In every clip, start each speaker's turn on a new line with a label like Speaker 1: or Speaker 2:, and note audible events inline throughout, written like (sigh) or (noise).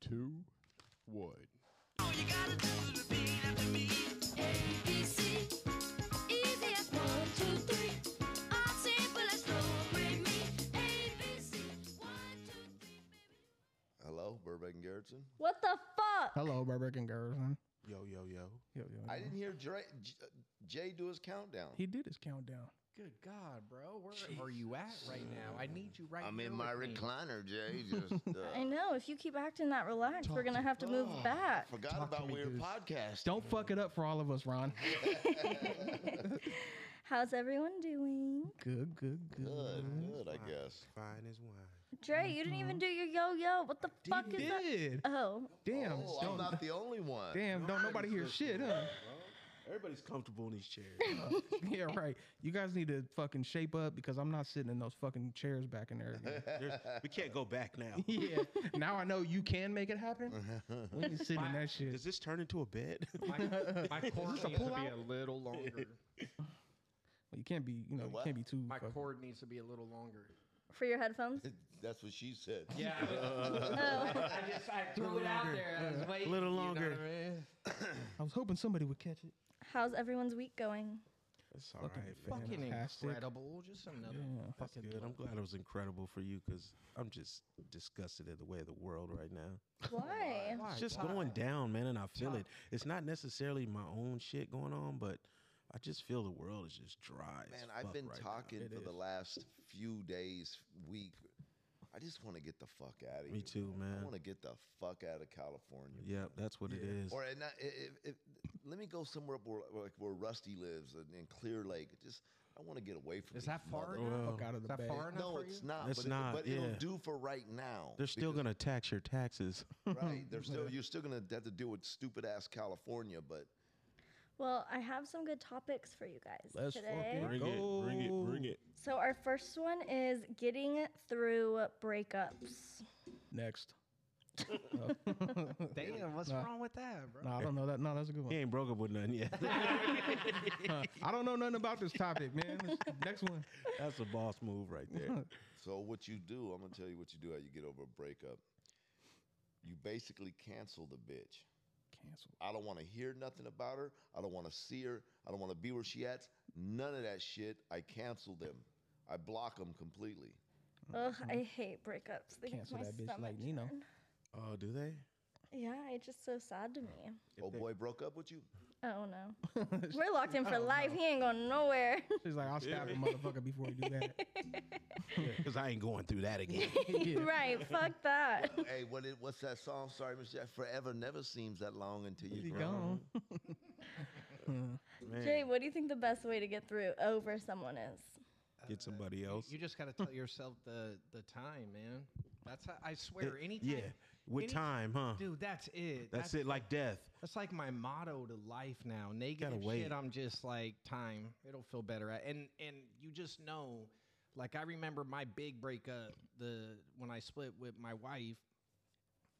Speaker 1: two, one.
Speaker 2: All you gotta do to be after me.
Speaker 3: Hello, Burbank and Garrettson.
Speaker 4: What the fuck?
Speaker 5: Hello, Burbank and Garrison.
Speaker 6: Yo, yo, yo.
Speaker 5: Yo, yo,
Speaker 3: I
Speaker 5: yo.
Speaker 3: didn't hear Dre, J, Jay do his countdown.
Speaker 5: He did his countdown.
Speaker 6: Good God, bro. Where are you at right now? I need you right
Speaker 3: I'm
Speaker 6: here
Speaker 3: in my
Speaker 6: with me.
Speaker 3: recliner, Jay. Just
Speaker 4: I
Speaker 3: uh,
Speaker 4: know. If you keep acting that relaxed, we're gonna have to move back.
Speaker 3: forgot
Speaker 5: Talk to
Speaker 3: about
Speaker 5: me,
Speaker 3: we were
Speaker 5: dude.
Speaker 3: podcasting.
Speaker 5: Don't fuck it up for all of us, Ron.
Speaker 4: (laughs) How's everyone doing?
Speaker 5: Good, good, good.
Speaker 3: Good, good, I guess.
Speaker 6: Fine as wine.
Speaker 4: Dre, you didn't even do your yo yo. What the fuck is that?
Speaker 5: Did.
Speaker 4: Oh,
Speaker 5: Damn.
Speaker 3: Oh, I'm
Speaker 5: don't,
Speaker 3: not the only one. (laughs)
Speaker 5: damn, don't nobody hear shit, huh?
Speaker 6: Everybody's comfortable in these chairs.
Speaker 5: (laughs) yeah, right. You guys need to fucking shape up because I'm not sitting in those fucking chairs back in there.
Speaker 3: (laughs)
Speaker 5: Again.
Speaker 6: There's- we can't go back now.
Speaker 5: (laughs) yeah. Now I know you can make it happen. We ain't sitting in that shit.
Speaker 6: Does this turn into a bed?
Speaker 7: My,
Speaker 5: (laughs)
Speaker 7: my cord needs to be a little longer.
Speaker 5: Well, you can't be, you know, you
Speaker 3: what?
Speaker 5: can't be too.
Speaker 7: My
Speaker 5: fucking-
Speaker 7: cord needs to be a little longer.
Speaker 4: for your headphones?
Speaker 3: (laughs) That's what she said. (laughs)
Speaker 7: Yeah, (laughs) I, just
Speaker 5: (laughs)
Speaker 7: I threw it out there. I was waiting.
Speaker 6: little
Speaker 7: you know
Speaker 6: longer.
Speaker 7: what I mean?
Speaker 5: I was hoping somebody would catch it.
Speaker 4: How's everyone's week going?
Speaker 6: It's all right, fam.
Speaker 5: Fucking
Speaker 7: Fucking
Speaker 5: fantastic.
Speaker 7: incredible. Just another
Speaker 6: That's
Speaker 7: fucking.
Speaker 6: good. I'm glad it was incredible for you because I'm just disgusted at the way of the world right now.
Speaker 4: Why?
Speaker 6: It's just going down, man, and I feel it. It's not necessarily my own shit going on, but I just feel the world is just dry. as
Speaker 3: Man, I've
Speaker 6: fuck
Speaker 3: been
Speaker 6: right now.
Speaker 3: talking
Speaker 6: It
Speaker 3: for the
Speaker 6: is.
Speaker 3: last few days, week. I just want to get the fuck out of here.
Speaker 6: Me too,
Speaker 3: I
Speaker 6: man.
Speaker 3: want to get the fuck out of California.
Speaker 6: Yep, that's what it is.
Speaker 3: Or and not, i if, if, let me go somewhere up where, like where Rusty lives and in Clear Lake. Just I want to get away from. these
Speaker 7: Is that far
Speaker 3: mother-
Speaker 6: Oh,
Speaker 7: enough?
Speaker 5: Fuck out of
Speaker 7: Is
Speaker 5: the
Speaker 7: that
Speaker 5: bag.
Speaker 7: far enough
Speaker 3: No,
Speaker 7: for
Speaker 3: it's
Speaker 7: you?
Speaker 3: not.
Speaker 6: It's
Speaker 3: but it-
Speaker 6: not,
Speaker 3: but it'll
Speaker 6: yeah.
Speaker 3: do for right now.
Speaker 6: They're still gonna tax your (laughs) taxes.
Speaker 3: right. They're still. You're still gonna have to deal with stupid ass California, but
Speaker 4: Well, I have some good topics for you guys today.
Speaker 5: fucking go. Bring it, bring it, bring it.
Speaker 4: So our first one is getting through breakups.
Speaker 5: (laughs) Next.
Speaker 7: Damn, what's wrong with that, bro?
Speaker 5: No, I don't know that. No, that's a good
Speaker 6: he (laughs)
Speaker 5: one.
Speaker 6: ain't broke up with none yet.
Speaker 5: I don't know nothing about this topic, man. Let's- Next one.
Speaker 6: that's a boss move right (laughs) there.
Speaker 3: So what you do, I'm gonna tell you what you do how you get over a breakup. You basically cancel the bitch.
Speaker 5: Cancel.
Speaker 3: I don't want to hear nothing about her. I don't want to see her. I don't want to be where she at. None of that shit. I cancel them. I block them completely.
Speaker 4: (laughs) Ugh,
Speaker 5: (laughs)
Speaker 4: I hate breakups. They make my
Speaker 5: Cancel Mm-hmm. that bitch
Speaker 4: stomach
Speaker 5: like Nino.
Speaker 4: turn.
Speaker 6: Oh, do they?
Speaker 4: Yeah, it's just so sad to me.
Speaker 3: oh
Speaker 6: (laughs)
Speaker 3: boy, broke up with you.
Speaker 4: Oh no, we're locked in
Speaker 6: Oh,
Speaker 4: for life. He ain't going nowhere.
Speaker 5: She's like, I'll stab the motherfucker before you
Speaker 4: (laughs)
Speaker 5: do that.
Speaker 6: Because I ain't going through that again.
Speaker 4: right? Fuck
Speaker 6: (laughs)
Speaker 4: that.
Speaker 3: hey, what it, what's that song? Sorry, Miss Jack. Forever never seems that long until
Speaker 5: You
Speaker 3: you're grown.
Speaker 5: gone. Hmm,
Speaker 4: Jay, what do you think the best way to get through over someone is?
Speaker 6: (laughs) Get somebody else.
Speaker 7: You just gotta tell yourself the the time, man. That's how, I swear. Anytime,
Speaker 6: Yeah, with
Speaker 7: any-
Speaker 6: time, huh?
Speaker 7: dude. That's it.
Speaker 6: that's, it, like death.
Speaker 7: That's like my motto to life now. Negative
Speaker 6: wait.
Speaker 7: shit. I'm just like time. It'll feel better. And and you just know, like I remember my big breakup. The when I split with my wife,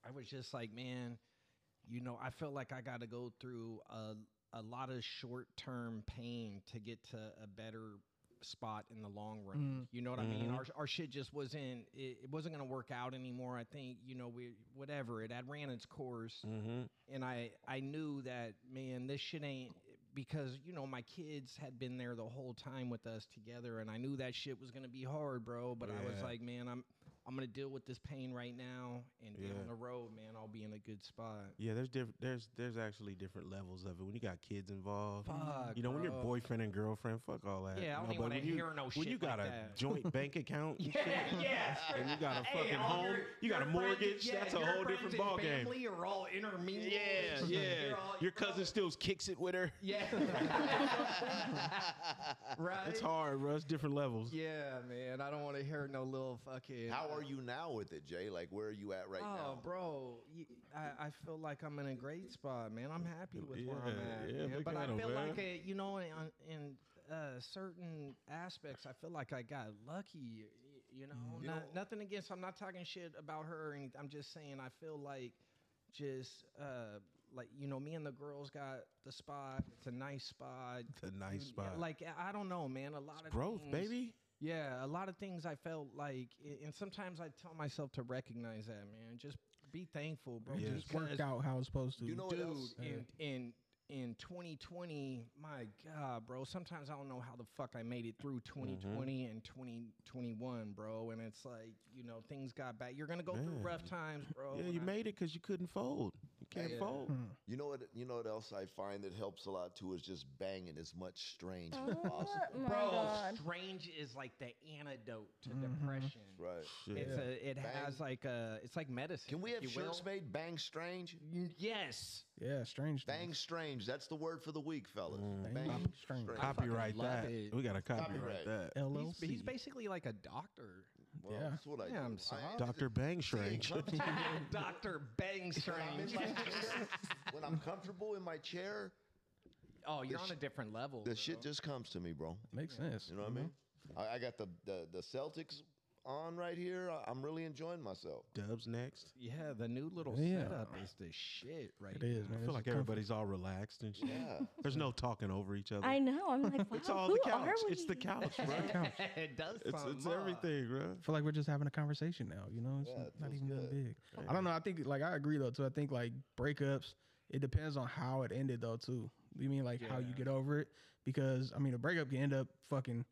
Speaker 7: I was just like, man, you know, I feel like I got to go through a a lot of short term pain to get to a better spot in the long
Speaker 5: Mm-hmm. hmm.
Speaker 7: run. You know what I mean? Our our shit just wasn't it, it wasn't going to work out anymore. I think, you know, we whatever, it had ran its course. And I I knew that man, this shit ain't because, you know, my kids had been there the whole time with us together and I knew that shit was going to be hard, bro, but I was like, man, I'm I'm gonna deal with this pain right now, and down the road, man, I'll be in a good spot.
Speaker 6: Yeah, there's different. There's there's actually different levels of it. When you got kids involved,
Speaker 7: Fuck,
Speaker 6: Mm. you know, when you're
Speaker 7: bro.
Speaker 6: boyfriend and girlfriend, fuck all that.
Speaker 7: Yeah, I
Speaker 6: you
Speaker 7: don't even
Speaker 6: know, but
Speaker 7: wanna
Speaker 6: when you-
Speaker 7: hear no
Speaker 6: When
Speaker 7: shit
Speaker 6: you got
Speaker 7: like
Speaker 6: a
Speaker 7: that. (laughs)
Speaker 6: joint bank accct and (laughs) shit,
Speaker 7: yeah,
Speaker 6: and you got a fucking
Speaker 7: all
Speaker 6: home,
Speaker 7: your-
Speaker 6: you got a
Speaker 7: your
Speaker 6: mortgage.
Speaker 7: friends- yeah,
Speaker 6: that's a
Speaker 7: your
Speaker 6: whole
Speaker 7: friends
Speaker 6: different
Speaker 7: and
Speaker 6: ball game.
Speaker 7: Family are all intermingled.
Speaker 6: (laughs) Yeah,
Speaker 7: You're
Speaker 6: yeah.
Speaker 7: all-
Speaker 6: Your cousin still kicks it with her.
Speaker 7: (laughs)
Speaker 3: (laughs)
Speaker 7: Yeah. (laughs) right.
Speaker 6: It's hard, bro. It's different levels.
Speaker 7: Yeah, man. I don't want to hear no little fucking.
Speaker 3: How are you now with it, Jay? Like, where are you at right
Speaker 7: Oh,
Speaker 3: now?
Speaker 7: bro, y- I, I feel like I'm in a great spot, man. I'm happy with where I'm
Speaker 6: Yeah,
Speaker 7: at,
Speaker 6: yeah,
Speaker 7: man.
Speaker 6: look
Speaker 7: but I
Speaker 6: at 'em,
Speaker 7: feel
Speaker 6: man.
Speaker 7: like, a, you know, in, in uh, certain aspects, I feel like I got lucky. y- Mm, You know, Not, nothing against. I'm not talking shit about her or anything. I'm just saying I feel like just uh, like you know, me and the girls got the spot. It's a nice spot.
Speaker 6: The nice
Speaker 7: Yeah,
Speaker 6: spot.
Speaker 7: like I I don't know, man. A lot of
Speaker 6: Growth,
Speaker 7: things-
Speaker 6: baby.
Speaker 7: Yeah, a lot of things I felt like, a- and sometimes I tell myself to recognize that, man. Just be thankful, bro.
Speaker 5: It
Speaker 6: Yeah.
Speaker 5: just worked out how it's supposed to.
Speaker 3: You know what
Speaker 7: dude.
Speaker 3: else?
Speaker 7: In in in 2020, my God, bro. Sometimes I don't know how the fuck I made it through 2020 and 2021, bro. And it's like, you know, things got bad. You're gonna go through
Speaker 6: Yeah.
Speaker 7: rough times, bro.
Speaker 6: yeah,
Speaker 7: and
Speaker 6: you
Speaker 7: I-
Speaker 6: made it because you couldn't fold. You can't
Speaker 7: Yeah.
Speaker 6: fold.
Speaker 5: Hmm.
Speaker 3: You know what? You know what else I find that helps a lot too is just banging as much strange as
Speaker 4: Oh
Speaker 3: possible.
Speaker 4: my
Speaker 7: Bro,
Speaker 4: god.
Speaker 7: strange is like the antidote to
Speaker 5: Mhm.
Speaker 7: depression.
Speaker 3: Right?
Speaker 6: Shit.
Speaker 7: It's a, it
Speaker 3: Bang.
Speaker 7: has like a, it's like medicine.
Speaker 3: Can we
Speaker 7: if
Speaker 3: have
Speaker 7: you will.
Speaker 3: shirts made? Bang strange.
Speaker 7: N- Yes.
Speaker 5: Yeah, strange
Speaker 3: Bang
Speaker 5: things.
Speaker 3: strange. That's the word for the week, fellas.
Speaker 6: Mm.
Speaker 3: Bang
Speaker 5: Bang strange.
Speaker 3: strange.
Speaker 7: I fucking
Speaker 6: Copyright
Speaker 7: love
Speaker 6: that.
Speaker 7: it.
Speaker 6: We got to copyright,
Speaker 3: Copyright.
Speaker 6: that.
Speaker 5: LLC.
Speaker 7: He's, he's basically like
Speaker 3: (laughs)
Speaker 7: a doctor.
Speaker 3: Well,
Speaker 5: Yeah.
Speaker 3: that's what I
Speaker 7: Yeah, I'm
Speaker 3: do. I-
Speaker 7: sorry.
Speaker 6: Dr. Bang Strange. (laughs)
Speaker 3: See, when
Speaker 7: Doctor (laughs) Bang
Speaker 3: I'm in
Speaker 7: Strange.
Speaker 3: my (laughs) chair- when I'm comfortable in my chair,
Speaker 7: oh, you're
Speaker 3: the
Speaker 7: on a
Speaker 3: sh-
Speaker 7: different level.
Speaker 3: the shit
Speaker 5: Uh-huh.
Speaker 7: bro.
Speaker 3: just comes to me, bro.
Speaker 5: Makes sense.
Speaker 3: You know what I mean?
Speaker 5: Mm-hmm.
Speaker 3: I, I got the, the the Celtics on right here. I, I'm really enjoying
Speaker 5: (laughs)
Speaker 3: myself.
Speaker 6: Dubs next.
Speaker 7: Yeah, the new little
Speaker 5: Yeah.
Speaker 7: setup is the shit right
Speaker 5: It is,
Speaker 7: now.
Speaker 5: man.
Speaker 6: I
Speaker 5: It's
Speaker 6: feel like
Speaker 5: comfort-
Speaker 6: everybody's all relaxed and shit.
Speaker 3: Yeah.
Speaker 6: There's no talking over each other.
Speaker 4: I know. I'm like, wow,
Speaker 6: (laughs) It's all
Speaker 4: who
Speaker 6: the couch.
Speaker 4: are we?
Speaker 6: It's the couch,
Speaker 5: (laughs)
Speaker 6: bro.
Speaker 5: Couch.
Speaker 7: (laughs) it does.
Speaker 6: it's
Speaker 7: something
Speaker 6: it's
Speaker 7: up.
Speaker 6: everything, bro.
Speaker 5: I feel like we're just having a conversation now. You know, it's
Speaker 3: Yeah, it
Speaker 5: not
Speaker 3: feels
Speaker 5: even
Speaker 3: good.
Speaker 5: that big. I don't know. I think like I agree though too. I think like breakups. It depends on how it ended though too. You mean like how you
Speaker 7: Yeah.
Speaker 5: get over it? Because I mean a breakup can end up fucking.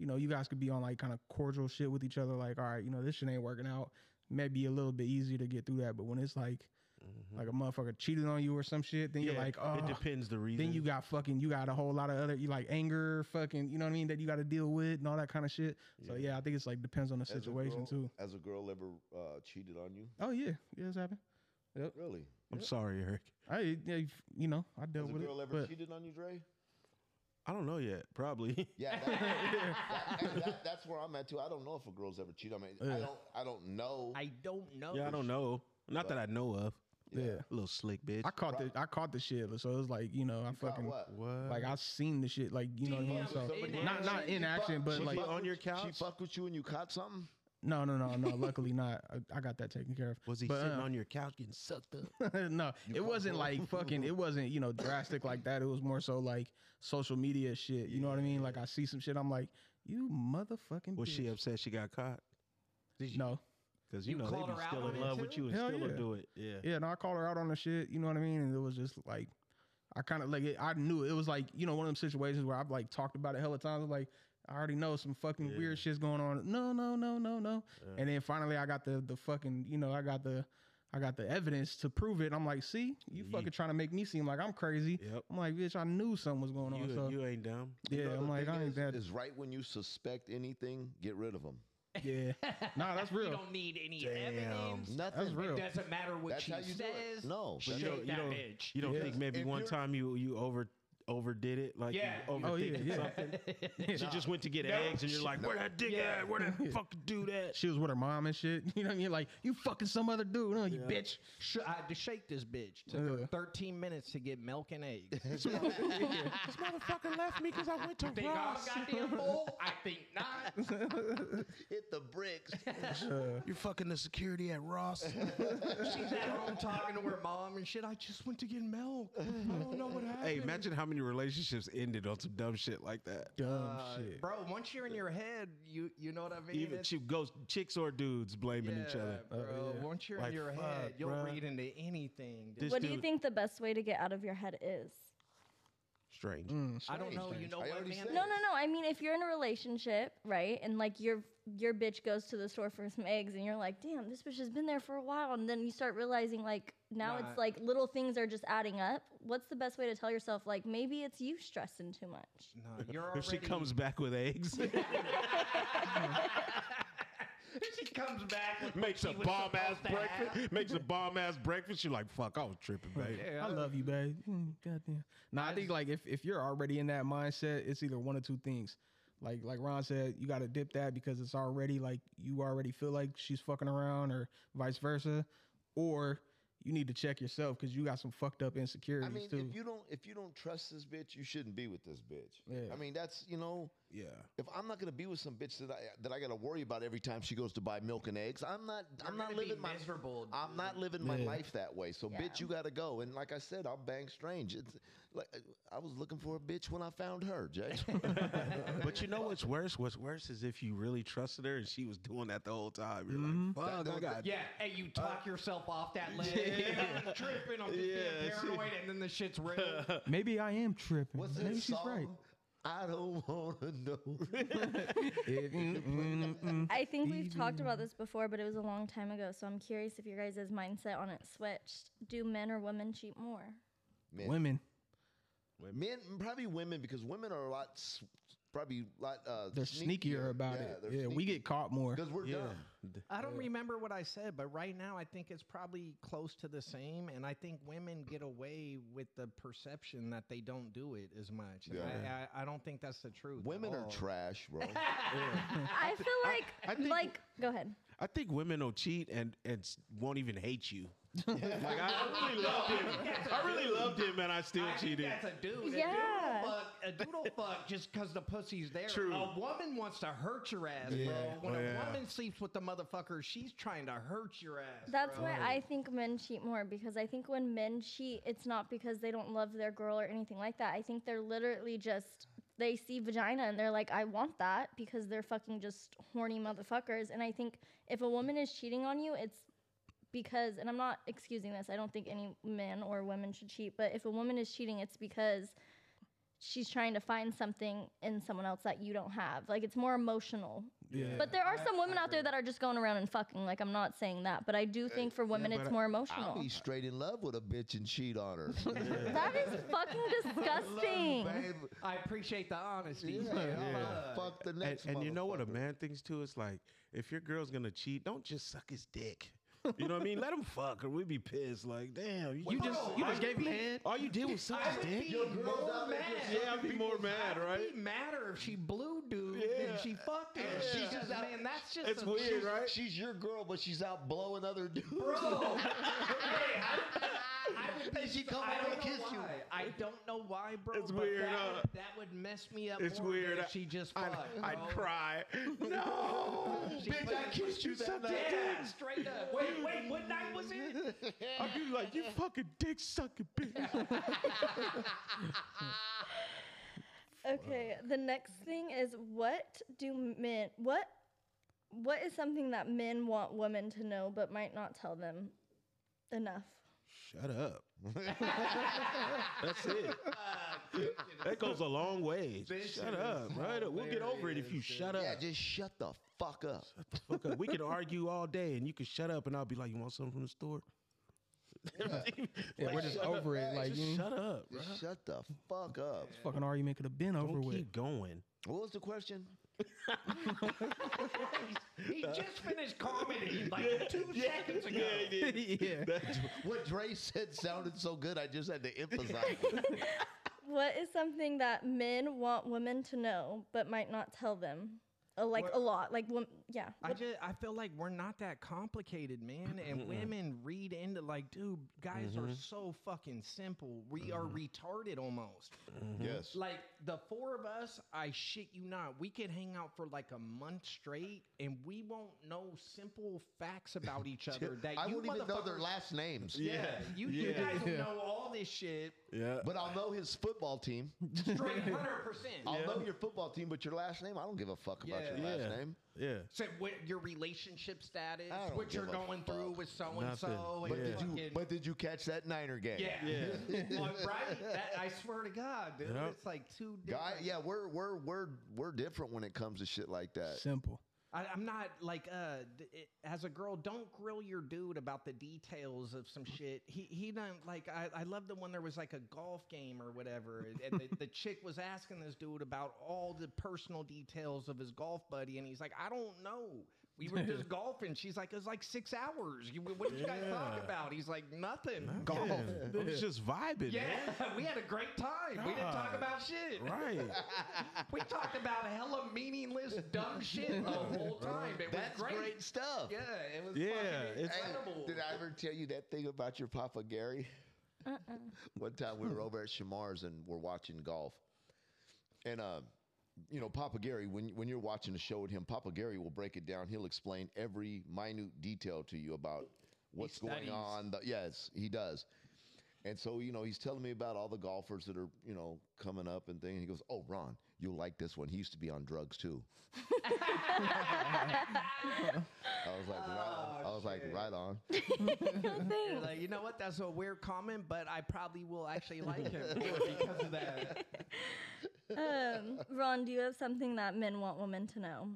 Speaker 5: You know, you guys could be on like kind of cordial shit with each other. Like, all right, you know, this shit ain't working out. Maybe a little bit easier to get through that. But when it's like
Speaker 3: Mm.
Speaker 7: Mm-hmm.
Speaker 6: Mhm.
Speaker 5: like a motherfucker cheated on you or some shit, then you're
Speaker 6: Yeah,
Speaker 5: like, oh,
Speaker 6: it depends the reason.
Speaker 5: then you got fucking you got a whole lot of other you like anger fucking you know what i mean that you got to deal with and all that kind of shit so yeah i think it's like depends on the
Speaker 3: As a
Speaker 5: situation
Speaker 3: girl-
Speaker 5: too
Speaker 3: As a girl ever uh, cheated on you?
Speaker 5: oh yeah yeah it's happened
Speaker 3: Really?
Speaker 6: I'm sorry, Eric.
Speaker 5: i yeah, you- you know i
Speaker 3: Has
Speaker 5: dealt
Speaker 3: a
Speaker 5: with
Speaker 3: girl
Speaker 5: it
Speaker 3: ever
Speaker 5: but
Speaker 3: cheated on you,
Speaker 5: (laughs)
Speaker 3: Dre?
Speaker 6: I don't know yet. Probably. (laughs)
Speaker 3: Yeah. That, that- and that- that's where I'm at too. I don't know if a girl's ever cheated. I mean, I
Speaker 5: Ugh.
Speaker 3: don't. I don't know.
Speaker 7: I don't know.
Speaker 6: yeah, I don't know. Not that I know of.
Speaker 5: yeah
Speaker 6: A little slick bitch.
Speaker 5: i caught the i caught the shit so it was like you know i
Speaker 3: You caught
Speaker 5: fucking
Speaker 3: what?
Speaker 6: what?
Speaker 5: like i seen the shit like you know what i mean
Speaker 7: Damn,
Speaker 5: so
Speaker 7: somebody
Speaker 5: not
Speaker 7: else.
Speaker 5: not in
Speaker 3: She
Speaker 5: action
Speaker 3: fuck-
Speaker 5: but
Speaker 3: she
Speaker 5: like
Speaker 3: fuck
Speaker 6: on
Speaker 3: with
Speaker 6: your
Speaker 3: you- She
Speaker 6: couch?
Speaker 3: fucked with you and you caught something.
Speaker 5: no no no no luckily not I, I got that taken care of
Speaker 6: was he
Speaker 5: but,
Speaker 6: sitting
Speaker 5: um,
Speaker 6: on your couch getting
Speaker 5: (laughs)
Speaker 6: sucked up?
Speaker 5: no,
Speaker 3: You
Speaker 5: it
Speaker 3: fuck
Speaker 5: wasn't
Speaker 3: up.
Speaker 5: like fucking. It wasn't you know drastic like that. It was more so like social media shit. You know what I mean? Like I see some shit, I'm like, you motherfucking.
Speaker 6: Was she
Speaker 5: bitch."
Speaker 6: upset she got caught?
Speaker 5: No.
Speaker 6: Because you,
Speaker 7: You
Speaker 6: know they
Speaker 7: called
Speaker 6: be
Speaker 7: her out
Speaker 6: still
Speaker 7: on
Speaker 6: in
Speaker 7: it
Speaker 6: love with
Speaker 7: too?
Speaker 6: you and
Speaker 5: Hell
Speaker 6: still
Speaker 5: yeah.
Speaker 6: do it. Yeah.
Speaker 5: Yeah, no, I called her out on the shit. You know what I mean? And it was just like, I kind of like it. I knew it. it was like you know one of them situations where I've like talked about it hella times. I'm like I already know some fucking
Speaker 6: Yeah.
Speaker 5: weird shit's going on. No, no, no, no, no.
Speaker 6: Yeah.
Speaker 5: And then finally I got the the fucking you know I got the. I got the evidence to prove it. I'm like, see, you
Speaker 6: Yeet.
Speaker 5: fucking trying to make me seem like I'm crazy.
Speaker 6: Yep.
Speaker 5: I'm like, bitch, I knew something was going on. uh,
Speaker 6: You,
Speaker 5: so
Speaker 6: you ain't dumb.
Speaker 3: You
Speaker 5: Yeah,
Speaker 3: know, the
Speaker 5: I'm like,
Speaker 3: thing
Speaker 5: I ain't
Speaker 3: is-
Speaker 5: that.
Speaker 3: Is right when you suspect anything, get rid of them.
Speaker 5: (laughs) Yeah.
Speaker 7: (laughs)
Speaker 5: Nah, that's
Speaker 7: You
Speaker 5: real.
Speaker 7: don't need any
Speaker 6: Damn.
Speaker 3: (laughs)
Speaker 7: evidence.
Speaker 3: Nothing.
Speaker 5: real.
Speaker 7: It doesn't matter what
Speaker 3: That's
Speaker 7: she
Speaker 3: how you do it.
Speaker 7: says.
Speaker 3: No,
Speaker 7: shake
Speaker 6: But you don't- you
Speaker 7: that
Speaker 6: don't-
Speaker 7: bitch.
Speaker 6: You don't
Speaker 5: Yeah.
Speaker 6: think maybe
Speaker 3: If
Speaker 6: one
Speaker 3: you're-
Speaker 6: time you you over overdid it? Like
Speaker 7: Yeah.
Speaker 6: you
Speaker 5: Oh, yeah,
Speaker 6: overthinking
Speaker 5: yeah.
Speaker 6: something? She
Speaker 5: Nah.
Speaker 6: just went to get
Speaker 7: (laughs) No.
Speaker 6: eggs and you're like, where that dick
Speaker 7: Yeah.
Speaker 6: at? Where
Speaker 5: Yeah.
Speaker 7: (laughs)
Speaker 6: that fucking dude at?
Speaker 5: She was with her mom and shit. (laughs) You know what I mean? Like, you fucking some other dude, huh, you
Speaker 6: Yeah.
Speaker 5: bitch.
Speaker 7: Sh- I had to shake this bitch. Took her
Speaker 5: Yeah.
Speaker 7: 13 minutes to get milk and eggs.
Speaker 3: (laughs)
Speaker 6: This motherfucker left me because I went to
Speaker 7: think I'm a goddamn fool? I think not.
Speaker 3: Hit the
Speaker 5: (laughs)
Speaker 3: bricks.
Speaker 5: Uh,
Speaker 6: You're fucking the security
Speaker 7: (laughs)
Speaker 6: at Ross.
Speaker 7: She's at home talking to her mom and shit. I just went to get milk. I don't know what happened.
Speaker 6: hey, imagine how many relationships ended on some dumb shit like that.
Speaker 5: dumb
Speaker 7: Uh,
Speaker 5: shit.
Speaker 7: Bro, once you're in your head, you you know what I mean?
Speaker 6: Even
Speaker 7: It's-
Speaker 6: two ghost chicks or dudes blaming each other. Oh,
Speaker 7: Yeah, Bro,
Speaker 5: yeah.
Speaker 7: once you're
Speaker 6: Like,
Speaker 7: in your
Speaker 6: fuck,
Speaker 7: head, you'll
Speaker 6: bruh.
Speaker 7: read into anything. dude.
Speaker 6: This
Speaker 4: What do you
Speaker 6: dude-
Speaker 4: think the best way to get out of your head is?
Speaker 6: Strange.
Speaker 5: Mm.
Speaker 7: I don't know. You
Speaker 3: Strange.
Speaker 7: know
Speaker 3: I
Speaker 7: what,
Speaker 3: already
Speaker 7: man?
Speaker 3: said.
Speaker 4: No, no, no. I mean, if you're in a relationship, right, and like your your bitch goes to the store for some eggs, and you're like, damn, this bitch has been there for a while, and then you start realizing like now
Speaker 7: Right.
Speaker 4: it's like little things are just adding up. What's the best way to tell yourself like maybe it's you stressing too much?
Speaker 7: No, you're already.
Speaker 6: If she
Speaker 7: (laughs)
Speaker 6: comes back with eggs,
Speaker 7: if she comes back, with what
Speaker 6: (laughs) makes
Speaker 7: she
Speaker 6: a
Speaker 7: was
Speaker 6: bomb ass
Speaker 7: supposed to have.
Speaker 6: breakfast, makes a bomb ass breakfast, you're like, fuck, I was tripping, baby.
Speaker 7: Yeah,
Speaker 5: I love you, babe. Mm, Goddamn. Nah, I think like if, if you're already in that mindset, it's either one or two things. Like like Ron said, you gotta dip that because it's already like you already feel like she's fucking around or vice versa. Or you need to check yourself because you got some fucked up
Speaker 3: I
Speaker 5: insecurities
Speaker 3: mean,
Speaker 5: too.
Speaker 3: if you don't if you don't trust this bitch, you shouldn't be with this bitch.
Speaker 5: Yeah.
Speaker 3: I mean, that's you know,
Speaker 6: Yeah.
Speaker 3: If I'm not gonna be with some bitch that I that I gotta worry about every time she goes to buy milk and eggs, I'm not I'm
Speaker 7: You're
Speaker 3: not
Speaker 7: gonna be
Speaker 3: living my
Speaker 7: miserable.
Speaker 3: I'm
Speaker 7: dude.
Speaker 3: not living my
Speaker 6: Yeah.
Speaker 3: life that way. So,
Speaker 4: Yeah.
Speaker 3: bitch, you gotta go. And like I said, I'll bang strange. It's like I was looking for a bitch when I found her,
Speaker 5: (laughs)
Speaker 3: Jay.
Speaker 7: (laughs)
Speaker 6: but you know what's worse? What's worse is if you really trusted her and she was doing that the whole time. You're
Speaker 7: Mm-hmm.
Speaker 5: Mhm.
Speaker 6: like, fuck, I got
Speaker 7: Yeah, hey, you talk yourself off
Speaker 6: (laughs)
Speaker 7: that ledge. I'm (laughs) tripping, I'm just
Speaker 6: Uh, Yeah,
Speaker 7: being
Speaker 6: shit.
Speaker 7: paranoid, and then the
Speaker 6: (laughs)
Speaker 7: shit's real.
Speaker 5: Maybe I am tripping.
Speaker 3: What's
Speaker 5: Maybe
Speaker 3: that
Speaker 5: she's
Speaker 3: (laughs)
Speaker 5: right.
Speaker 3: song? I don't (laughs) wanna
Speaker 5: (laughs)
Speaker 3: know.
Speaker 5: If- mm, mm, mm.
Speaker 4: I think we've talked about this before, but it was a long time ago. So I'm curious if your guys' mindset on it switched. Do men or women cheat more?
Speaker 3: Man,
Speaker 5: Women,
Speaker 3: men, probably women because women are a lot, s- probably a lot. Uh,
Speaker 5: they're sneakier about it. Yeah, we get caught more.
Speaker 3: because we're
Speaker 6: Yeah.
Speaker 3: done.
Speaker 7: I don't remember what I said, but right now I think it's probably close to the same. And I think women get away with the perception that they don't do it as much. And
Speaker 6: Yeah.
Speaker 7: I, I, I don't think that's the truth. at
Speaker 3: Women
Speaker 6: Oh.
Speaker 3: are
Speaker 7: all.
Speaker 3: trash,
Speaker 6: (laughs)
Speaker 3: bro.
Speaker 4: I feel like,
Speaker 6: I think-
Speaker 4: like, go ahead.
Speaker 6: I think women will cheat and and s- won't even
Speaker 3: (laughs)
Speaker 6: hate you. like I, I really loved him. I really loved him, and I still
Speaker 7: I think
Speaker 6: cheated.
Speaker 7: that's a dude.
Speaker 4: Yeah.
Speaker 7: A doodle fuck, a doodle fuck just because the pussy's there.
Speaker 6: True.
Speaker 7: A woman wants to hurt your ass,
Speaker 6: Yeah.
Speaker 7: bro. When a
Speaker 6: Yeah.
Speaker 7: woman sleeps with the motherfucker, she's trying to hurt your ass.
Speaker 4: That's
Speaker 7: bro.
Speaker 4: why I think men cheat more because I think when men cheat, it's not because they don't love their girl or anything like that. I think they're literally just they see vagina and they're like, I want that because they're fucking just horny motherfuckers. And I think if a woman is cheating on you, it's because, and I'm not excusing this, I don't think any men or women should cheat, but if a woman is cheating, it's because she's trying to find something in someone else that you don't have. Like it's more emotional
Speaker 5: Yeah.
Speaker 4: but there are
Speaker 7: I-
Speaker 4: some women
Speaker 7: I
Speaker 4: out there
Speaker 7: agree.
Speaker 4: that are just going around and fucking. Like I'm not saying that, but I do think for women
Speaker 6: but
Speaker 4: it's
Speaker 6: I-
Speaker 4: more
Speaker 3: I'll
Speaker 4: emotional.
Speaker 3: be straight in love with a bitch and cheat on
Speaker 5: (laughs)
Speaker 3: her.
Speaker 4: that is fucking disgusting.
Speaker 3: Babe,
Speaker 7: I appreciate the honesty. uh,
Speaker 3: yeah,
Speaker 7: man.
Speaker 6: Yeah.
Speaker 7: Fuck.
Speaker 3: fuck the
Speaker 6: and,
Speaker 3: next
Speaker 6: and you know what a
Speaker 3: motherfucker.
Speaker 6: man thinks too? It's like if your girl's gonna cheat, don't just suck his dick. You know what I mean? Let him fuck, or we'd be pissed. Like, damn, you,
Speaker 7: You just you just gave him head.
Speaker 6: all you did was suck his
Speaker 7: would
Speaker 6: dick.
Speaker 7: be
Speaker 3: Your girl's
Speaker 7: more
Speaker 3: out there
Speaker 7: mad.
Speaker 3: just
Speaker 6: Yeah, I'd be more mad,
Speaker 7: I'd
Speaker 6: right?
Speaker 7: be madder if she blew dude
Speaker 6: Yeah.
Speaker 7: than she fucked him.
Speaker 3: Yeah.
Speaker 7: She's just man, that's just
Speaker 6: It's
Speaker 7: a-
Speaker 6: weird,
Speaker 7: she's-
Speaker 6: right?
Speaker 3: She's your girl, but she's out blowing other dudes.
Speaker 6: (laughs)
Speaker 7: Bro, hey, I, (laughs) I would be,
Speaker 3: And she come
Speaker 7: I
Speaker 3: over
Speaker 7: don't
Speaker 3: and
Speaker 7: know
Speaker 3: kiss you.
Speaker 7: why. I don't know why, bro.
Speaker 6: It's
Speaker 7: but
Speaker 6: weird,
Speaker 7: That,
Speaker 6: huh?
Speaker 7: would, that would mess me up.
Speaker 6: It's
Speaker 7: more than
Speaker 6: weird.
Speaker 7: If she just
Speaker 6: I'd,
Speaker 7: fucked.
Speaker 6: I'd
Speaker 7: bro.
Speaker 6: cry. No,
Speaker 7: (laughs) She
Speaker 6: bitch, I
Speaker 7: fucking-
Speaker 6: kissed you that night.
Speaker 7: Yeah, straight up. Wait, wait, what night was it?
Speaker 6: I'd be like, you fucking dick sucking bitch.
Speaker 4: Okay, the next thing is what do men what what is something that men want women to know but might not tell them enough?
Speaker 6: Shut up.
Speaker 7: (laughs)
Speaker 6: That's it. That goes a long way.
Speaker 7: Uh, This
Speaker 6: Shut
Speaker 7: is
Speaker 6: up, right? We'll get over it if you shut
Speaker 3: Yeah,
Speaker 6: up.
Speaker 3: just shut the fuck up.
Speaker 6: Fuck up. We could argue all day, and you could shut up, and I'll be like, "You want something from the store?" (laughs)
Speaker 5: yeah, we're just
Speaker 3: shut up.
Speaker 5: over it.
Speaker 3: Hey,
Speaker 5: Like, you
Speaker 6: Just shut up. Bro.
Speaker 3: Just shut the fuck up.
Speaker 5: fucking argument could have been over
Speaker 6: Don't keep
Speaker 5: with.
Speaker 6: going.
Speaker 3: What was the question?
Speaker 7: He just finished commenting like
Speaker 6: (laughs)
Speaker 7: two seconds ago.
Speaker 5: (laughs) yeah.
Speaker 3: What Dre said sounded so good, I just had to emphasize it.
Speaker 4: What is something that men want women to know but might not tell them? Uh, like
Speaker 7: What-
Speaker 4: a lot. Like wom- yeah.
Speaker 7: I just I feel like we're not that complicated, man. And women read into like, dude, guys
Speaker 3: Mm-hmm.
Speaker 7: are so fucking simple. We are retarded almost.
Speaker 3: Yes.
Speaker 7: Mm-hmm. Like the four of us, I shit you not, we could hang out for like a month straight, and we won't know simple facts
Speaker 3: (laughs)
Speaker 7: about each other that
Speaker 3: I
Speaker 7: you
Speaker 3: won't even know their
Speaker 7: motherfuckers-
Speaker 3: last names.
Speaker 7: Yeah, you, you
Speaker 6: Yeah.
Speaker 7: guys
Speaker 5: Yeah.
Speaker 7: will know all this shit
Speaker 3: (laughs)
Speaker 6: Yeah.
Speaker 3: But I'll know his football team.
Speaker 7: straight, hundred percent.
Speaker 3: I'll know your football team, but your last name, I don't give a fuck about your
Speaker 7: Yeah.
Speaker 3: last
Speaker 6: Yeah.
Speaker 3: name.
Speaker 6: yeah.
Speaker 7: So what your relationship status,
Speaker 3: I don't
Speaker 7: what you're
Speaker 3: give a
Speaker 7: going through
Speaker 3: fuck.
Speaker 7: with so and so,
Speaker 6: Nothing.
Speaker 3: But
Speaker 7: and
Speaker 3: did you
Speaker 7: fucking-
Speaker 3: but did you catch that Niner game?
Speaker 7: Yeah.
Speaker 6: Yeah.
Speaker 3: (laughs)
Speaker 7: (laughs) Well, right? That, I swear to God, dude.
Speaker 6: Yep.
Speaker 7: It's like two
Speaker 3: Guy,
Speaker 7: different-
Speaker 3: yeah, we're we're we're we're different when it comes to shit like that.
Speaker 5: Simple.
Speaker 7: I, I'm not like, uh, d- it, as a girl, don't grill your dude about the details of some shit. He, he doesn't like, I, I loved it when there was like a golf game or whatever. and the, the chick was asking this dude about all the personal details of his golf buddy. And he's like, I don't know. We were
Speaker 6: (laughs)
Speaker 7: just golfing. She's like, it was like six hours. You, what did you guys talk
Speaker 6: Yeah.
Speaker 7: about? He's like, nothing.
Speaker 6: Golf.
Speaker 5: Yeah.
Speaker 6: It's just vibing.
Speaker 7: Yeah,
Speaker 6: man.
Speaker 7: we had a great time. We didn't talk
Speaker 6: God.
Speaker 7: about shit. (laughs)
Speaker 6: Right.
Speaker 7: We talked about hella meaningless, dumb (laughs) shit the whole time. It
Speaker 3: That's
Speaker 7: was
Speaker 3: great.
Speaker 7: great.
Speaker 3: stuff.
Speaker 7: Yeah, it was
Speaker 6: Yeah,
Speaker 7: fucking
Speaker 6: it's-
Speaker 3: Hey,
Speaker 7: incredible.
Speaker 3: did I ever tell you that thing about your Papa Gary?
Speaker 4: Uh-uh.
Speaker 3: One time we were over at Shamar's and we're watching golf. And uh, you know, Papa Gary, when when you're watching a show with him, Papa Gary will break it down. He'll explain every minute detail to you about what's going
Speaker 7: studies.
Speaker 3: on. The, yes, he does. And so, you know, he's telling me about all the golfers that are, you know, coming up and things. He goes, "Oh, Ron, you'll like this one. He used to be on drugs too."
Speaker 7: (laughs)
Speaker 3: I was
Speaker 7: Oh,
Speaker 3: like, right on. I was like, right on.
Speaker 7: You're like, you know what? That's a weird comment, but I probably will actually like (laughs) him more because of that.
Speaker 4: um, Ron, do you have something that men want women to know?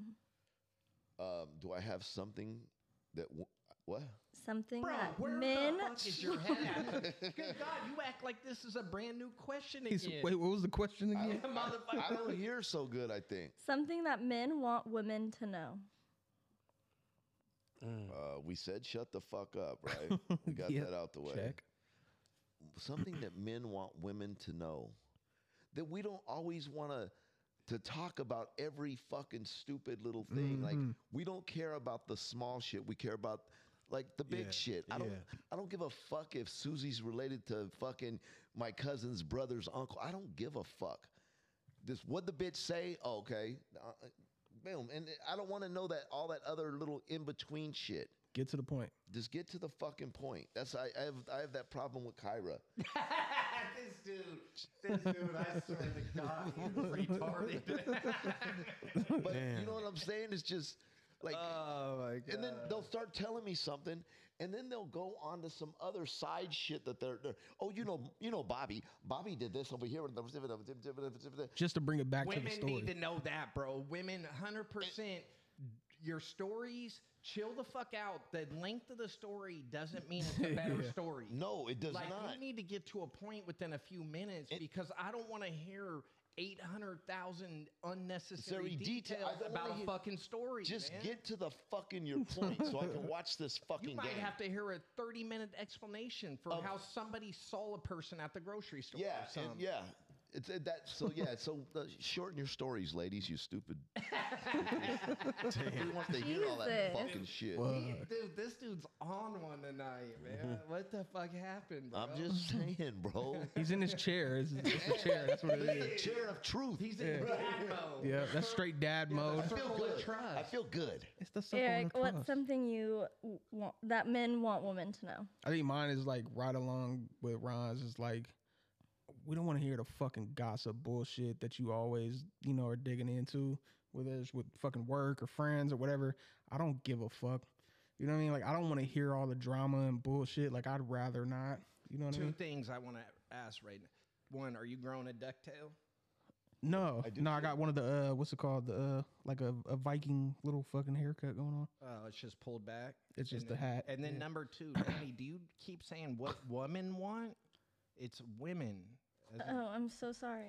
Speaker 3: Um, do I have something that w- what?
Speaker 4: Something
Speaker 7: Bro,
Speaker 4: that
Speaker 7: where
Speaker 4: men.
Speaker 7: the fuck
Speaker 4: (laughs)
Speaker 7: is your head at? Good God, you act like this is a brand new question
Speaker 5: He's,
Speaker 7: again.
Speaker 5: Wait, what was the question again?
Speaker 3: I
Speaker 7: Motherfucker.
Speaker 3: don't hear so good. I think
Speaker 4: Something that men want women to know.
Speaker 3: uh, we said shut the fuck up, right? We got
Speaker 5: Yeah.
Speaker 3: that out the way.
Speaker 5: Check.
Speaker 3: Something that men want women to know that we don't always want to to talk about every fucking stupid little thing. Like we don't care about the small shit. We care about like the big
Speaker 6: Yeah,
Speaker 3: shit. I don't.
Speaker 6: yeah.
Speaker 3: I don't give a fuck if Susie's related to fucking my cousin's brother's uncle. I don't give a fuck. This what the bitch say? Okay, uh, uh, boom. And I don't want to know that all that other little in between shit.
Speaker 5: Get to the point.
Speaker 3: Just get to the fucking point. That's I, I have I have that problem with
Speaker 6: (laughs)
Speaker 3: Kyra.
Speaker 7: (laughs) this dude, this dude, I swear to God, (laughs) he's retarded.
Speaker 3: But you
Speaker 6: Damn.
Speaker 3: know what I'm saying? It's just like
Speaker 7: oh my God.
Speaker 3: and then they'll start telling me something and then they'll go on to some other side shit that they're, they're oh you know you know Bobby. Bobby did this over here.
Speaker 5: Just to bring it back to
Speaker 7: Women
Speaker 5: the story.
Speaker 7: need to know that, bro. Women, hundred percent. Your stories, chill the fuck out. The length of the story doesn't mean it's
Speaker 5: (laughs)
Speaker 7: a better story.
Speaker 3: No, it does
Speaker 7: like
Speaker 3: not.
Speaker 7: we need to get to a point within a few minutes because I don't want to hear eight hundred thousand unnecessary
Speaker 3: Very detail-
Speaker 7: details
Speaker 3: I don't wanna
Speaker 7: about a
Speaker 3: hear-
Speaker 7: fucking story.
Speaker 3: Just
Speaker 7: man.
Speaker 3: get to the fucking your point so I can watch this fucking
Speaker 7: (laughs) You might
Speaker 3: game.
Speaker 7: have to hear a thirty-minute explanation for
Speaker 3: Of-
Speaker 7: how somebody saw a person at the grocery store.
Speaker 3: yeah,
Speaker 7: or something.
Speaker 3: and- yeah. It's uh, that so yeah, so uh, shorten your stories, ladies, you stupid.
Speaker 7: (laughs)
Speaker 3: we want to hear all that
Speaker 4: Jesus.
Speaker 3: fucking shit.
Speaker 7: Dude, this dude's on one tonight,
Speaker 3: (laughs)
Speaker 7: man. what the fuck happened, bro?
Speaker 3: I'm just saying, bro.
Speaker 7: (laughs)
Speaker 5: He's in his chair. It's, it's a chair. That's what it is.
Speaker 3: Chair of truth.
Speaker 7: He's in dad mode.
Speaker 5: Yeah, that's straight dad mode.
Speaker 3: I feel
Speaker 7: Circle of
Speaker 3: good. I
Speaker 7: trust.
Speaker 3: feel good.
Speaker 5: It's the circle of
Speaker 4: Eric, what's
Speaker 5: trust.
Speaker 4: something you w- want that men want women to know?
Speaker 5: I think mine is like right along with Ron's. It's like we don't want to hear the fucking gossip bullshit that you always, you know, are digging into, whether it's with fucking work or friends or whatever. I don't give a fuck. You know what I mean? Like I don't want to hear all the drama and bullshit. Like I'd rather not. You know what I
Speaker 7: Two
Speaker 5: mean?
Speaker 7: things I want to ask right now. One, are you growing a ducktail?
Speaker 5: No, no. I got one of the uh, what's it called? The uh, like a, a Viking little fucking haircut going on.
Speaker 7: Oh, it's just pulled back.
Speaker 5: It's just
Speaker 7: and
Speaker 5: the
Speaker 7: then-
Speaker 5: hat,
Speaker 7: And then
Speaker 5: yeah.
Speaker 7: number
Speaker 5: (coughs)
Speaker 7: two, Danny, do you keep saying what women want? It's women. As in-
Speaker 4: Oh, I'm so
Speaker 7: (laughs)
Speaker 4: sorry.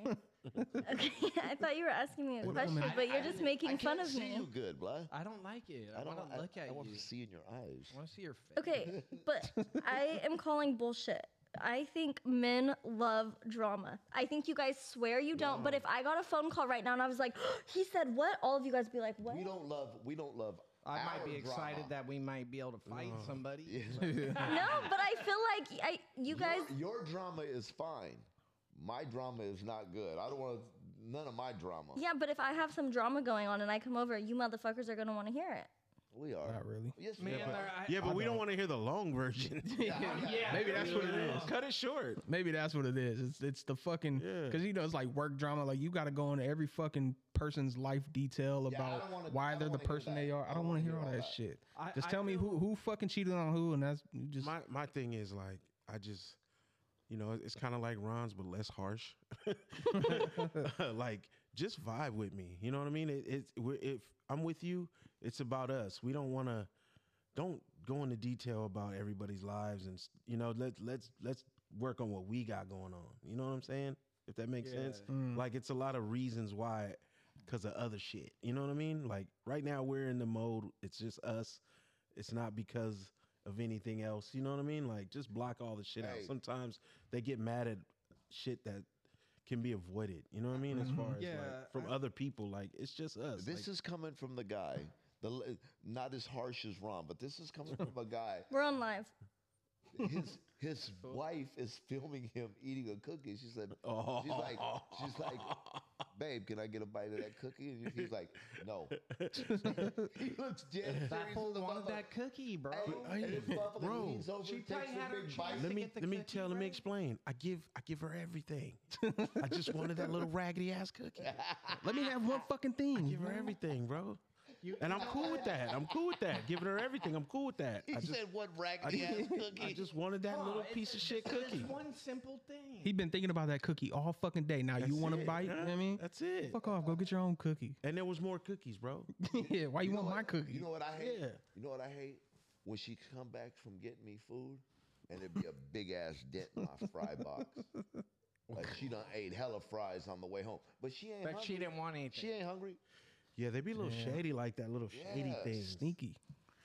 Speaker 4: okay, (laughs) I thought you were asking me a
Speaker 5: What
Speaker 4: question,
Speaker 5: women-
Speaker 4: but you're
Speaker 7: I-
Speaker 4: just
Speaker 7: I-
Speaker 4: making
Speaker 3: I
Speaker 4: fun
Speaker 3: can't
Speaker 4: of
Speaker 3: see
Speaker 4: me.
Speaker 3: you good, blah.
Speaker 7: I don't like it. I, want to look
Speaker 3: I,
Speaker 7: at
Speaker 3: I want
Speaker 7: you.
Speaker 3: to see in your eyes.
Speaker 7: I want to see your face. (laughs)
Speaker 4: Okay, but I am calling bullshit. I think men love drama. I think you guys swear you don't, but if I got a phone call right now and I was like, (gasps) he said what? All of you guys be like, what?
Speaker 3: We don't love. We don't love.
Speaker 7: I might
Speaker 3: our
Speaker 7: be excited
Speaker 3: drama.
Speaker 7: that we might be able to fight somebody. (laughs)
Speaker 4: No, but I feel like I, you guys,
Speaker 3: Your, your drama is fine. My drama is not good. I don't want to, none of my drama.
Speaker 4: yeah, but if I have some drama going on and I come over, you motherfuckers are gonna wanna hear it.
Speaker 3: We are.
Speaker 5: Not really.
Speaker 3: Yes, we
Speaker 7: Man,
Speaker 3: are.
Speaker 7: there- I-
Speaker 6: Yeah, but we don't want to hear the long version.
Speaker 7: (laughs) yeah,
Speaker 5: Maybe that's what it is.
Speaker 6: Cut it short.
Speaker 5: Maybe that's what it is. It's it's the fucking
Speaker 6: Yeah.
Speaker 5: because you know it's like work drama. Like you got to go into every fucking person's life detail
Speaker 3: Yeah, I
Speaker 5: about
Speaker 3: don't wanna- I
Speaker 5: why
Speaker 3: don't
Speaker 5: they're the
Speaker 3: wanna hear
Speaker 5: person
Speaker 3: that.
Speaker 5: they are. I don't want to hear all that, shit.
Speaker 7: I-
Speaker 5: just
Speaker 7: I
Speaker 5: tell me who
Speaker 7: feel-
Speaker 5: who fucking cheated on who, and that's you just
Speaker 6: My my thing is like I just you know, it's kind of like Ron's but less harsh. (laughs) like just vibe with me. You know what I mean? It, it we're, if I'm with you, it's about us. We don't want to don't go into detail about everybody's lives and s- you know, let's let's let's work on what we got going on. You know what I'm saying? If that makes sense.
Speaker 5: Mm.
Speaker 3: Mm-hmm.
Speaker 6: Like it's a lot of reasons why because of other shit. You know what I mean? Like right now we're in the mode it's just us. It's not because of anything else. You know what I mean? Like just block all the shit out.
Speaker 3: Hey.
Speaker 6: Sometimes they get mad at shit that can be avoided. You know what I mean? As far as
Speaker 7: Yeah,
Speaker 6: like from
Speaker 7: I-
Speaker 6: other people, like it's just us.
Speaker 3: Mm-hmm. This is coming from the guy. The l- not as harsh as Ron, but this is coming from a guy.
Speaker 4: We're on live.
Speaker 3: His his
Speaker 5: (laughs)
Speaker 3: wife is filming him eating a cookie. She said,
Speaker 6: oh,
Speaker 3: she's like, she's like, babe, can I get a bite of that cookie? And he's like,
Speaker 5: (laughs)
Speaker 3: no. (laughs) he looks dead serious.
Speaker 7: That
Speaker 3: as
Speaker 7: fool
Speaker 3: a
Speaker 7: wanted
Speaker 3: motherfucker.
Speaker 7: that cookie, bro.
Speaker 3: Hey, and this motherfucker
Speaker 6: Bro.
Speaker 3: leans over,
Speaker 7: She
Speaker 3: takes
Speaker 7: probably
Speaker 3: a
Speaker 7: had her
Speaker 3: big
Speaker 7: chance.
Speaker 3: bite.
Speaker 7: to
Speaker 6: Let me
Speaker 7: get the
Speaker 6: let me
Speaker 7: cookie,
Speaker 6: tell. Let me
Speaker 7: bro?
Speaker 6: explain. I give I give her everything. I
Speaker 7: (laughs)
Speaker 6: just wanted that little raggedy ass cookie.
Speaker 5: Let me have one fucking thing.
Speaker 6: Give her everything, bro.
Speaker 7: You-
Speaker 6: And I'm cool with that. I'm cool with that. Giving her everything. I'm cool with
Speaker 7: (laughs)
Speaker 6: that.
Speaker 3: He
Speaker 6: I just
Speaker 3: said, what
Speaker 6: I
Speaker 3: raggedy
Speaker 6: just,
Speaker 3: ass cookie?
Speaker 6: I just wanted that
Speaker 7: Come on,
Speaker 6: little
Speaker 7: it's-
Speaker 6: piece of shit
Speaker 7: it's- it's
Speaker 6: cookie.
Speaker 7: one simple thing.
Speaker 5: He been thinking about that cookie all fucking day. Now you
Speaker 6: That's
Speaker 5: want to
Speaker 6: it,
Speaker 5: bite? You know
Speaker 6: huh?
Speaker 5: what I mean,
Speaker 6: That's it.
Speaker 5: fuck off. Go get your own cookie.
Speaker 6: And there was more cookies, bro.
Speaker 5: (laughs) yeah. Why you,
Speaker 3: know
Speaker 5: want
Speaker 3: what-
Speaker 5: my cookie?
Speaker 3: You know what I hate?
Speaker 6: Yeah.
Speaker 3: You know what I hate? When she come back from getting me food, and there'd be a big ass dent in my fry box. Like she done ate hella fries on the way home, but she ain't.
Speaker 7: but
Speaker 3: hungry.
Speaker 7: she didn't want anything.
Speaker 3: She ain't hungry.
Speaker 6: Yeah, they be a little
Speaker 5: Yeah.
Speaker 6: shady like that, little shady
Speaker 3: Yeah.
Speaker 6: things.
Speaker 5: Sneaky.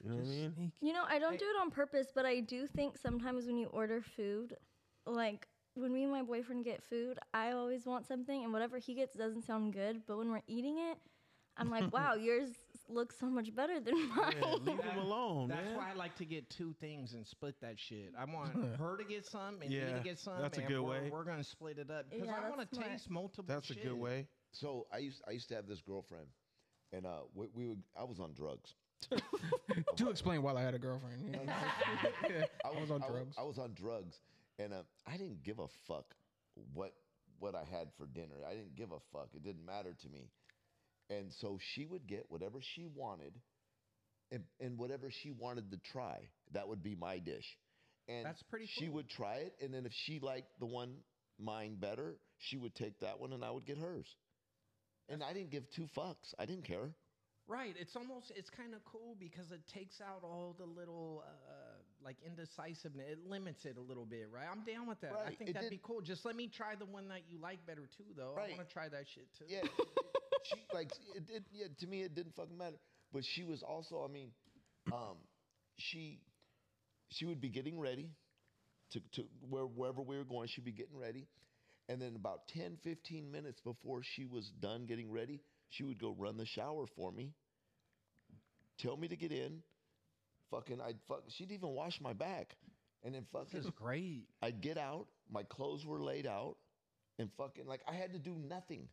Speaker 6: You know what
Speaker 5: (laughs)
Speaker 6: I mean?
Speaker 5: Sneaky.
Speaker 4: You know, I don't
Speaker 7: Hey.
Speaker 4: do it on purpose, but I do think sometimes when you order food, like when me and my boyfriend get food, I always want something, and whatever he gets doesn't sound good. But when we're eating it, I'm like, wow, yours looks so much better than mine.
Speaker 6: Yeah, leave them
Speaker 7: That-
Speaker 6: alone,
Speaker 7: That's
Speaker 6: man.
Speaker 7: why I like to get two things and split that shit. I want her to get some and me
Speaker 6: Yeah,
Speaker 7: to get some.
Speaker 6: that's a
Speaker 7: and
Speaker 6: good
Speaker 7: we're,
Speaker 6: way.
Speaker 7: We're gonna split it up because
Speaker 4: Yeah,
Speaker 7: I
Speaker 4: that's
Speaker 7: want to
Speaker 4: smart.
Speaker 7: taste multiple.
Speaker 6: That's a
Speaker 7: shit.
Speaker 6: good way.
Speaker 3: So I used I used to have this girlfriend, and uh, we, we would, I was on drugs.
Speaker 5: To explain why I had a girlfriend. Yeah. Yeah, I
Speaker 7: (laughs)
Speaker 5: was on
Speaker 3: I wa-
Speaker 5: drugs.
Speaker 3: I was on drugs, and uh, I didn't give a fuck what what I had for dinner. I didn't give a fuck. It didn't matter to me. And so she would get whatever she wanted, and, and whatever she wanted to try. That would be my dish. And
Speaker 7: That's pretty
Speaker 3: She
Speaker 7: cool.
Speaker 3: would try it, and then if she liked the one mine better, she would take that one, and I would get hers. And I didn't give two fucks. I didn't care.
Speaker 7: Right. It's almost it's kind of cool because it takes out all the little uh, like indecisiveness. It limits it a little bit, right? I'm down with that. I
Speaker 3: Right,
Speaker 7: think
Speaker 3: it
Speaker 7: that'd
Speaker 3: did-
Speaker 7: be cool. Just let me try the one that you like better too, though.
Speaker 3: Right.
Speaker 7: I want to try that shit too.
Speaker 3: Yeah, she like it, it. Yeah, to me it didn't fucking matter. But she was also, I mean, um, she she would be getting ready to to where wherever we were going, she'd be getting ready, and then about 10, 15 minutes before she was done getting ready, she would go run the shower for me, tell me to get in, fucking I'd fuck. She'd even wash my back, and then
Speaker 7: This
Speaker 3: fucking
Speaker 7: (laughs) is
Speaker 5: (laughs)
Speaker 7: great.
Speaker 3: I'd get out, my clothes were laid out, and fucking like I had to do nothing.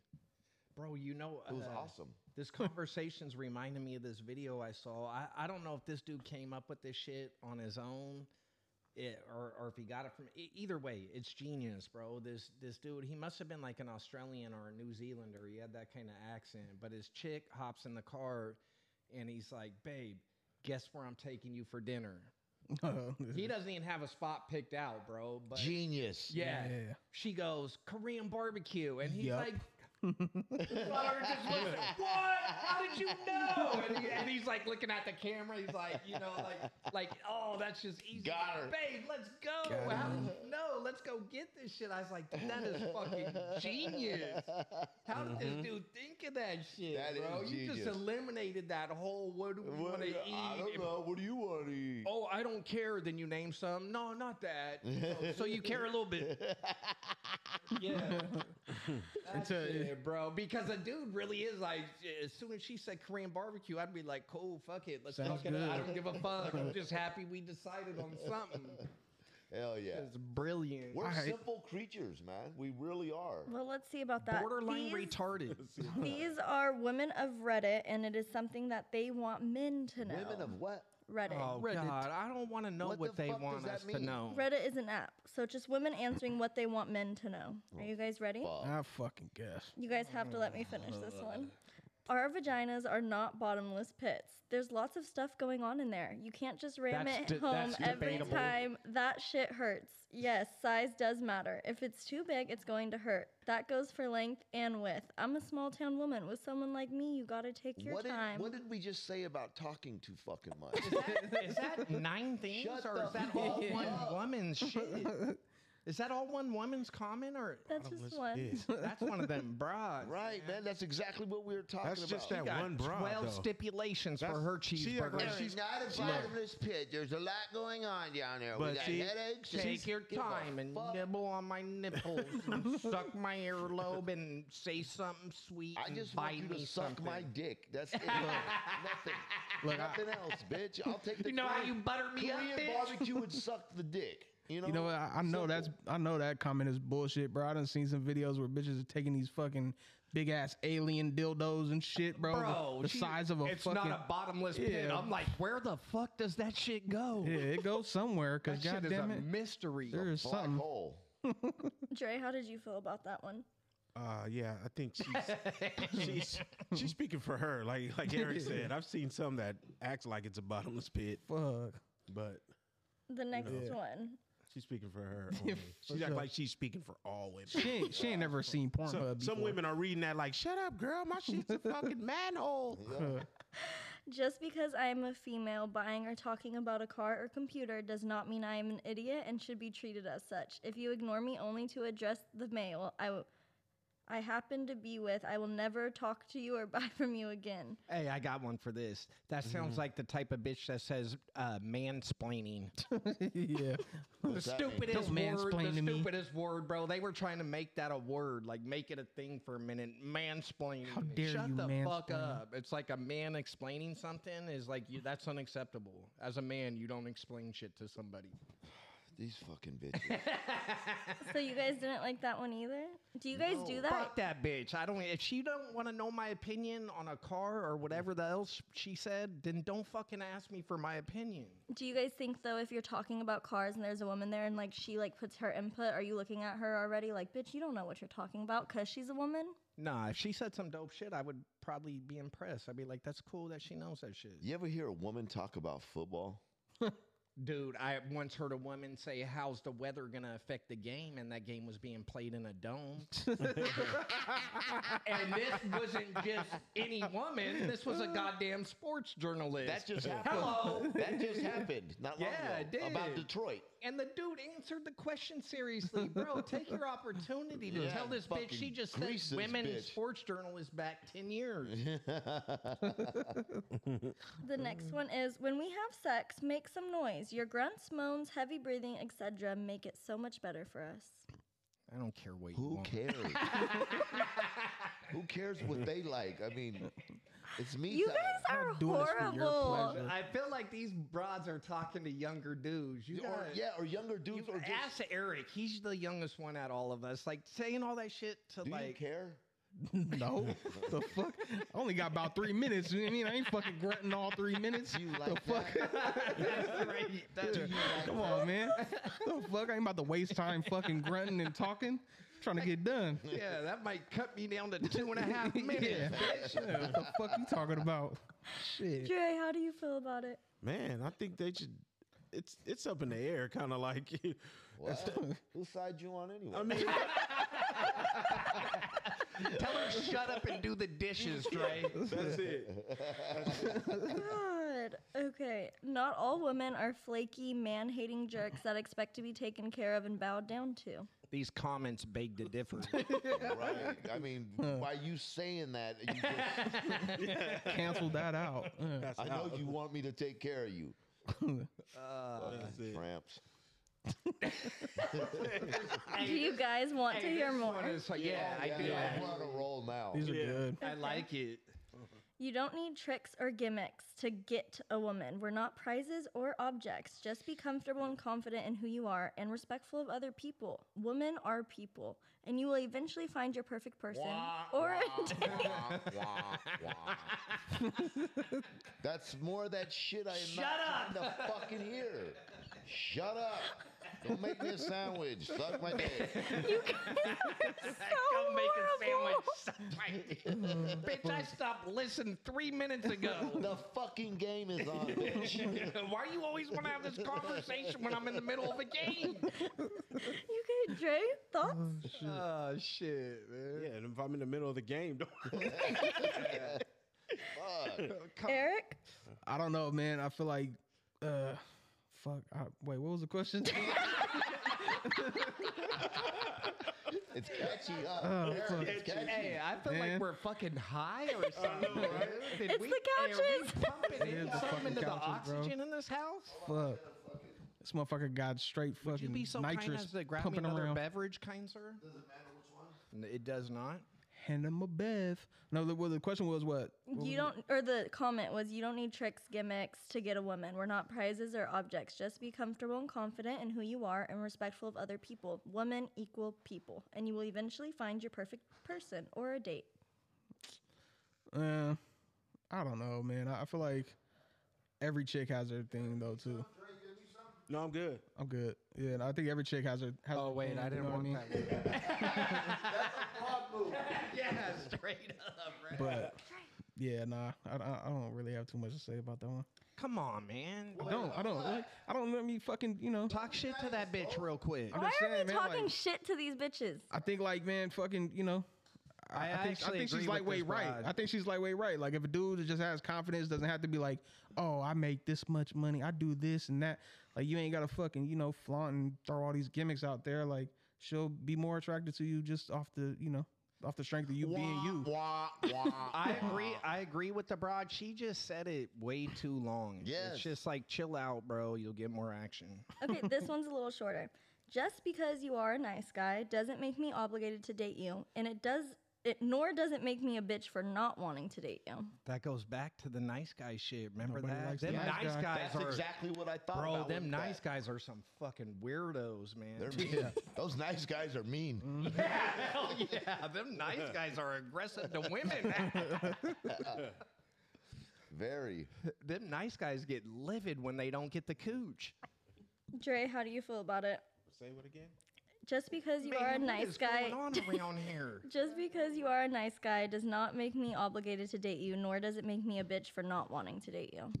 Speaker 7: Bro, you know
Speaker 3: It was
Speaker 7: uh,
Speaker 3: awesome.
Speaker 7: This conversation's reminding me of this video I saw. I, I don't know if this dude came up with this shit on his own it, or, or if he got it from e- either way, it's genius, bro. This this dude, he must have been like an Australian or a New Zealander. He had that kind of accent. But his chick hops in the car and he's like, babe, guess where I'm taking you for dinner?
Speaker 5: (laughs)
Speaker 7: He doesn't even have a spot picked out, bro. But
Speaker 3: Genius.
Speaker 7: (laughs) yeah,
Speaker 5: Yeah.
Speaker 7: she goes, Korean barbecue. And he's
Speaker 5: Yup.
Speaker 7: like, Flower just looks like, what? How did you know? And, he- and he's like looking at the camera. He's like, you know, like, like, oh, that's just easy.
Speaker 3: Got her.
Speaker 7: Babe, let's go.
Speaker 5: Got
Speaker 7: How
Speaker 5: him.
Speaker 7: did you know? Let's go get this shit. I was like, dude, that is fucking genius. How did this dude think of that shit,
Speaker 3: Mm-hmm. That is
Speaker 7: bro? you just
Speaker 3: genius.
Speaker 7: eliminated that whole what do we
Speaker 3: What
Speaker 7: want to
Speaker 3: do
Speaker 7: eat?
Speaker 3: you- I don't know. What do you want to eat?
Speaker 7: Oh, I don't care. Then you name some. No, not that.
Speaker 3: (laughs)
Speaker 7: Oh, so you care a little bit.
Speaker 3: (laughs)
Speaker 7: Yeah. That's
Speaker 5: Until-
Speaker 7: it, bro. Because a dude really is like, as soon as she said Korean barbecue, I'd be like, cool, fuck it. Let's
Speaker 5: Sounds
Speaker 7: fuck it up. I
Speaker 5: good.
Speaker 7: don't give a fuck. I'm
Speaker 3: (laughs)
Speaker 7: just happy we decided on something.
Speaker 3: Hell yeah.
Speaker 7: It's brilliant.
Speaker 3: We're
Speaker 5: Alright.
Speaker 3: simple creatures, man. We really are.
Speaker 4: (laughs) Well, let's see about that.
Speaker 7: borderline
Speaker 3: (laughs)
Speaker 4: These-
Speaker 7: retarded.
Speaker 4: These are women of Reddit, and it is something that they want men to know.
Speaker 3: Women of what?
Speaker 4: Reddit.
Speaker 7: Oh,
Speaker 5: Reddit.
Speaker 7: God. I don't want to know
Speaker 3: What
Speaker 7: what,
Speaker 3: the
Speaker 7: they
Speaker 3: fuck does
Speaker 7: want
Speaker 3: that
Speaker 7: us to
Speaker 3: mean?
Speaker 7: know.
Speaker 4: Reddit is an app, so it's just women answering what they want men to know. Are you guys ready?
Speaker 3: Fuck.
Speaker 5: I fucking guess.
Speaker 4: You guys have to let me finish this
Speaker 3: (laughs)
Speaker 4: one. Our vaginas are not bottomless pits. There's lots of stuff going on in there. You can't just ram
Speaker 7: That's
Speaker 4: it
Speaker 7: de-
Speaker 4: home
Speaker 7: that's
Speaker 4: every
Speaker 7: debatable.
Speaker 4: time. That shit hurts. Yes, size does matter. If it's too big, it's going to hurt. That goes for length and width. I'm a small town woman. With someone like me, you gotta take your
Speaker 3: What did,
Speaker 4: time.
Speaker 3: what did we just say about talking too fucking much?
Speaker 7: Is that, (laughs) is that nine things
Speaker 3: Shut
Speaker 7: or
Speaker 3: the
Speaker 7: is that all
Speaker 3: fuck
Speaker 7: one
Speaker 3: up. (laughs)
Speaker 7: woman's shit? Is that all one woman's comment or
Speaker 4: That's
Speaker 6: Oh,
Speaker 4: just one.
Speaker 7: (laughs) that's one of
Speaker 3: (laughs)
Speaker 7: them broads?
Speaker 3: (laughs) right, man. That's exactly what we were talking
Speaker 6: That's just
Speaker 3: about.
Speaker 6: that one broad.
Speaker 7: Twelve
Speaker 6: though.
Speaker 7: stipulations for
Speaker 6: That's-
Speaker 7: her
Speaker 6: she act
Speaker 7: cheeseburger. (laughs)
Speaker 6: like
Speaker 3: She's
Speaker 6: She's-
Speaker 3: not a bottomless pit. There's a lot going on down there.
Speaker 6: But
Speaker 3: we got
Speaker 6: see,
Speaker 3: headaches.
Speaker 7: Take your time and nibble on my
Speaker 3: (laughs)
Speaker 7: nipples, and suck my earlobe, and say something sweet.
Speaker 3: I
Speaker 7: and
Speaker 3: just
Speaker 7: buy
Speaker 3: want you
Speaker 7: me
Speaker 3: to suck my
Speaker 7: something.
Speaker 3: dick. That's it. Look, nothing.
Speaker 5: Look, I-
Speaker 3: nothing else, bitch. I'll take the
Speaker 7: You know how you
Speaker 3: Korean-
Speaker 7: butter me up,
Speaker 3: Korean
Speaker 7: bitch?
Speaker 3: barbecue
Speaker 7: (laughs)
Speaker 3: would suck the dick. You know,
Speaker 5: You know what? I, I
Speaker 3: Simple.
Speaker 5: know that's I know that comment is bullshit, bro. I done seen some videos where bitches are taking these fucking big ass alien dildos and shit, bro. the-
Speaker 7: Bro,
Speaker 5: the
Speaker 7: she-
Speaker 5: size of a
Speaker 7: it's
Speaker 5: fucking.
Speaker 7: not a bottomless pit.
Speaker 5: Yeah.
Speaker 7: I'm like, where the fuck does that shit go?
Speaker 5: (laughs) yeah, it goes somewhere
Speaker 7: That
Speaker 5: because
Speaker 7: shit is a
Speaker 5: goddamn it,
Speaker 7: mystery.
Speaker 5: there is
Speaker 3: Black
Speaker 5: something.
Speaker 7: (laughs)
Speaker 3: hole.
Speaker 4: Dre, how did you feel about that one?
Speaker 6: Uh, yeah, I think
Speaker 7: (laughs)
Speaker 6: she's she's she's speaking for her. Like like Eric said, I've seen some that acts like it's a bottomless pit,
Speaker 5: Fuck.
Speaker 6: but
Speaker 4: The next
Speaker 6: Yeah.
Speaker 4: one.
Speaker 6: she's speaking for her.
Speaker 5: Yeah,
Speaker 6: Only.
Speaker 5: for
Speaker 6: She's act
Speaker 5: sure.
Speaker 6: like she's speaking for all
Speaker 5: (laughs)
Speaker 6: women.
Speaker 5: She ain't, she ain't
Speaker 6: (laughs)
Speaker 5: never seen Pornhub
Speaker 6: Some,
Speaker 5: before.
Speaker 6: some women are reading that like, "Shut up, girl, my shit's a
Speaker 3: (laughs)
Speaker 6: fucking manhole."
Speaker 7: (laughs)
Speaker 5: Huh.
Speaker 4: Just because I'm a female buying or talking about a car or computer does not mean I am an idiot and should be treated as such. If you ignore me only to address the male I, w- I happen to be with, I will never talk to you or (laughs) buy from you again.
Speaker 7: Hey, I got one for this. That sounds like the type of bitch that says uh, mansplaining.
Speaker 5: yeah.
Speaker 7: the
Speaker 3: What's that mean?
Speaker 7: stupidest
Speaker 5: Don't
Speaker 7: word.
Speaker 5: mansplain
Speaker 7: The
Speaker 5: to me.
Speaker 7: stupidest word, bro. They were trying to make that a word, like make it a thing for a minute. Mansplaining.
Speaker 5: How dare
Speaker 7: Shut
Speaker 5: you
Speaker 7: the fuck
Speaker 5: mansplain.
Speaker 7: up. It's like a man explaining something is like you. That's unacceptable. As a man, you don't explain shit to somebody.
Speaker 3: These fucking bitches.
Speaker 4: so you guys didn't like that one either? Do you guys do that?
Speaker 7: Fuck that bitch. I don't. If she don't want to know my opinion on a car or whatever the else she said, then don't fucking ask me for my opinion.
Speaker 4: Do you guys think though if you're talking about cars and there's a woman there and like she like puts her input, are you looking at her already like, bitch, you don't know what you're talking about cuz she's a woman?
Speaker 7: Nah, if she said some dope shit, I would probably be impressed. I'd be like, that's cool that she knows that shit.
Speaker 3: you ever hear a woman talk about football?
Speaker 7: Dude, I once heard a woman say, How's the weather going to affect the game? And that game was being played in a dome. and this wasn't just any woman, this was a goddamn sports journalist.
Speaker 3: That just happened.
Speaker 7: Hello.
Speaker 3: That just happened. Not long
Speaker 7: Yeah,
Speaker 3: ago.
Speaker 7: it
Speaker 3: About
Speaker 7: did.
Speaker 3: Detroit. (laughs)
Speaker 7: And the dude answered the question seriously, bro. take your opportunity to
Speaker 3: Yeah,
Speaker 7: tell this bitch she
Speaker 3: fucking
Speaker 7: just
Speaker 3: grease
Speaker 7: sent
Speaker 3: this
Speaker 7: women
Speaker 3: bitch.
Speaker 7: sports journalists back ten years.
Speaker 3: (laughs)
Speaker 4: The next
Speaker 5: Mm.
Speaker 4: one is when we have sex, make some noise. Your grunts, moans, heavy breathing, etc. make it so much better for us.
Speaker 7: I don't care what you
Speaker 3: Who
Speaker 7: want.
Speaker 3: cares? Who cares what they like? I mean, it's me.
Speaker 4: You
Speaker 3: time.
Speaker 4: guys are
Speaker 5: not doing this for your
Speaker 4: horrible.
Speaker 5: pleasure.
Speaker 7: I feel like these broads are talking to younger dudes. You
Speaker 3: or,
Speaker 7: gotta-
Speaker 3: yeah, or younger
Speaker 7: you
Speaker 3: dudes, or just.
Speaker 7: ask Eric. He's the youngest one out of all of us. Like saying all that shit to
Speaker 3: do you
Speaker 7: like.
Speaker 3: care?
Speaker 5: (laughs) No, the fuck. I only got about three minutes. You know what I mean? I ain't fucking grunting all three minutes.
Speaker 3: Do you like
Speaker 5: the fuck? (laughs)
Speaker 3: that?
Speaker 7: (laughs) That's right. That's
Speaker 5: Come on, man. the fuck? I ain't about to waste time fucking grunting and talking, trying to get done.
Speaker 7: yeah, that might cut me down to two and a
Speaker 3: (laughs)
Speaker 7: half minutes.
Speaker 5: (laughs) Yeah.
Speaker 7: bitch.
Speaker 5: Yeah, what the fuck you talking about? Shit.
Speaker 4: Dre, how do you feel about it?
Speaker 6: Man, I think they should. It's it's up in the air, kind of like. (laughs)
Speaker 5: (laughs)
Speaker 3: What? Whose side you on anyway? (laughs)
Speaker 6: I mean,
Speaker 7: Tell her shut up and do the dishes, Dre.
Speaker 3: (laughs)
Speaker 6: that's it.
Speaker 4: God. Okay. Not all women are flaky, man hating jerks that expect to be taken care of and bowed down to.
Speaker 7: These comments beg to differ.
Speaker 3: right. I mean,
Speaker 5: (laughs)
Speaker 3: by you saying that, you just,
Speaker 5: (laughs) Cancel that out. Uh,
Speaker 6: That's
Speaker 3: I know
Speaker 6: out.
Speaker 3: you want me to take care of
Speaker 5: (laughs)
Speaker 3: you.
Speaker 6: Uh, That's
Speaker 3: Fucking
Speaker 6: it.
Speaker 3: tramps.
Speaker 4: Do you guys want to hear more?
Speaker 7: yeah, I do.
Speaker 3: Yeah, I'm on a roll now.
Speaker 5: These are good.
Speaker 7: I like it.
Speaker 4: You don't need tricks or gimmicks to get a woman. We're not prizes or objects. Just be comfortable and confident in who you are and respectful of other people. Women are people, and you will eventually find your perfect person. or
Speaker 3: (laughs) That's more of that shit I am
Speaker 7: Shut
Speaker 3: not trying to fucking hear. Shut up. Don't make me a sandwich. Suck my
Speaker 5: (laughs)
Speaker 3: dick.
Speaker 7: (laughs) Come make a sandwich. Suck
Speaker 3: (laughs)
Speaker 7: my dick. Bitch, I stopped listening three minutes ago. (laughs)
Speaker 3: The fucking game is on, bitch.
Speaker 7: Why you always want to have this conversation when I'm in the middle of a game?
Speaker 4: (laughs) you could, Dre, thoughts?
Speaker 7: Oh shit, man.
Speaker 6: Yeah, and if I'm in the middle of the game, (laughs) don't.
Speaker 3: Fuck.
Speaker 4: Eric?
Speaker 5: I don't know, man. I feel like, uh, fuck. I, wait, what was the question? (laughs)
Speaker 3: It's catchy, huh?
Speaker 5: Oh,
Speaker 3: Eric,
Speaker 5: fuck.
Speaker 3: it's catchy.
Speaker 7: Hey, uh, I feel
Speaker 5: Man.
Speaker 7: like we're fucking high or something. dude.
Speaker 4: It's the
Speaker 7: Did hey, are we
Speaker 4: couches.
Speaker 7: pumping
Speaker 5: It
Speaker 7: in
Speaker 5: is the
Speaker 7: something
Speaker 5: fucking
Speaker 7: into the
Speaker 5: couches, bro.
Speaker 7: oxygen in this house?
Speaker 5: fuck. This motherfucker got straight fucking
Speaker 7: Would you be so kind
Speaker 5: nitrous
Speaker 7: as to grab me
Speaker 5: pumping
Speaker 7: another
Speaker 5: around.
Speaker 7: beverage, kind sir? Does it matter which one? It does not.
Speaker 5: Hand him a bev. No, the, well, the question was what?
Speaker 4: You don't, or the comment was, you don't need tricks, gimmicks to get a woman. We're not prizes or objects. Just be comfortable and confident in who you are and respectful of other people. Women equal people, and you will eventually find your perfect person or a date.
Speaker 5: Uh, I don't know, man. I, I feel like every chick has her thing though too.
Speaker 6: No, I'm good.
Speaker 5: I'm good. Yeah, and I think every chick has her. Has
Speaker 7: Oh
Speaker 5: her
Speaker 7: wait,
Speaker 5: thing,
Speaker 7: I
Speaker 5: you
Speaker 7: didn't
Speaker 5: know what
Speaker 7: want
Speaker 5: mean?
Speaker 7: that. One. yeah, straight up. Right?
Speaker 5: But yeah, nah, I, I I don't really have too much to say about that one.
Speaker 7: come on, man.
Speaker 5: I don't. I don't. Like, I don't let me fucking. You know.
Speaker 7: Talk shit to that bitch real quick.
Speaker 5: I'm
Speaker 4: Why
Speaker 5: just
Speaker 4: are
Speaker 5: saying,
Speaker 4: we
Speaker 5: man, like-
Speaker 4: talking shit to these bitches?
Speaker 5: I think like man, fucking, you know.
Speaker 7: I
Speaker 5: think,
Speaker 7: actually
Speaker 5: think
Speaker 7: agree
Speaker 5: she's
Speaker 7: with
Speaker 5: lightweight
Speaker 7: this
Speaker 5: right.
Speaker 7: broad.
Speaker 5: I think she's lightweight right. Like if a dude just has confidence, doesn't have to be like, oh, I make this much money, I do this and that. Like you ain't gotta fucking, you know, flaunt and throw all these gimmicks out there. Like she'll be more attracted to you just off the, you know, off the strength of you being you.
Speaker 7: I agree. I agree with the broad. She just said it way too long.
Speaker 3: Yes.
Speaker 7: It's just like chill out, bro. You'll get more action.
Speaker 4: Okay, this one's a little shorter. Just because you are a nice guy doesn't make me obligated to date you, and it does it nor does it make me a bitch for not wanting to date you.
Speaker 7: That goes back to the nice guy shit. Remember
Speaker 5: Nobody
Speaker 7: that?
Speaker 5: likes the
Speaker 7: Them
Speaker 5: nice
Speaker 7: nice,
Speaker 5: guy.
Speaker 7: guys
Speaker 3: That's
Speaker 7: are
Speaker 3: exactly what I thought.
Speaker 7: bro.
Speaker 3: about
Speaker 7: Them
Speaker 3: with
Speaker 7: nice
Speaker 3: that.
Speaker 7: guys are some fucking weirdos, man.
Speaker 3: They're mean. Those nice guys are mean.
Speaker 7: (laughs) Hell yeah, them nice guys are aggressive to
Speaker 3: (laughs)
Speaker 7: women.
Speaker 3: Very.
Speaker 7: them nice guys get livid when they don't get the cooch.
Speaker 4: Dre, how do you feel about it?
Speaker 6: Say what again?
Speaker 4: Just because you are a
Speaker 7: Man, what
Speaker 4: nice
Speaker 7: is
Speaker 4: guy
Speaker 7: Going on around here?
Speaker 4: (laughs)
Speaker 3: (laughs)
Speaker 4: just because you are a nice guy does not make me obligated to date you, nor does it make me a bitch for not wanting to date you.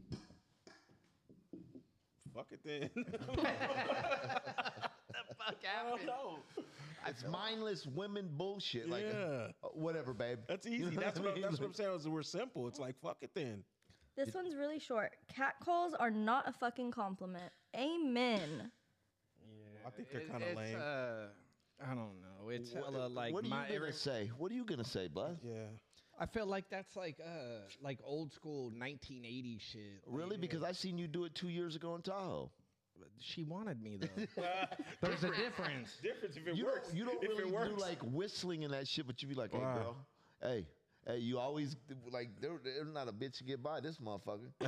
Speaker 6: Fuck it then.
Speaker 7: Fuck (laughs) happened?
Speaker 3: It's mindless women bullshit. Like,
Speaker 6: yeah.
Speaker 3: uh, whatever, babe. (laughs)
Speaker 6: That's
Speaker 3: You know
Speaker 6: easy. That's
Speaker 3: I
Speaker 6: what,
Speaker 3: mean?
Speaker 6: that's what I'm saying. is We're simple. It's like fuck it then.
Speaker 4: This one's really short. Catcalls are not a fucking compliment. Amen.
Speaker 6: I think they're kind of lame.
Speaker 7: Uh, I don't know. It's
Speaker 3: uh,
Speaker 7: hella like
Speaker 3: what are you
Speaker 7: my.
Speaker 3: gonna
Speaker 7: every-
Speaker 3: say? What are you gonna say, bud?
Speaker 6: yeah.
Speaker 7: I feel like that's like uh like old school 1980 shit. Like, uh,
Speaker 3: Really? Because I seen you do it two years ago in Tahoe.
Speaker 7: she wanted me
Speaker 3: (laughs)
Speaker 7: though. There's a difference.
Speaker 6: Difference if it
Speaker 3: You
Speaker 6: works.
Speaker 3: don't, you don't
Speaker 6: if
Speaker 3: really
Speaker 6: it works.
Speaker 3: do like whistling and that shit, but you be like, hey,
Speaker 6: Wow.
Speaker 3: girl, hey, hey, you always like, there- there's not a bitch to get by this motherfucker.
Speaker 6: (laughs)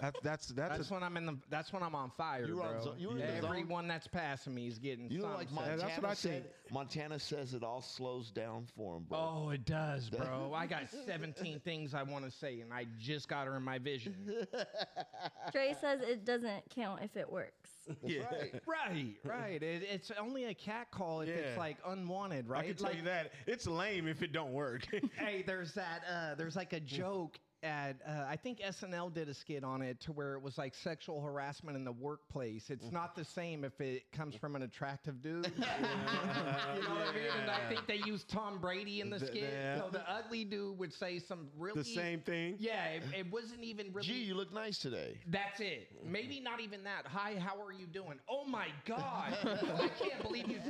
Speaker 6: that's that's that's,
Speaker 7: That's when I'm in the. That's when I'm on fire,
Speaker 3: You're
Speaker 7: bro.
Speaker 3: on zo- you're in the zone.
Speaker 7: Everyone that's passing me is getting.
Speaker 3: You know,
Speaker 7: some
Speaker 3: like
Speaker 7: sort
Speaker 3: Montana
Speaker 7: of-
Speaker 6: that's what I
Speaker 3: said.
Speaker 6: think.
Speaker 3: Montana says it all slows down for him, bro.
Speaker 7: Oh, it does, bro.
Speaker 3: (laughs)
Speaker 7: I got 17 things I want to say, and I just got her in my vision.
Speaker 4: Dre says it doesn't count if it works.
Speaker 6: yeah.
Speaker 7: right, right. It, it's only a cat call if
Speaker 6: Yeah.
Speaker 7: it's like unwanted, right?
Speaker 6: I can tell
Speaker 7: Like,
Speaker 6: you that it's lame if it don't work. (laughs)
Speaker 7: hey, there's that. Uh, there's like a joke at. Uh, I think SNL did a skit on it to where it was like sexual harassment in the workplace. It's not the same if it comes from an attractive dude. (laughs) you know what I mean? And I think they used Tom Brady in the
Speaker 6: Th-
Speaker 7: skit.
Speaker 6: yeah.
Speaker 7: So the ugly dude would say some really
Speaker 6: the same thing.
Speaker 7: Yeah, it, it wasn't even really.
Speaker 3: Gee, you look nice today.
Speaker 7: That's it. Maybe not even that. Hi, how are you doing? Oh my God. I can't believe you.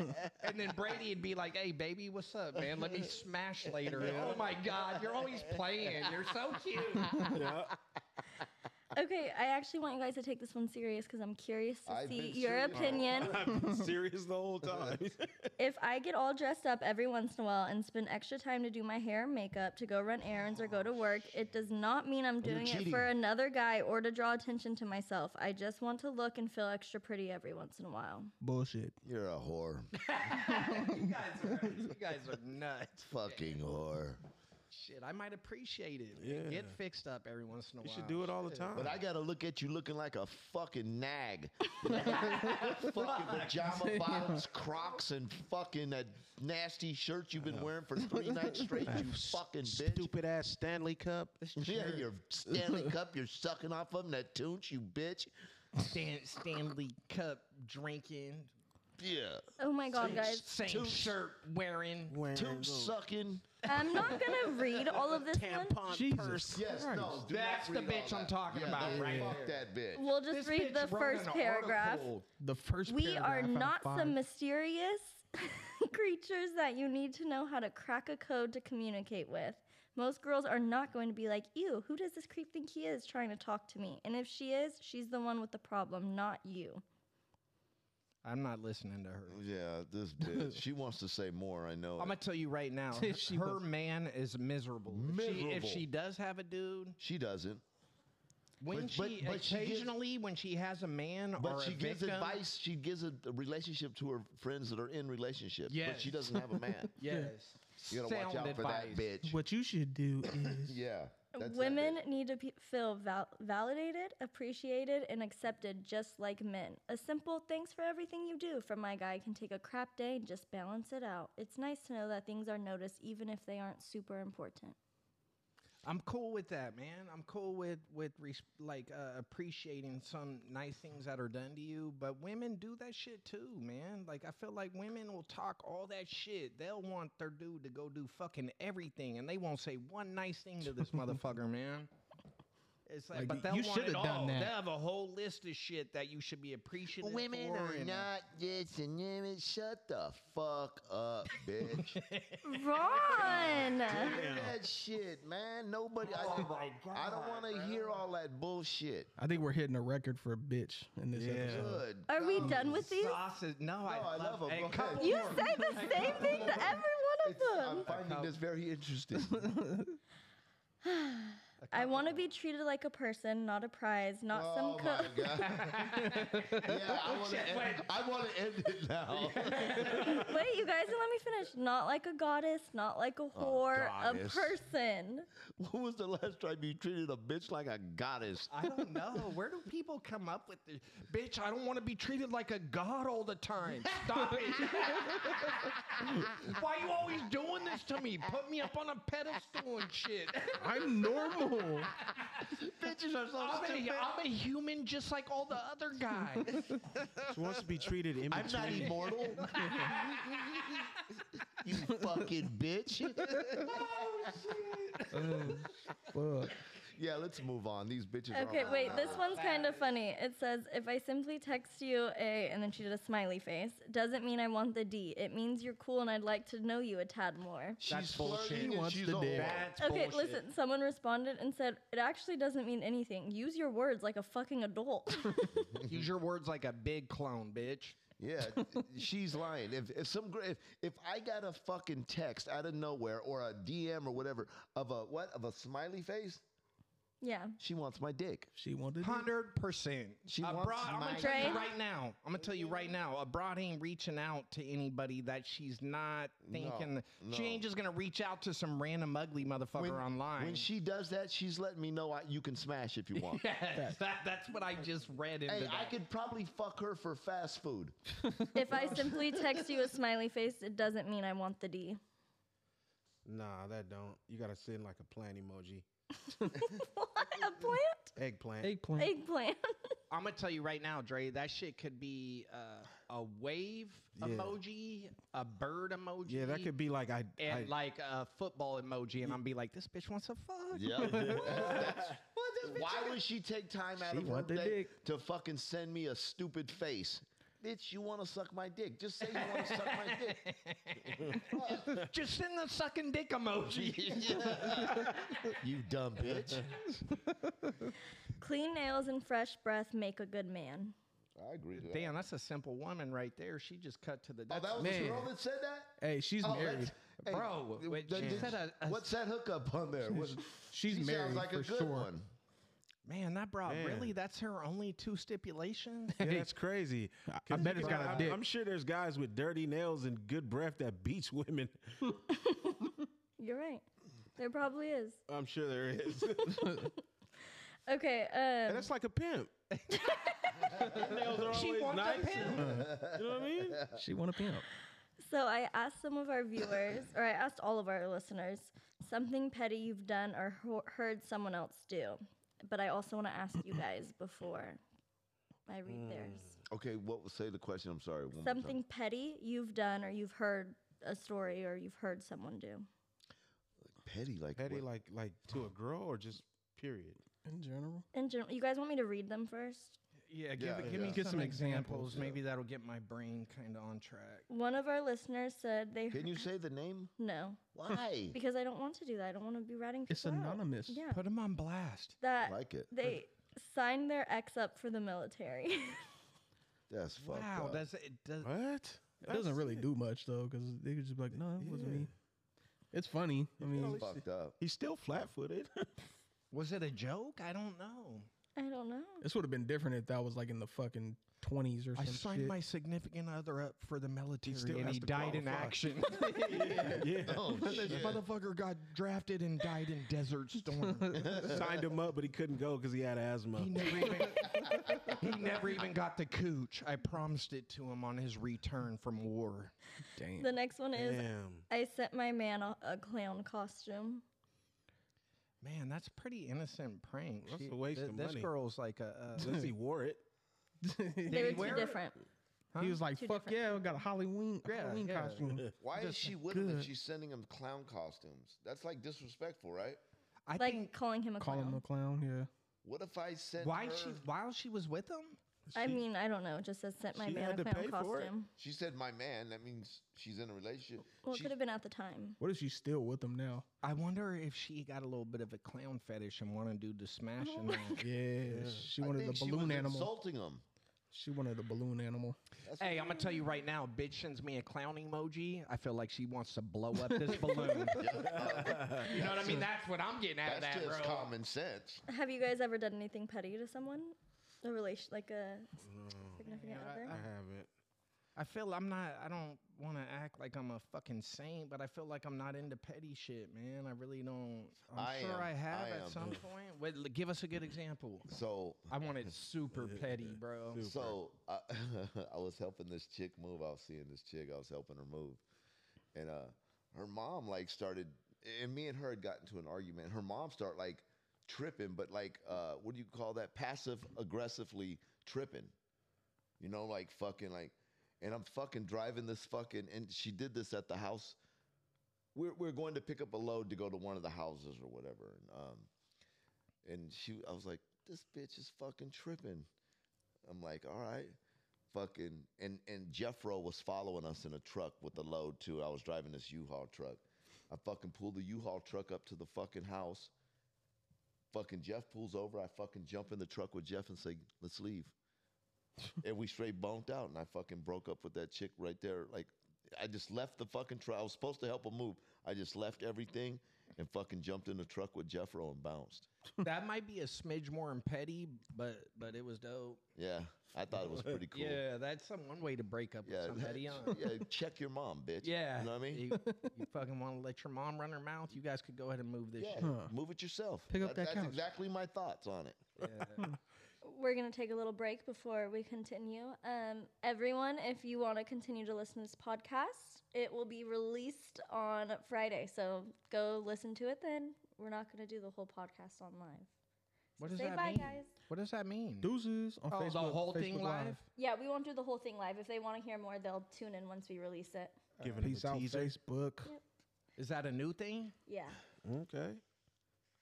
Speaker 7: And then Brady would be like, hey, baby, what's up, man? Let me smash later. Oh my God. You're always playing. You're so (laughs) cute.
Speaker 4: Okay, I actually want you guys to take this one serious because I'm curious to
Speaker 3: I've
Speaker 4: see
Speaker 3: been
Speaker 4: your
Speaker 3: serious.
Speaker 4: opinion.
Speaker 6: (laughs) I've been serious the whole time.
Speaker 4: if I get all dressed up every once in a while and spend extra time to do my hair and makeup, to go run errands or go
Speaker 3: Oh,
Speaker 4: to work, it does not mean I'm doing it for another guy or to draw attention to myself. I just want to look and feel extra pretty every once in a while.
Speaker 5: Bullshit.
Speaker 3: You're a whore. (laughs)
Speaker 7: you, guys are, you guys are nuts.
Speaker 3: Fucking whore.
Speaker 7: Shit, I might appreciate it.
Speaker 6: Yeah.
Speaker 7: Get fixed up every once in a
Speaker 6: You
Speaker 7: while.
Speaker 6: should do it all the time.
Speaker 3: But I gotta look at you looking like a fucking
Speaker 6: (laughs)
Speaker 3: nag. fucking pajama bottoms, Crocs, and fucking that nasty shirt you've been wearing for three nights
Speaker 6: (laughs)
Speaker 3: straight. You fucking bitch.
Speaker 6: Stupid ass Stanley Cup.
Speaker 3: Yeah, your Stanley Cup, you're sucking off of 'em, that tunch, you bitch.
Speaker 7: Stan, Stanley Cup drinking,
Speaker 3: Yeah,
Speaker 4: Oh my God, guys.
Speaker 7: same
Speaker 3: Two-
Speaker 7: shirt wearing.
Speaker 3: tunch sucking.
Speaker 4: I'm not going to read all of this one.
Speaker 5: Jesus.
Speaker 3: Yes, no, do not
Speaker 7: That's
Speaker 3: read
Speaker 7: the
Speaker 3: all
Speaker 7: bitch I'm
Speaker 3: that.
Speaker 7: talking
Speaker 3: Yeah,
Speaker 7: about
Speaker 3: that-
Speaker 7: right
Speaker 3: Fuck
Speaker 7: there.
Speaker 3: that bitch.
Speaker 4: We'll just
Speaker 7: This
Speaker 4: read
Speaker 7: bitch
Speaker 4: the
Speaker 7: wrote
Speaker 4: first
Speaker 7: an
Speaker 4: paragraph.
Speaker 7: article.
Speaker 5: The first
Speaker 4: We
Speaker 5: paragraph
Speaker 4: are
Speaker 5: out of
Speaker 4: not
Speaker 5: five.
Speaker 4: some mysterious (laughs) creatures that you need to know how to crack a code to communicate with. Most girls are not going to be like, ew, who does this creep think he is trying to talk to me? And if she is, she's the one with the problem, not you.
Speaker 7: I'm not listening to her.
Speaker 3: Yeah, this bitch. she wants to say more. I know.
Speaker 7: I'm
Speaker 3: it.
Speaker 7: gonna tell you
Speaker 3: (laughs)
Speaker 7: right now,
Speaker 5: If she
Speaker 7: her
Speaker 5: was-
Speaker 7: man is miserable. If she- If she,
Speaker 3: Miserable.
Speaker 7: does have a dude,
Speaker 3: she doesn't.
Speaker 7: when
Speaker 3: But- but-
Speaker 7: she
Speaker 3: but she gives-
Speaker 7: occasionally when she has a man or
Speaker 3: But she
Speaker 7: a
Speaker 3: gives
Speaker 7: victim,
Speaker 3: advice. She gives a, a relationship to her friends that are in relationships, but she
Speaker 7: Yes.
Speaker 3: doesn't have a
Speaker 7: (laughs)
Speaker 3: man.
Speaker 7: Yes,
Speaker 3: You gotta watch
Speaker 7: Sound
Speaker 3: out for that
Speaker 7: advice.
Speaker 3: bitch.
Speaker 5: (laughs) What you should do is
Speaker 3: Yeah, that's that
Speaker 4: Women
Speaker 3: bitch.
Speaker 4: need to pe feel val- validated, appreciated, and accepted just like men. A simple thanks for everything you do from my guy can take a crap day and just balance it out. It's nice to know that things are noticed even if they aren't super important.
Speaker 7: I'm cool with that, man. I'm cool with with res- like uh, appreciating some nice things that are done to you, but women do that shit too, man. Like I feel like women will talk all that shit. They'll want their dude to go do fucking everything, and they won't say one nice thing to this motherfucker, (laughs) man. It's like,
Speaker 5: Like,
Speaker 7: but
Speaker 5: you
Speaker 7: they'll want
Speaker 5: shoulda
Speaker 7: it
Speaker 5: done
Speaker 7: all.
Speaker 5: that.
Speaker 7: They have a whole list of shit that you should be appreciative.
Speaker 3: Women
Speaker 7: for
Speaker 3: are
Speaker 7: and-
Speaker 3: not this and women. Shut the fuck up, bitch.
Speaker 4: Ron! (laughs)
Speaker 3: Look at that shit, man. Nobody.
Speaker 7: Oh
Speaker 3: I, I don't want to hear all that bullshit.
Speaker 5: I think we're hitting a record for a bitch in this
Speaker 6: Yeah.
Speaker 5: episode.
Speaker 3: Good.
Speaker 4: Are we
Speaker 3: God.
Speaker 4: done with these?
Speaker 7: Sausage. No, I,
Speaker 3: I
Speaker 7: love,
Speaker 3: love 'em.
Speaker 7: a
Speaker 3: Go ahead.
Speaker 7: couple
Speaker 4: You
Speaker 7: more.
Speaker 4: say the same thing to every
Speaker 3: It's-
Speaker 4: one of them.
Speaker 3: I'm finding this very interesting.
Speaker 4: I want to be treated like a person, not a prize, not
Speaker 3: oh
Speaker 4: some
Speaker 3: my
Speaker 4: cook. (laughs)
Speaker 3: god. yeah, I want to. End, I want to end it (laughs) now.
Speaker 4: Wait, you guys, let me finish. Not like a goddess, not like a whore, a
Speaker 3: Oh, goddess.
Speaker 4: person.
Speaker 3: when was the last time you treated a bitch like a goddess?
Speaker 7: I don't know. Where do people come up with this? Bitch, I don't want to be treated like a god all the time. Stop it. (laughs) Why you always doing this to me? Put me up on a pedestal and shit.
Speaker 5: I'm normal.
Speaker 3: (laughs)
Speaker 5: (laughs)
Speaker 3: Bitches are so
Speaker 7: I'm a, I'm a human just like all the other
Speaker 3: (laughs)
Speaker 7: guys.
Speaker 6: She wants to be treated in
Speaker 3: I'm not
Speaker 6: between.
Speaker 3: immortal. (laughs) you fucking bitch.
Speaker 5: Fuck.
Speaker 3: (laughs) yeah, let's move on. These bitches.
Speaker 4: Okay,
Speaker 3: are
Speaker 4: wait, this one's kind of funny. It says, if I simply text you a, and then she did a smiley face, doesn't mean I want the D. It means you're cool and I'd like to know you a tad more.
Speaker 3: She's
Speaker 6: That's bullshit.
Speaker 3: flirting
Speaker 6: He
Speaker 3: and
Speaker 5: wants
Speaker 3: she's
Speaker 5: the
Speaker 3: a
Speaker 5: dick.
Speaker 3: whore.
Speaker 4: Okay, listen, someone responded and said, it actually doesn't mean anything. Use your words like a fucking adult. (laughs)
Speaker 7: Use your words like a big clone, bitch.
Speaker 3: Yeah, she's lying. If if some gr- if, if I got a fucking text out of nowhere or a DM or whatever of a what of a smiley face,
Speaker 4: yeah.
Speaker 3: she wants my dick.
Speaker 5: She wanted it.
Speaker 7: Hundred percent.
Speaker 3: She
Speaker 7: a
Speaker 3: wants
Speaker 7: broad, I'm
Speaker 3: my-
Speaker 7: gonna tell you
Speaker 4: Dre?
Speaker 7: right now. I'm gonna tell you right now. A broad ain't reaching out to anybody that she's not thinking.
Speaker 3: no.
Speaker 7: She ain't just gonna reach out to some random ugly motherfucker online.
Speaker 3: When she does that, she's letting me know I, you can smash if you want.
Speaker 7: yes, (laughs) that, that's what I just read into
Speaker 3: Hey,
Speaker 7: that.
Speaker 3: I could probably fuck her for fast food.
Speaker 4: if I simply text you a smiley face, it doesn't mean I want the D. (laughs)
Speaker 6: Nah, that don't. You gotta send like a plant emoji,
Speaker 4: what? A plant?
Speaker 6: eggplant.
Speaker 5: Eggplant.
Speaker 4: Eggplant.
Speaker 7: I'm gonna tell you right now, Dre. That shit could be uh, a wave
Speaker 6: Yeah.
Speaker 7: emoji, a bird emoji.
Speaker 6: Yeah, that could be like I.
Speaker 7: And
Speaker 6: I
Speaker 7: like a football emoji, and I'm be like, this bitch wants a fuck.
Speaker 3: (laughs) Yeah.
Speaker 7: (laughs)
Speaker 3: That's- Why would she take time out
Speaker 5: She
Speaker 3: of her
Speaker 5: want the
Speaker 3: day
Speaker 5: dick.
Speaker 3: to fucking send me a stupid face? Bitch, you want to suck my dick? Just say you want to suck my dick. (laughs)
Speaker 5: (laughs)
Speaker 7: Just send the sucking dick
Speaker 3: (laughs)
Speaker 7: emoji. (laughs)
Speaker 3: You dumb bitch.
Speaker 4: Clean nails and fresh breath make a good man.
Speaker 3: I agree. To
Speaker 7: Damn, that's a simple woman right there. She just cut to the.
Speaker 3: Oh, that was the
Speaker 5: Man.
Speaker 3: girl that said that.
Speaker 5: Hey, she's
Speaker 3: Oh,
Speaker 5: married.
Speaker 3: that's- hey,
Speaker 7: Bro,
Speaker 3: th-
Speaker 7: wait,
Speaker 3: th-
Speaker 7: she
Speaker 3: th-
Speaker 7: said a- a-
Speaker 3: what's that hookup on there? What- she
Speaker 5: She's
Speaker 3: sounds
Speaker 5: married
Speaker 3: like
Speaker 5: for
Speaker 3: a good
Speaker 5: sure.
Speaker 3: one.
Speaker 7: Man, that brought
Speaker 6: Man.
Speaker 7: really. That's her only two
Speaker 3: (laughs)
Speaker 7: stipulations.
Speaker 6: yeah, that's crazy.
Speaker 5: I bet it's
Speaker 6: Cause
Speaker 5: got a
Speaker 6: I'm-
Speaker 5: dick.
Speaker 6: I'm sure there's guys with dirty nails and good breath that beats women.
Speaker 4: You're right. There probably is.
Speaker 6: I'm sure there is.
Speaker 4: Okay,
Speaker 6: (laughs) And
Speaker 4: um,
Speaker 6: that's like a pimp. nails are
Speaker 7: She
Speaker 6: always
Speaker 7: wants a
Speaker 6: nice.
Speaker 7: pimp.
Speaker 6: You know what I mean?
Speaker 5: (laughs) She want to pimp.
Speaker 4: so I asked some of our viewers, or I asked all of our listeners, something petty you've done or ho- heard someone else do. But I also want to ask you guys before I read theirs.
Speaker 3: Okay, what was say the question? I'm sorry. one more time.
Speaker 4: Something petty you've done or you've heard a story or you've heard someone do.
Speaker 3: petty, like
Speaker 6: Petty,
Speaker 3: what?
Speaker 6: like like to a girl or just period.
Speaker 5: In general.
Speaker 4: In general, you guys want me to read them first?
Speaker 7: Yeah, give,
Speaker 3: Yeah,
Speaker 7: give
Speaker 3: yeah.
Speaker 7: me
Speaker 5: Get
Speaker 7: some,
Speaker 5: some
Speaker 7: examples.
Speaker 5: examples, yeah.
Speaker 7: Maybe that'll get my brain kind of
Speaker 3: (laughs)
Speaker 7: on track.
Speaker 4: One of our listeners said they
Speaker 3: Can you say the name?
Speaker 4: no
Speaker 3: Why?
Speaker 4: (laughs) because I don't want to do that. I don't want to be ratting people
Speaker 5: It's anonymous.
Speaker 4: Out. Yeah,
Speaker 7: Put him on blast.
Speaker 4: that
Speaker 3: like uh, it.
Speaker 4: they signed their ex up for the military. (laughs)
Speaker 3: That's fucked
Speaker 7: wow,
Speaker 3: up.
Speaker 7: does it does
Speaker 6: What?
Speaker 5: It doesn't really do much though, because they could just be like, no, it wasn't me. It's funny. I mean,
Speaker 3: fucked up.
Speaker 6: He's still flat footed.
Speaker 7: was it a joke? I don't know.
Speaker 4: I don't know.
Speaker 5: (laughs) This would have been different if that was like in the fucking twenties or
Speaker 7: I
Speaker 5: something.
Speaker 7: signed my significant other up for the military,
Speaker 6: still
Speaker 7: and
Speaker 6: has
Speaker 7: he
Speaker 6: to
Speaker 7: died in
Speaker 6: qualify.
Speaker 7: action. (laughs)
Speaker 6: yeah.
Speaker 3: (laughs) Oh,
Speaker 7: this
Speaker 3: shit.
Speaker 7: motherfucker got drafted and died in
Speaker 3: (laughs)
Speaker 7: Desert Storm.
Speaker 6: Signed him up, but he couldn't go because he had asthma.
Speaker 7: he never even (laughs) he never even got the cooch. I promised it to him on his return from war.
Speaker 5: Damn. (laughs)
Speaker 4: The next one is
Speaker 6: Damn.
Speaker 4: (laughs) I sent my man a, a clown costume.
Speaker 7: Man, that's a pretty innocent prank.
Speaker 6: That's a waste
Speaker 7: th-
Speaker 6: of
Speaker 7: this
Speaker 6: money.
Speaker 7: girl's like a. Uh,
Speaker 6: Unless he wore it.
Speaker 4: They
Speaker 7: he
Speaker 4: were
Speaker 7: wear
Speaker 4: two
Speaker 7: it?
Speaker 4: different.
Speaker 5: He was like,
Speaker 4: Two
Speaker 5: "Fuck yeah, we got a Halloween
Speaker 7: Yeah,
Speaker 5: Halloween
Speaker 7: yeah.
Speaker 5: costume."
Speaker 3: Why is
Speaker 7: Just
Speaker 3: she with him
Speaker 7: good.
Speaker 3: if she's sending him clown costumes? That's like disrespectful, right?
Speaker 7: (laughs) I
Speaker 4: like
Speaker 7: think.
Speaker 4: calling him a
Speaker 5: Call him
Speaker 4: clown.
Speaker 5: a clown. Yeah.
Speaker 3: What if I sent
Speaker 7: Why
Speaker 3: her?
Speaker 7: she? While she was with him,
Speaker 4: I
Speaker 6: She-
Speaker 4: mean, I don't know. It just says sent my
Speaker 6: she
Speaker 4: man
Speaker 6: had
Speaker 4: a
Speaker 6: to
Speaker 4: clown
Speaker 6: pay for it.
Speaker 4: costume.
Speaker 3: She said, "My man." That means she's in a relationship.
Speaker 4: Well, it
Speaker 3: She-
Speaker 4: could have been at the time.
Speaker 5: What if she's still with him now?
Speaker 7: I wonder if she got a little bit of a clown fetish and wanted to do the smash and all.
Speaker 5: Yeah. She
Speaker 3: I
Speaker 5: wanted
Speaker 3: think
Speaker 5: the
Speaker 3: she was
Speaker 5: balloon animal.
Speaker 3: Insulting him.
Speaker 5: She wanted the balloon animal.
Speaker 7: Hey, I'm gonna tell you right now, bitch sends me a clown emoji. I feel like she wants to blow up
Speaker 6: (laughs)
Speaker 7: this balloon. (laughs) you know what I mean? That's what I'm getting out of
Speaker 3: That's
Speaker 7: that,
Speaker 3: just
Speaker 7: bro.
Speaker 3: common sense.
Speaker 4: Have you guys ever done anything petty to someone? A relation, like a
Speaker 3: Mm.
Speaker 4: s- significant
Speaker 7: Yeah, I-
Speaker 4: other?
Speaker 6: I haven't.
Speaker 7: I feel I'm not. I don't want to act like I'm a fucking saint, but I feel like I'm not into petty shit, man. I really don't. I'm
Speaker 3: I
Speaker 7: sure
Speaker 3: am.
Speaker 7: I have
Speaker 3: I
Speaker 7: at
Speaker 3: am.
Speaker 7: some point. Wait, l- give us a good example.
Speaker 3: So
Speaker 7: I want it super petty, bro.
Speaker 6: Super.
Speaker 3: So I, (laughs) I was helping this chick move. I was seeing this chick. I was helping her move, and uh, her mom like started, and me and her had gotten into an argument. Her mom started like tripping, but like uh, what do you call that? Passive aggressively tripping. You know, like fucking like, and I'm fucking driving this fucking, and she did this at the house. We're we're going to pick up a load to go to one of the houses or whatever, and um, and she, I was like, this bitch is fucking tripping. I'm like, all right, fucking. And and Jeffro was following us in a truck with the load too. I was driving this U-Haul truck. I fucking pulled the U-Haul truck up to the fucking house. Fucking Jeff pulls over. I fucking jump in the truck with Jeff and say, let's leave. and we straight bunked out, and I fucking broke up with that chick right there. Like, I just left the fucking truck. I was supposed to help her move. I just left everything and fucking jumped in the truck with Jeffro and bounced.
Speaker 7: that might be a smidge more and petty, but but it was dope.
Speaker 3: Yeah, I thought it was pretty cool.
Speaker 7: Yeah, that's some one way to break up with somebody. huh?
Speaker 3: (laughs)
Speaker 7: (laughs)
Speaker 3: yeah, check your mom, bitch.
Speaker 7: Yeah.
Speaker 3: You know what I mean?
Speaker 7: You, you fucking want to let your mom run her mouth? You guys could go ahead and move this
Speaker 3: Yeah,
Speaker 7: shit.
Speaker 3: move it yourself.
Speaker 5: Pick up that
Speaker 3: That's
Speaker 5: couch.
Speaker 3: exactly my thoughts on it.
Speaker 4: We're going to take a little break before we continue. Um, everyone, if you want to continue to listen to this podcast, it will be released on Friday. So go listen to it then. We're not going to do the whole podcast on live.
Speaker 7: What does
Speaker 4: Say
Speaker 7: that
Speaker 4: bye,
Speaker 7: mean?
Speaker 4: guys.
Speaker 7: What does that mean?
Speaker 5: Deuces on
Speaker 7: oh,
Speaker 5: Facebook.
Speaker 7: the whole thing
Speaker 5: Facebook
Speaker 7: live?
Speaker 4: Yeah, we won't do the whole thing live. If they want to hear more, they'll tune in once we release it.
Speaker 6: Giving him
Speaker 5: Peace
Speaker 6: a
Speaker 5: out,
Speaker 6: teaser.
Speaker 5: Facebook.
Speaker 7: Is that a new thing?
Speaker 4: Yeah.
Speaker 6: Okay.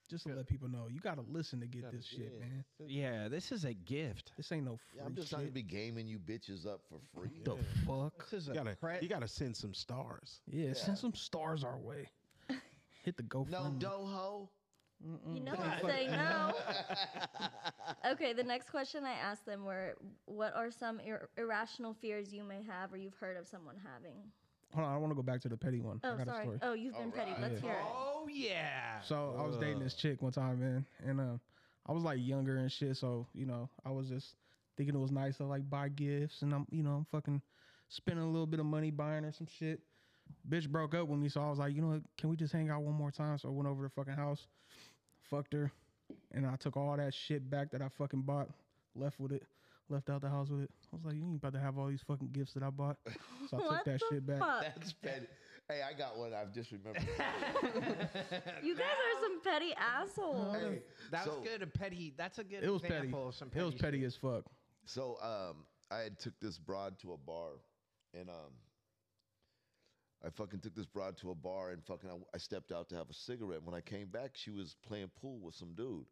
Speaker 5: Just to let people know, you gotta listen to get this shit, man.
Speaker 7: Yeah, this is a gift.
Speaker 5: This ain't no free
Speaker 3: Yeah, I'm just not
Speaker 5: shit.
Speaker 3: gonna be gaming you bitches up for free.
Speaker 5: the fuck.
Speaker 7: This is
Speaker 6: You
Speaker 7: a
Speaker 6: gotta,
Speaker 7: pre-
Speaker 6: you gotta send some stars.
Speaker 5: Yeah, send some stars our way. Hit the GoFundMe.
Speaker 3: No doho.
Speaker 4: You know I'm saying no. okay, the next question I asked them were what are some ir- irrational fears you may have or you've heard of someone having?
Speaker 5: Hold on, I want to go back to the petty one. I
Speaker 4: Oh,
Speaker 5: got a
Speaker 4: sorry.
Speaker 5: story.
Speaker 4: Oh, you've been petty. Let's hear it.
Speaker 7: Oh yeah.
Speaker 5: So I was dating this chick one time, man, and um, I was like younger and shit. So you know, I was just thinking it was nice to like buy gifts, and I'm you know I'm fucking spending a little bit of money buying her some shit. Bitch broke up with me, so I was like, you know what? Can we just hang out one more time? So I went over to the fucking house, fucked her, and I took all that shit back that I fucking bought, left with it, left out the house with it. I was like, you ain't about to have all these fucking gifts that I bought. So I took
Speaker 4: What
Speaker 5: that
Speaker 4: the
Speaker 5: shit back.
Speaker 4: fuck?
Speaker 3: (laughs) That's petty. Hey, I got one. I've just
Speaker 5: (laughs)
Speaker 3: remembered.
Speaker 4: You guys are some petty assholes. (laughs)
Speaker 3: hey,
Speaker 7: That's
Speaker 3: so,
Speaker 7: good. A petty. That's a good
Speaker 5: It was petty.
Speaker 7: example of some petty.
Speaker 5: It was petty
Speaker 7: shit.
Speaker 5: as fuck.
Speaker 3: So um, I had took this broad to a bar, and um, I fucking took this broad to a bar, and fucking I, I stepped out to have a cigarette. When I came back, she was playing pool with some dude,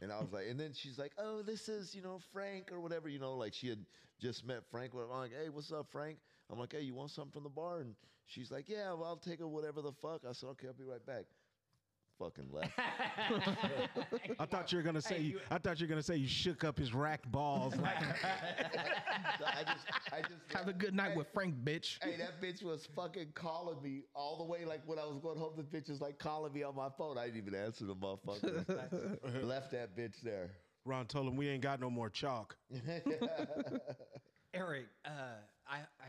Speaker 3: and I was like, and then she's like, "Oh, this is you know Frank or whatever, you know, like she had just met Frank." I'm like, "Hey, what's up, Frank?" I'm like, "Hey, you want something from the bar?" And she's like, "Yeah, well, I'll take a whatever the fuck." I said, "Okay, I'll be right back." Fucking
Speaker 5: (laughs)
Speaker 3: left.
Speaker 6: (laughs) I thought you were gonna say you, I thought you were gonna say you shook up his racked balls. like,
Speaker 3: I just, I just
Speaker 5: Have a good night with Frank, bitch.
Speaker 3: Hey, that bitch was fucking calling me all the way. Like when I was going home,
Speaker 7: (laughs)
Speaker 3: the bitch was like calling me on my phone. I didn't even answer the motherfucker. Left that bitch there.
Speaker 6: Ron told him we ain't got no more chalk.
Speaker 7: (laughs) Eric, uh, I, I,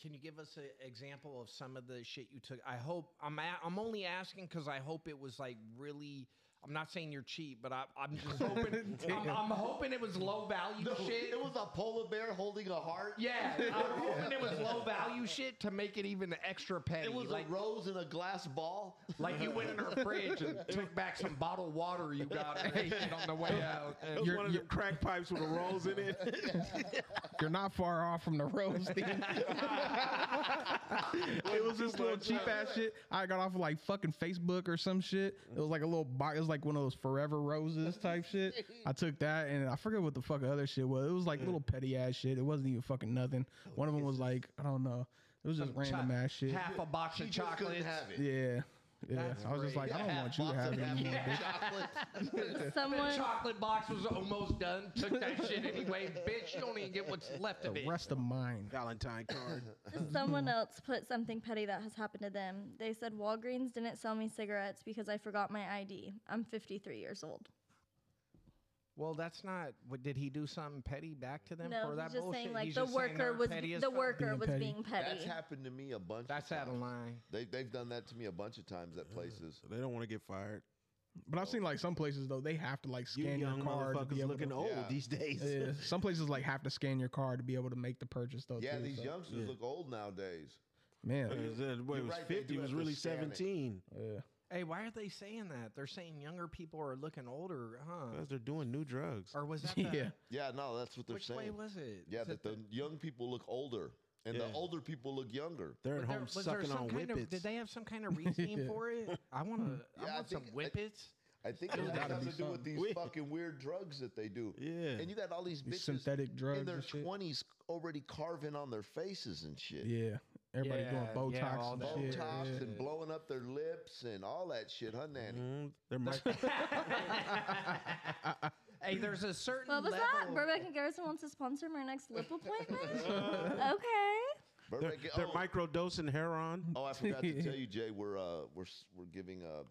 Speaker 7: can you give us an example of some of the shit you took? I hope I'm a, I'm only asking because I hope it was like really. I'm not saying you're cheap, but I, I'm just hoping. I'm, I'm hoping it was low value shit.
Speaker 3: it was a polar bear holding a heart.
Speaker 7: yeah, I'm hoping it was low value shit to make it even extra petty.
Speaker 3: It was
Speaker 7: like,
Speaker 3: a rose in a glass ball.
Speaker 7: like you went in her fridge (laughs) and took back some bottled water you got and ate it on the way out.
Speaker 6: It was
Speaker 5: You're-
Speaker 6: one of them
Speaker 5: you're-
Speaker 6: crack pipes with the rolls in it.
Speaker 5: (laughs) You're not far off from the
Speaker 6: (laughs)
Speaker 5: roasting. it was this little cheap ass shit. I got off of like fucking Facebook or some shit. It was like a little box. It was like one of those forever roses type shit. I took that and I forget what the fuck other shit was. It was like little petty ass shit. It wasn't even fucking nothing. One of them was like I don't know. It was just
Speaker 7: Some
Speaker 5: random
Speaker 7: cho-
Speaker 5: ass shit.
Speaker 7: Half a box
Speaker 3: She
Speaker 7: of
Speaker 3: just couldn't
Speaker 7: chocolates.
Speaker 3: have it.
Speaker 5: Yeah. Yeah,
Speaker 7: That's
Speaker 5: I was just
Speaker 7: great.
Speaker 5: like, I don't
Speaker 3: Half
Speaker 5: want you to
Speaker 3: box
Speaker 5: have
Speaker 3: and half
Speaker 5: any more, bitch.
Speaker 3: chocolate.
Speaker 4: Someone
Speaker 7: The chocolate box was almost done. Took (laughs) that shit anyway. Bitch, you don't even get what's left of
Speaker 5: The
Speaker 7: it.
Speaker 5: rest of mine.
Speaker 6: Valentine card.
Speaker 4: someone else put something petty that has happened to them. They said Walgreens didn't sell me cigarettes because I forgot my ID. I'm 53 years old.
Speaker 7: Well, that's not. What, did he do something petty back to them
Speaker 4: no,
Speaker 7: for that
Speaker 4: he's just
Speaker 7: bullshit?
Speaker 4: saying like
Speaker 7: He's
Speaker 4: the
Speaker 7: just saying
Speaker 4: worker
Speaker 7: they're
Speaker 4: was
Speaker 7: petty as
Speaker 4: the
Speaker 7: fuck?
Speaker 4: worker
Speaker 5: Being
Speaker 4: was
Speaker 5: petty.
Speaker 4: being petty.
Speaker 3: That's happened to me a bunch.
Speaker 7: That's
Speaker 3: of
Speaker 7: out of
Speaker 3: times.
Speaker 7: line.
Speaker 3: They, they've done that to me a bunch of times at places.
Speaker 6: So they don't want to get fired.
Speaker 5: But I've seen like some places though they have to like
Speaker 6: You
Speaker 5: scan your
Speaker 6: young
Speaker 5: card. to be
Speaker 6: motherfuckers
Speaker 5: able
Speaker 6: looking
Speaker 5: to,
Speaker 6: old
Speaker 3: Yeah.
Speaker 6: these days.
Speaker 5: Yeah,
Speaker 6: (laughs)
Speaker 3: (laughs)
Speaker 5: some places like have to scan your card to be able to make the purchase though.
Speaker 3: Yeah,
Speaker 5: too,
Speaker 3: these
Speaker 5: so-
Speaker 3: youngsters
Speaker 6: Yeah.
Speaker 3: look old nowadays.
Speaker 6: Like
Speaker 5: man.
Speaker 6: I said, the boy
Speaker 3: You're
Speaker 6: was
Speaker 3: right, they
Speaker 6: 50,
Speaker 3: do
Speaker 6: was
Speaker 3: have to
Speaker 6: really
Speaker 3: scan it.
Speaker 6: 17.
Speaker 5: (laughs) Yeah.
Speaker 7: Hey, why are they saying that? They're saying younger people are looking older, huh?
Speaker 6: Because they're doing new drugs.
Speaker 7: Or
Speaker 3: (laughs)
Speaker 7: was that the,
Speaker 5: yeah.
Speaker 3: Yeah, no, that's what they're
Speaker 7: Which
Speaker 3: saying.
Speaker 7: way was it?
Speaker 3: yeah,
Speaker 7: Is
Speaker 3: that
Speaker 7: it
Speaker 3: the young people look older and the
Speaker 6: Yeah.
Speaker 3: older people look younger.
Speaker 6: They're at
Speaker 7: But there-
Speaker 6: home
Speaker 7: was there
Speaker 6: sucking
Speaker 7: some
Speaker 6: on
Speaker 7: kind of-
Speaker 6: whippets.
Speaker 7: did they have some kind of reasoning
Speaker 5: Yeah.
Speaker 7: for it? I want to. I
Speaker 3: Yeah, I
Speaker 7: want some
Speaker 3: think- I-
Speaker 7: whippets.
Speaker 3: I think
Speaker 7: There's
Speaker 3: it has
Speaker 5: gotta
Speaker 3: something
Speaker 5: be
Speaker 3: to do with
Speaker 5: something.
Speaker 3: these
Speaker 6: We-
Speaker 3: fucking weird drugs that they do.
Speaker 6: Yeah.
Speaker 3: And you got all these
Speaker 5: These
Speaker 3: bitches
Speaker 5: synthetic drugs.
Speaker 3: in their
Speaker 5: and shit.
Speaker 3: twenties already carving on their faces and shit.
Speaker 5: Yeah. Everybody
Speaker 7: Yeah,
Speaker 5: doing Botox
Speaker 7: yeah, all
Speaker 5: and
Speaker 7: that
Speaker 5: shit.
Speaker 3: Botox
Speaker 5: yeah.
Speaker 3: and blowing up their lips and all that shit, huh, Nanny?
Speaker 6: Mhm. They're mic-
Speaker 7: hey, there's a certain
Speaker 4: What was
Speaker 7: level.
Speaker 4: that? Burbank and Garrison wants to sponsor my next lip appointment. okay.
Speaker 6: they're,
Speaker 5: Mm-hmm.
Speaker 3: Burbank-
Speaker 6: they're
Speaker 3: oh,
Speaker 6: microdosing heroin.
Speaker 3: oh, I forgot to
Speaker 5: (laughs)
Speaker 3: tell you, Jay, we're uh, we're s- we're giving uh,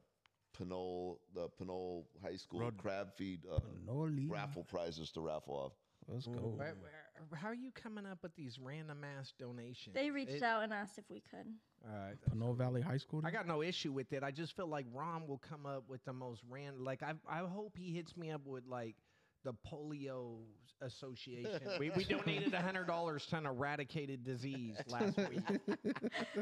Speaker 3: Pinole the Pinole High School
Speaker 6: Rod-
Speaker 3: crab feed uh,
Speaker 5: Noli.
Speaker 3: raffle prizes to raffle off.
Speaker 5: Let's
Speaker 3: Mm.
Speaker 5: go.
Speaker 7: Where- where- how are you coming up with these random ass donations?
Speaker 4: They reached
Speaker 7: It-
Speaker 4: out and asked if we could.
Speaker 7: All right.
Speaker 5: Pinole Valley High School.
Speaker 7: I got no issue with it. I just feel like Ron will come up with the most random. Like I, I hope he hits me up with like the polio association. (laughs) we, we donated hundred dollars to an eradicated disease last week,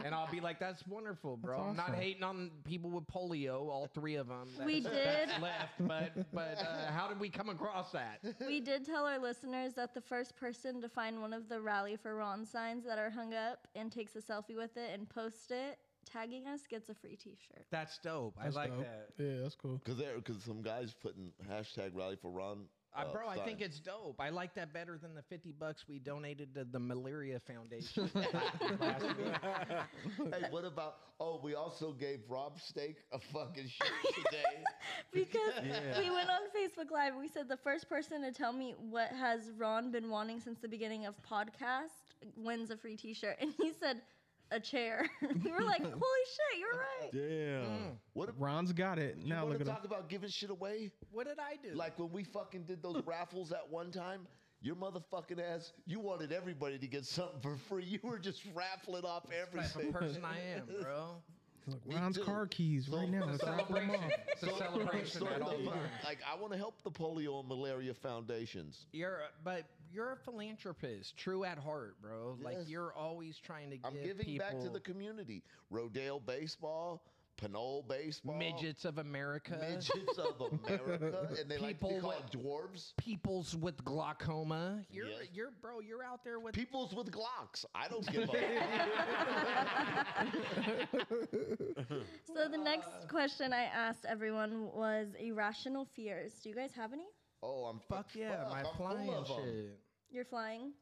Speaker 7: and I'll be like, "That's wonderful, bro. I'm not
Speaker 5: awesome.
Speaker 7: hating on people with polio. All three of them.
Speaker 4: We did.
Speaker 7: left, but but uh, how did we come across that?
Speaker 4: We did tell our listeners that the first person to find one of the Rally for Ron signs that are hung up and takes a selfie with it and posts it, tagging us, gets a free t shirt.
Speaker 7: That's dope.
Speaker 5: That's
Speaker 7: I like
Speaker 5: dope.
Speaker 7: that.
Speaker 5: Yeah, that's cool.
Speaker 3: Cause there, cause some guys putting hashtag rally for Ron.
Speaker 7: I,
Speaker 3: uh,
Speaker 7: bro, I think
Speaker 3: sign.
Speaker 7: it's dope. I like that better than the 50 bucks we donated to the Malaria (laughs) Foundation. last week.
Speaker 3: Hey, what about? Oh, we also gave Rob Steak a fucking shirt today.
Speaker 4: (laughs) Because
Speaker 6: Yeah.
Speaker 4: we went on Facebook Live and we said the first person to tell me what has Ron been wanting since the beginning of podcast wins a free t shirt. And he said, a chair. (laughs) we were
Speaker 6: (laughs)
Speaker 4: like, holy shit, you're right.
Speaker 6: Yeah.
Speaker 3: What? ab-
Speaker 5: Ron's got it.
Speaker 3: You
Speaker 5: now
Speaker 3: want
Speaker 5: look
Speaker 3: to
Speaker 5: at him.
Speaker 3: talk about giving shit away?
Speaker 7: what did I do?
Speaker 3: Like when we fucking did those raffles at one time. Your motherfucking ass, you wanted everybody to get something for free. You were just raffling off
Speaker 7: That's the
Speaker 3: everything.
Speaker 7: type of person I am,
Speaker 3: (laughs)
Speaker 7: bro.
Speaker 5: Look,
Speaker 3: Me
Speaker 5: Ron's
Speaker 3: too.
Speaker 5: car keys
Speaker 3: So-
Speaker 5: right now. Let's raffle them off.
Speaker 7: It's a celebration
Speaker 3: So
Speaker 7: at
Speaker 3: the
Speaker 7: all
Speaker 3: fuck-
Speaker 7: times.
Speaker 3: like I want to help the polio and malaria foundations.
Speaker 7: You're, a- but you're a philanthropist, true at heart, bro. Like
Speaker 3: Yes.
Speaker 7: you're always trying to give
Speaker 3: I'm giving
Speaker 7: people
Speaker 3: back to the community. Rodale baseball, Pinole baseball,
Speaker 7: midgets of America,
Speaker 3: midgets
Speaker 7: (laughs)
Speaker 3: of America, and they like
Speaker 7: People
Speaker 3: to call
Speaker 7: with-
Speaker 3: it dwarves.
Speaker 7: peoples with glaucoma. You're,
Speaker 3: Yes.
Speaker 7: you're, bro. You're out there with
Speaker 3: Peoples with Glocks. I don't give a.
Speaker 4: So the next question I asked everyone was irrational fears. Do you guys have any?
Speaker 3: Oh, I'm
Speaker 7: (laughs) fuck yeah,
Speaker 3: fuck,
Speaker 7: my
Speaker 3: I'm full
Speaker 7: flying
Speaker 3: of 'em.
Speaker 7: shit.
Speaker 4: You're flying.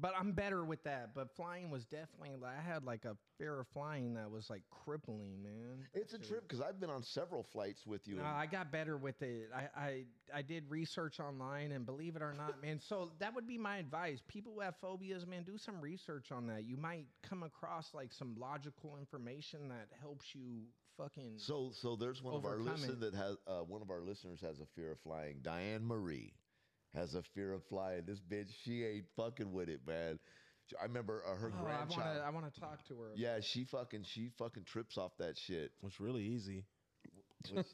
Speaker 7: But I'm better with that. But flying was definitely like I had like a fear of flying that was like crippling, man.
Speaker 3: It's a trip because I've been on several flights with you.
Speaker 7: No, I got better with it. I, I I did research online and believe it or not, man. So that would be my advice. People who have phobias, man, do some research on that. You might come across like some logical information that helps you fucking
Speaker 3: so, so there's one of our
Speaker 7: Overcoming.
Speaker 3: listen that has uh, one of our listeners has a fear of flying. Diane Marie. has a fear of flying. This bitch, she ain't fucking with it, man. She- I remember uh, her
Speaker 7: Oh, I
Speaker 3: grandchild.
Speaker 7: want to. I want to talk to her.
Speaker 3: yeah, she fucking she fucking trips off that
Speaker 7: (laughs)
Speaker 3: shit.
Speaker 6: It's really easy.
Speaker 3: Well, she-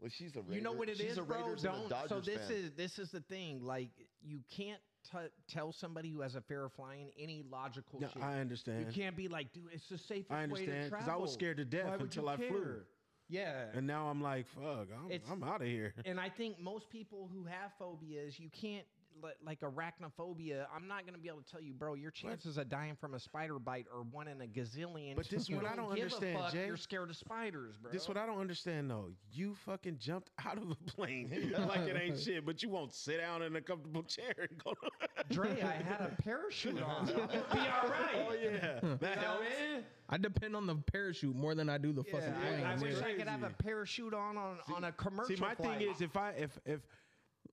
Speaker 3: well, she's a Raider.
Speaker 7: You know what it is,
Speaker 3: she's a
Speaker 7: bro.
Speaker 3: Raiders and a
Speaker 7: Don't. so
Speaker 3: Dodgers
Speaker 7: this
Speaker 3: fan.
Speaker 7: is this is the thing. Like you can't t- tell somebody who has a fear of flying any logical
Speaker 6: Yeah,
Speaker 7: shit.
Speaker 6: I
Speaker 7: you
Speaker 6: understand.
Speaker 7: can't be like, dude, it's the safest way
Speaker 6: I
Speaker 7: to
Speaker 6: understand
Speaker 7: travel.
Speaker 6: because I was scared to death
Speaker 7: Why would
Speaker 6: until
Speaker 7: you
Speaker 6: I flew,
Speaker 7: care? Yeah.
Speaker 6: and now I'm like, fuck, I'm,
Speaker 7: It's-
Speaker 6: I'm out
Speaker 7: (laughs)
Speaker 6: of here.
Speaker 7: and I think most people who have phobias, you can't li- like arachnophobia. I'm not going to be able to tell you, bro. Your chances of dying from a spider bite are one in a gazillion.
Speaker 6: But
Speaker 7: (laughs)
Speaker 6: this
Speaker 7: You
Speaker 6: what I don't
Speaker 7: give a
Speaker 6: understand,
Speaker 7: fuck,
Speaker 6: Jay.
Speaker 7: You're scared of spiders, bro.
Speaker 6: This what I don't understand though. You fucking jumped (laughs) out of a
Speaker 7: (laughs)
Speaker 6: plane like it ain't shit, but you won't sit down in a comfortable chair and go.
Speaker 7: (laughs)
Speaker 6: (laughs)
Speaker 7: Dre, I had a parachute on. I'll be all right.
Speaker 6: Oh
Speaker 7: (laughs)
Speaker 6: yeah, that
Speaker 7: You know
Speaker 6: helps.
Speaker 7: what I mean?
Speaker 5: I depend on the parachute more than I do the fucking
Speaker 7: I-
Speaker 5: plane.
Speaker 7: I,
Speaker 5: man.
Speaker 7: wish I could have a parachute on on, on a commercial.
Speaker 6: See, my
Speaker 7: flight.
Speaker 6: thing is if I if if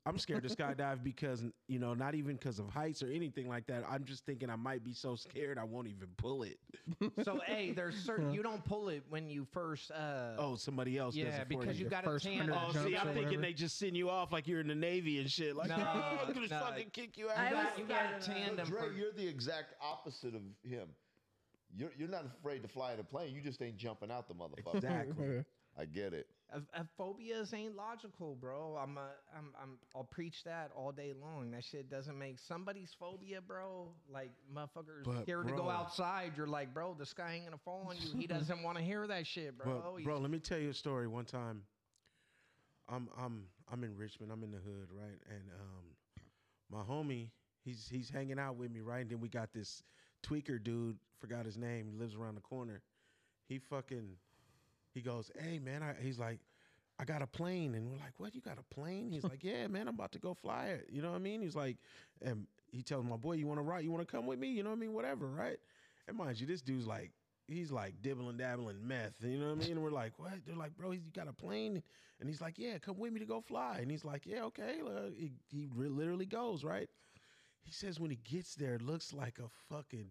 Speaker 6: I'm scared to skydive because you know not even because of heights or anything like that. I'm just thinking I might be so scared I won't even pull it.
Speaker 7: so. Hey, there's certain you don't pull it when you first. Uh,
Speaker 6: Oh, somebody else. does
Speaker 7: yeah,
Speaker 6: it for
Speaker 7: because you
Speaker 5: The
Speaker 7: got a
Speaker 5: first
Speaker 7: tan.
Speaker 5: hundred
Speaker 6: Oh, see,
Speaker 5: jumps
Speaker 6: I'm
Speaker 5: or
Speaker 6: thinking
Speaker 5: whatever.
Speaker 6: they just send you off like you're in the navy and shit. Like, (laughs)
Speaker 7: No,
Speaker 6: I'm gonna
Speaker 7: no.
Speaker 6: fucking kick you out.
Speaker 4: I
Speaker 7: You
Speaker 4: was
Speaker 7: got, you got
Speaker 4: scared
Speaker 7: a
Speaker 4: of that.
Speaker 7: tandem.
Speaker 3: Dre,
Speaker 7: for-
Speaker 3: you're the exact opposite of him. You're, you're not afraid to fly in a plane. You just ain't jumping out the motherfucker.
Speaker 6: Exactly.
Speaker 3: I get it.
Speaker 7: Uh, uh, phobias ain't logical, bro. I'm a, I'm I'm I'll preach that all day long. That shit doesn't make somebody's phobia, bro. Like motherfuckers
Speaker 6: But,
Speaker 7: scared to
Speaker 6: bro.
Speaker 7: go outside. You're like, bro, the sky ain't gonna fall on you.
Speaker 6: (laughs)
Speaker 7: He doesn't want to hear that shit, bro.
Speaker 6: Bro,
Speaker 7: He's-
Speaker 6: bro, let me tell you a story. One time, I'm I'm I'm in Richmond. I'm in the hood, right? And um, my homie, he's he's hanging out with me, right? And then we got this tweaker dude. Forgot his name. He lives around the corner. He fucking he goes, hey man, I, he's like. I got a plane, and we're like, "What? You got a plane?" He's like, "Yeah, man, I'm about to go fly it." You know what I mean? He's like, and he tells my boy, "You want to ride? You want to come with me? You know what I mean? Whatever, right?" And mind you, this dude's like, he's like dibbling, dabbling meth. You know what I mean? And we're like, what? They're like, bro, he's, you got a plane? And he's like, yeah, come with me to go fly. And he's like, yeah, okay. Look, He, he re- literally goes, right? He says when he gets there, it looks like a fucking,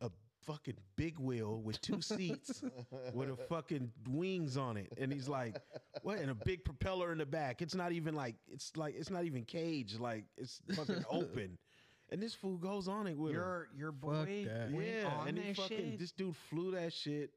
Speaker 6: a fucking big wheel with two seats with
Speaker 3: (laughs)
Speaker 6: a fucking wings on it. And he's like, what? And a big propeller in the back. It's not even like, it's like, it's not even caged. Like it's fucking open. And this fool goes on it with him.
Speaker 7: your your boy
Speaker 5: that.
Speaker 7: went
Speaker 6: Yeah,
Speaker 7: on
Speaker 6: and he
Speaker 7: that
Speaker 6: fucking
Speaker 7: shit.
Speaker 6: this dude flew that shit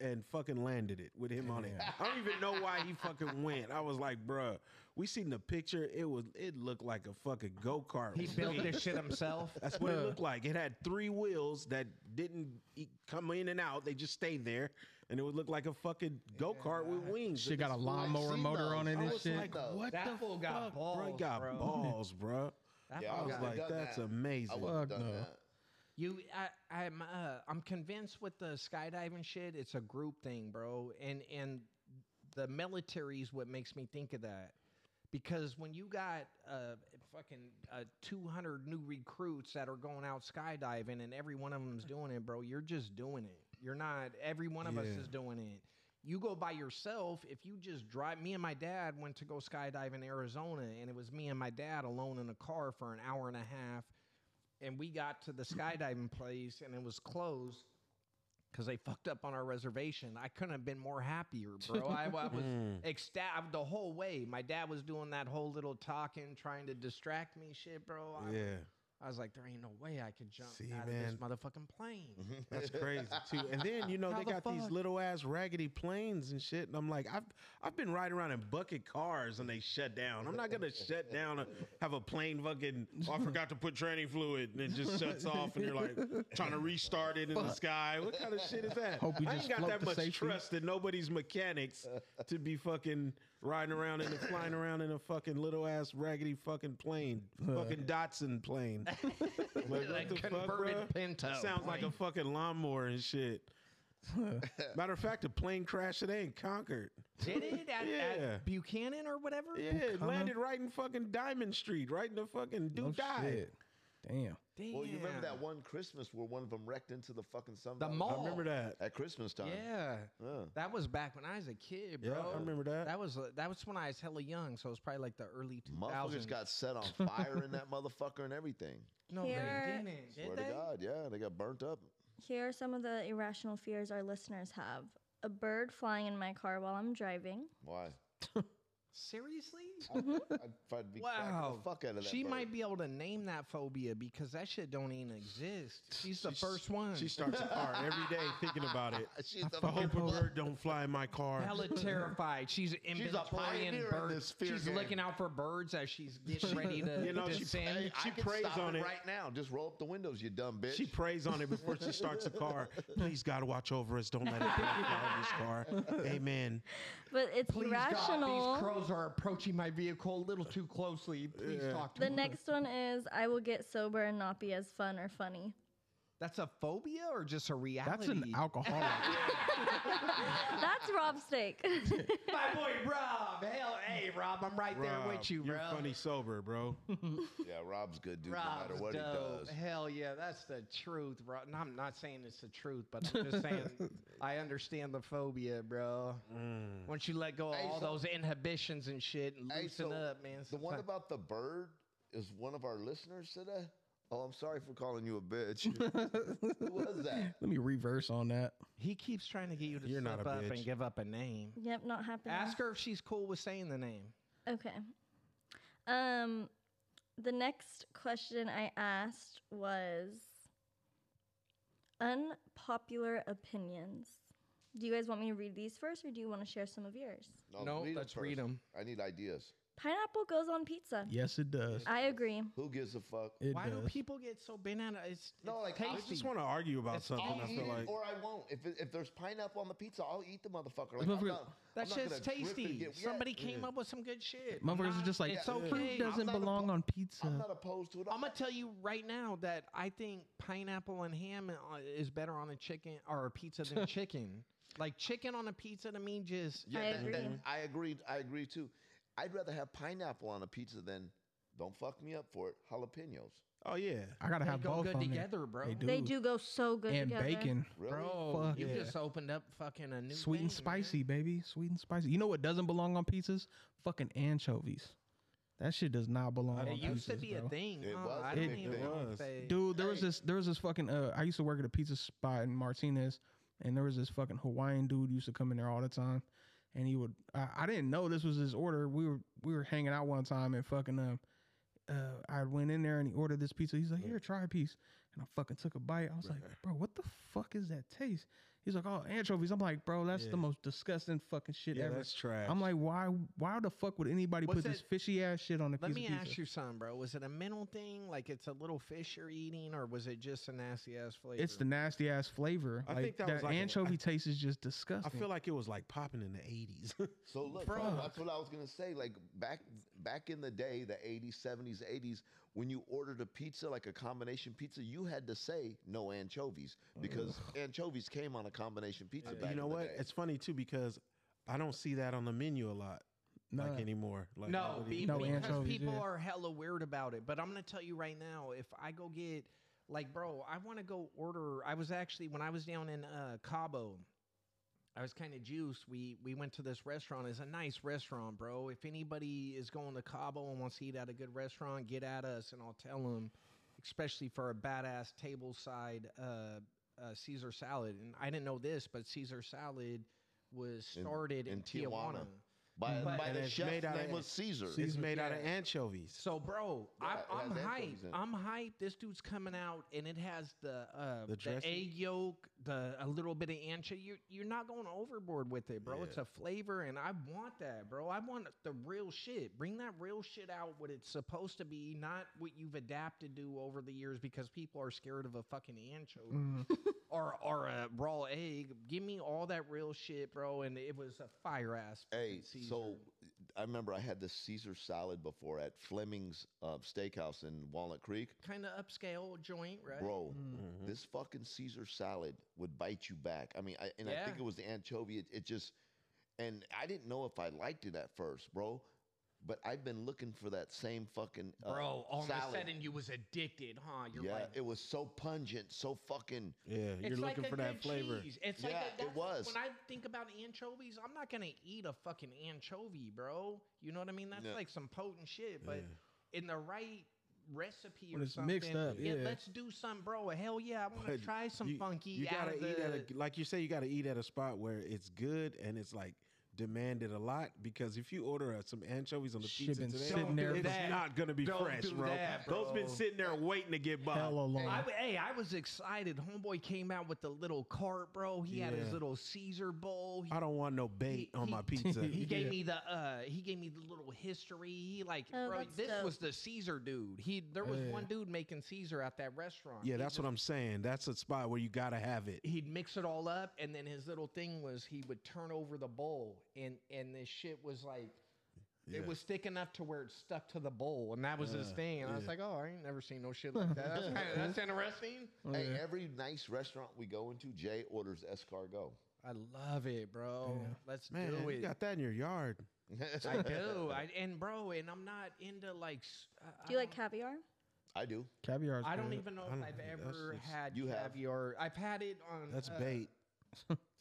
Speaker 6: and fucking landed it with him on it. (laughs) I don't even know why he fucking went. I was like, bruh, we seen the picture. It was it looked like a fucking go kart.
Speaker 7: he built this shit himself.
Speaker 6: (laughs) That's what it looked like. It had three wheels that didn't e- come in and out. They just stayed there, and it would look like a fucking go kart with wings.
Speaker 5: Shit got a lawnmower
Speaker 3: seen
Speaker 5: motor
Speaker 3: those.
Speaker 5: on it
Speaker 3: I
Speaker 5: and
Speaker 3: was
Speaker 5: shit.
Speaker 3: like,
Speaker 6: Like, what
Speaker 7: That
Speaker 6: the
Speaker 7: fool
Speaker 6: fuck,
Speaker 7: got
Speaker 6: bro? He
Speaker 7: balls,
Speaker 6: got
Speaker 7: bro.
Speaker 6: balls, bruh.
Speaker 7: That
Speaker 3: Yeah, I
Speaker 6: I
Speaker 7: fucker
Speaker 6: was
Speaker 3: would've
Speaker 6: like,
Speaker 3: done
Speaker 6: that's
Speaker 3: that. I
Speaker 6: amazing.
Speaker 3: would have
Speaker 5: Fuck
Speaker 3: done
Speaker 5: no.
Speaker 3: that.
Speaker 7: You, I, I'm, uh, I'm convinced with the skydiving shit, it's a group thing, bro. And and the military is what makes me think of that, because when you got uh, fucking uh, 200 new recruits that are going out skydiving, and every one of them's doing it, bro, you're just doing it. You're not. Every one of us
Speaker 6: Yeah.
Speaker 7: is doing it. You go by yourself. If you just drive, me and my dad went to go skydive in Arizona, and it was me and my dad alone in a car for an hour and a half and we got to the skydiving place and it was closed because they fucked up on our reservation. I couldn't have been more happier, bro. I, I
Speaker 6: (laughs)
Speaker 7: was ecstatic the whole way. My dad was doing that whole little talking, trying to distract me, shit, bro. I,
Speaker 6: Yeah.
Speaker 7: I was like, there ain't no way I could jump
Speaker 6: See,
Speaker 7: out
Speaker 6: man. Mm-hmm.
Speaker 7: of this motherfucking (laughs) plane.
Speaker 6: That's crazy too. And then you know
Speaker 7: How
Speaker 6: they
Speaker 7: the
Speaker 6: got these
Speaker 7: fuck?
Speaker 6: little ass raggedy planes and shit. And I'm like, I've I've been riding around in bucket cars and they shut down. I'm not gonna shut down. A, have a plane fucking. Oh, I forgot to put tranny fluid and it just shuts off and you're like trying to restart it in the sky. What kind of shit is that?
Speaker 5: Hope you
Speaker 6: I ain't
Speaker 5: just
Speaker 6: got
Speaker 5: float
Speaker 6: that
Speaker 5: to
Speaker 6: much
Speaker 5: safety.
Speaker 6: trust in nobody's mechanics to be fucking riding around and flying around in a fucking little ass raggedy fucking plane, fucking Datsun plane. Like,
Speaker 7: That
Speaker 6: what the fuck,
Speaker 7: converted
Speaker 6: bruh?
Speaker 7: Pinto
Speaker 6: Sounds like a
Speaker 7: Oh, plane.
Speaker 6: fucking lawnmower and (laughs) shit. Matter of fact, a plane crashed today in Concord.
Speaker 7: Did it at,
Speaker 6: Yeah.
Speaker 7: at Buchanan or whatever?
Speaker 6: Yeah, it landed right in fucking Diamond Street, right in the fucking dude
Speaker 5: No
Speaker 6: died.
Speaker 5: Oh, shit. Damn.
Speaker 7: Damn.
Speaker 3: Well, you remember that one Christmas where one of them wrecked into the fucking sun?
Speaker 7: The
Speaker 6: I
Speaker 7: mall.
Speaker 6: remember that.
Speaker 3: At Christmas time.
Speaker 7: Yeah.
Speaker 3: Yeah.
Speaker 7: That was back when I was a kid,
Speaker 6: Yeah,
Speaker 7: bro.
Speaker 6: I remember that.
Speaker 7: That was uh, that was when I was hella young, so it was probably like the early 2000s.
Speaker 3: Motherfuckers got set on fire in that motherfucker and everything.
Speaker 7: no,
Speaker 4: Here-
Speaker 7: they didn't. Did
Speaker 3: Swear
Speaker 7: they?
Speaker 3: to God, yeah, they got burnt up.
Speaker 4: Here are some of the irrational fears our listeners have. A bird flying in my car while I'm driving.
Speaker 3: Why?
Speaker 7: Seriously?
Speaker 3: I'd, I'd be cracking
Speaker 7: Wow.
Speaker 3: the fuck out of that.
Speaker 7: She
Speaker 3: bird.
Speaker 7: might be able to name that phobia because that shit don't even exist. She's the
Speaker 6: She's-
Speaker 7: first one.
Speaker 6: She starts a car every day thinking about (laughs) it.
Speaker 3: (laughs) She's a,
Speaker 6: I hope a
Speaker 3: fucking-
Speaker 6: bird don't fly in my car.
Speaker 7: hella terrified. She's
Speaker 3: a
Speaker 7: identifying
Speaker 3: pioneer in this
Speaker 7: birds.
Speaker 3: fear
Speaker 7: She's
Speaker 3: game.
Speaker 7: looking out for birds as she's
Speaker 3: (laughs)
Speaker 7: getting ready to
Speaker 6: You know, she-
Speaker 7: descend.
Speaker 3: Hey, I
Speaker 6: She
Speaker 3: can
Speaker 6: preys
Speaker 3: stop
Speaker 6: on it.
Speaker 3: right now. Just roll up the windows, you dumb bitch.
Speaker 6: She preys on it before she starts a car. Please God, watch over us. Don't let it
Speaker 7: (laughs)
Speaker 6: fly in this car. Amen.
Speaker 4: But it's
Speaker 7: Please
Speaker 4: rational.
Speaker 7: God, these crows are approaching my vehicle a little too closely. Please
Speaker 6: Yeah.
Speaker 7: talk to
Speaker 4: the
Speaker 7: me.
Speaker 4: next one is I will get sober and not be as fun or
Speaker 7: (laughs)
Speaker 4: funny.
Speaker 7: That's a phobia or just a reality?
Speaker 5: That's an alcoholic.
Speaker 3: (laughs)
Speaker 4: That's Rob's take. (laughs)
Speaker 7: my boy Rob. Hell, hey Rob, I'm right there
Speaker 6: Rob,
Speaker 7: with you,
Speaker 6: You're
Speaker 7: bro.
Speaker 6: funny sober, bro.
Speaker 3: yeah, Rob's good dude no matter
Speaker 7: Rob's
Speaker 3: what
Speaker 7: dope.
Speaker 3: he does.
Speaker 7: Hell yeah, that's the truth, bro. And I'm not saying it's the truth, but I'm
Speaker 3: (laughs)
Speaker 7: just saying I understand the phobia, bro.
Speaker 6: Mm.
Speaker 7: Once you let go of
Speaker 3: Mm. Hey,
Speaker 7: all
Speaker 3: so-
Speaker 7: those inhibitions and shit and
Speaker 3: Hey,
Speaker 7: loosen
Speaker 3: so
Speaker 7: up, man.
Speaker 3: The one
Speaker 7: sometimes-
Speaker 3: about the bird is one of our listeners today. Oh, I'm sorry for calling you a (laughs) bitch. Who was that?
Speaker 5: Let me reverse on that.
Speaker 7: he keeps trying to get you to
Speaker 6: You're not
Speaker 7: slip
Speaker 6: a
Speaker 7: up
Speaker 6: bitch.
Speaker 7: and give up a name.
Speaker 4: yep, not happening.
Speaker 7: Ask her if she's cool with saying the name.
Speaker 4: Okay. Um, the next question I asked was unpopular opinions. Do you guys want me to read these first, or do you want to share some of yours?
Speaker 7: No,
Speaker 3: read 'em
Speaker 7: let's read
Speaker 3: first.
Speaker 7: 'em.
Speaker 3: I need ideas.
Speaker 4: Pineapple goes on pizza.
Speaker 5: Yes, it does.
Speaker 4: I agree.
Speaker 3: Who gives a fuck?
Speaker 5: It
Speaker 7: Why
Speaker 5: does.
Speaker 7: do people get so bent out? of- It's,
Speaker 3: No, like,
Speaker 7: it's
Speaker 3: I
Speaker 6: I
Speaker 7: tasty.
Speaker 6: just want to argue about
Speaker 7: It's
Speaker 6: something.
Speaker 3: I'll
Speaker 6: I
Speaker 3: eat
Speaker 6: feel
Speaker 3: it
Speaker 6: like
Speaker 3: or I won't. If, it- if there's pineapple on the pizza, I'll eat the motherfucker. Like,
Speaker 5: Motherfucker,
Speaker 3: I'm not,
Speaker 7: that
Speaker 3: I'm not
Speaker 7: shit's
Speaker 3: gonna rip and
Speaker 7: tasty.
Speaker 3: get- yeah,
Speaker 7: Somebody came up with some good shit.
Speaker 5: Motherfuckers are
Speaker 7: Nah,
Speaker 5: just like,
Speaker 7: it's
Speaker 3: yeah,
Speaker 7: okay.
Speaker 5: fruit
Speaker 3: I'm
Speaker 5: doesn't
Speaker 3: not a
Speaker 5: belong
Speaker 3: po-
Speaker 5: on pizza.
Speaker 3: uh, I'm not opposed to it.
Speaker 7: I'm gonna tell you right now that I think pineapple and ham uh, is better on a chicken or a pizza
Speaker 5: (laughs)
Speaker 7: than chicken. Like chicken on a pizza to me just
Speaker 4: I
Speaker 3: that-
Speaker 4: agree.
Speaker 3: that- I agree. I agree too. I'd rather have pineapple on a pizza than don't fuck me up for it. Jalapenos,
Speaker 6: oh yeah,
Speaker 5: I gotta
Speaker 7: they
Speaker 5: have
Speaker 7: go
Speaker 5: both
Speaker 7: good
Speaker 5: on there.
Speaker 7: together, bro.
Speaker 5: They do.
Speaker 4: They do go so good
Speaker 5: and
Speaker 4: together.
Speaker 5: bacon,
Speaker 3: really?
Speaker 7: Bro,
Speaker 5: Fuck
Speaker 7: you
Speaker 5: yeah.
Speaker 7: just opened up fucking a new
Speaker 5: sweet and
Speaker 7: thing, man.
Speaker 5: spicy, baby, sweet and spicy. You know what doesn't belong on pizzas? Fucking anchovies. That shit does not belong on
Speaker 7: It used to
Speaker 5: pizzas,
Speaker 7: be
Speaker 5: bro.
Speaker 7: a thing.
Speaker 3: It
Speaker 7: huh?
Speaker 3: was
Speaker 7: I
Speaker 3: a
Speaker 7: don't
Speaker 5: big
Speaker 7: even
Speaker 6: thing.
Speaker 7: know if
Speaker 6: Was.
Speaker 7: they-
Speaker 5: Dude, there was
Speaker 3: Hey.
Speaker 5: this there was this fucking uh I used to work at a pizza spot in Martinez and there was this fucking Hawaiian dude who used to come in there all the time and he would I, I didn't know this was his order. We were we were hanging out one time and fucking um uh I went in there and he ordered this pizza. He's like, Here, try a piece. And I fucking took a bite. I was like, Bro, what the fuck is that taste? He's like, Oh, anchovies. I'm like, bro, that's
Speaker 6: Yeah.
Speaker 5: the most disgusting fucking shit
Speaker 6: yeah,
Speaker 5: ever.
Speaker 6: that's trash.
Speaker 5: I'm like, why why the fuck would anybody
Speaker 7: Was
Speaker 5: put this
Speaker 7: it-
Speaker 5: fishy ass shit on a
Speaker 7: Let
Speaker 5: piece
Speaker 7: me
Speaker 5: of pizza?
Speaker 7: ask you something, bro. Was it a mental thing? Like it's a little fish you're eating, or was it just a nasty ass flavor?
Speaker 5: It's the nasty ass flavor.
Speaker 6: I
Speaker 5: like,
Speaker 6: think that
Speaker 5: that,
Speaker 6: was like a-
Speaker 5: anchovy
Speaker 6: (laughs) I-
Speaker 5: taste is just
Speaker 6: I
Speaker 5: disgusting.
Speaker 6: feel like it was like popping in the
Speaker 5: (laughs)
Speaker 6: '80s.
Speaker 3: So look,
Speaker 5: Bro.
Speaker 3: bro, that's what I was gonna say. Like back back in the day, the '80s, '70s, '80s, when you ordered a pizza, like a combination pizza, you had to say no anchovies because anchovies came on a combination pizza.
Speaker 6: you
Speaker 3: back
Speaker 6: know
Speaker 3: in the
Speaker 6: what?
Speaker 3: day.
Speaker 6: It's funny too because I don't see that on the menu a lot
Speaker 5: Nah.
Speaker 6: like anymore. Like
Speaker 7: no,
Speaker 6: nobody-
Speaker 7: be,
Speaker 5: No
Speaker 7: because
Speaker 5: anchovies,
Speaker 7: people
Speaker 5: yeah.
Speaker 7: are hella weird about it. But I'm gonna tell you right now, if I go get like, bro, I want to go order. I was actually when I was down in uh, Cabo, I was kind of juiced. We we went to this restaurant. It's a nice restaurant, bro. If anybody is going to Cabo and wants to eat at a good restaurant, get at us, and I'll tell them. Especially for a badass tableside uh, uh, Caesar salad, and I didn't know this, but Caesar salad was
Speaker 3: In-
Speaker 7: started in,
Speaker 3: in
Speaker 7: Tijuana.
Speaker 3: Tijuana. by,
Speaker 7: But-
Speaker 3: by
Speaker 6: And
Speaker 3: the
Speaker 6: it's
Speaker 3: chef's
Speaker 6: made out of
Speaker 3: name
Speaker 6: an-
Speaker 3: was Caesar.
Speaker 6: It's made out of
Speaker 7: Yeah.
Speaker 6: anchovies.
Speaker 7: So, bro,
Speaker 3: Yeah, it
Speaker 7: I, I'm
Speaker 3: has anchovies
Speaker 7: hyped.
Speaker 3: in it.
Speaker 7: I'm hyped. This dude's coming out, and it has the uh,
Speaker 6: The
Speaker 7: the,
Speaker 6: dressing?
Speaker 7: egg yolk, the a little bit of ancho. You're you're not going overboard with it, bro. It's a flavor, and I want that, bro. I want the real shit. Bring that real shit out, what it's supposed to be, not what you've adapted to over the years because people are scared of a fucking ancho
Speaker 6: (laughs)
Speaker 5: Mm.
Speaker 7: or or a raw egg. Give me all that real shit, bro. And it was a fire ass.
Speaker 3: Hey,
Speaker 7: fucking Caesar.
Speaker 3: so I remember I had this Caesar salad before at Fleming's uh, Steakhouse in Walnut Creek.
Speaker 7: kind of upscale joint, right?
Speaker 3: Bro,
Speaker 5: Mm.
Speaker 7: Mm-hmm.
Speaker 6: Mhm.
Speaker 3: this fucking Caesar salad would bite you back. I mean, I, and I
Speaker 7: Yeah.
Speaker 3: think it was the anchovy. It, it just, and I didn't know if I liked it at first, bro. But I've been looking for that same fucking uh,
Speaker 7: Bro, all
Speaker 3: salad.
Speaker 7: of a sudden you was addicted, huh? You're
Speaker 3: yeah,
Speaker 7: like,
Speaker 3: it was so pungent, so fucking.
Speaker 6: Yeah, you're
Speaker 7: "It's like
Speaker 6: looking
Speaker 7: a
Speaker 6: for that
Speaker 7: good
Speaker 6: flavor.
Speaker 7: cheese." It's
Speaker 3: Yeah,
Speaker 7: like
Speaker 3: it
Speaker 7: a, that's-
Speaker 3: was.
Speaker 7: When I think about anchovies, I'm not gonna eat a fucking anchovy, bro. You know what I mean? That's
Speaker 3: No.
Speaker 7: like some potent shit, but in the right recipe
Speaker 5: When
Speaker 7: or
Speaker 5: it's
Speaker 7: something.
Speaker 5: mixed up, yeah.
Speaker 7: let's do some, bro. Hell yeah, I want to
Speaker 6: But
Speaker 7: try some
Speaker 6: you,
Speaker 7: funky.
Speaker 6: You
Speaker 7: out
Speaker 6: gotta
Speaker 7: of
Speaker 6: eat
Speaker 7: the,
Speaker 6: at a, like you say. You gotta eat at a spot where it's good and it's like demanded a lot because if you order uh, some anchovies on the
Speaker 5: Shit
Speaker 6: pizza
Speaker 5: been
Speaker 6: today,
Speaker 5: sitting there
Speaker 6: it's
Speaker 5: for-
Speaker 6: not gonna be
Speaker 7: Don't
Speaker 6: fresh,
Speaker 7: do
Speaker 6: bro.
Speaker 7: that,
Speaker 6: Those been
Speaker 7: bro.
Speaker 6: sitting there waiting to get by.
Speaker 5: hell alone.
Speaker 7: I w- hey, I was excited. Homeboy came out with the little cart, bro. He had his
Speaker 6: Yeah.
Speaker 7: little Caesar bowl. He,
Speaker 6: I don't want no
Speaker 7: He-
Speaker 6: bait on
Speaker 7: he-
Speaker 6: my pizza.
Speaker 7: he gave
Speaker 5: Yeah.
Speaker 7: me the uh he gave me the little history. He like
Speaker 4: Oh,
Speaker 7: bro,
Speaker 4: that's
Speaker 7: this
Speaker 4: dope.
Speaker 7: was the Caesar dude. He there was
Speaker 5: Yeah.
Speaker 7: one dude making Caesar at that restaurant.
Speaker 6: yeah, that's what I'm saying. That's a spot where you gotta have it.
Speaker 7: He'd mix it all up, and then his little thing was he would turn over the bowl, and and this shit was like
Speaker 6: Yeah.
Speaker 7: it was thick enough to where it stuck to the bowl, and that was his
Speaker 6: Uh,
Speaker 7: thing. And I was
Speaker 6: yeah.
Speaker 7: like, oh, I ain't never seen no shit like that. That's, kinda,
Speaker 6: (laughs)
Speaker 7: that's interesting.
Speaker 5: Oh,
Speaker 3: Hey,
Speaker 5: yeah.
Speaker 3: every nice restaurant we go into, Jay orders escargot.
Speaker 7: I love it, bro.
Speaker 5: Yeah.
Speaker 7: Let's
Speaker 6: Man,
Speaker 7: do
Speaker 6: you
Speaker 7: it.
Speaker 6: got that in your yard.
Speaker 7: I
Speaker 3: (laughs)
Speaker 6: (laughs)
Speaker 7: do. I, and bro, and I'm not into like. s- I-
Speaker 4: Do you
Speaker 7: I
Speaker 4: like
Speaker 7: don't-
Speaker 4: caviar?
Speaker 3: I do.
Speaker 5: Caviar's
Speaker 7: I don't
Speaker 5: good.
Speaker 7: even know
Speaker 6: I
Speaker 7: if
Speaker 6: don't-
Speaker 7: I've
Speaker 6: that's-
Speaker 7: ever
Speaker 6: it's-
Speaker 7: had
Speaker 3: you have.
Speaker 7: caviar. I've had it on.
Speaker 6: That's
Speaker 7: uh,
Speaker 6: bait.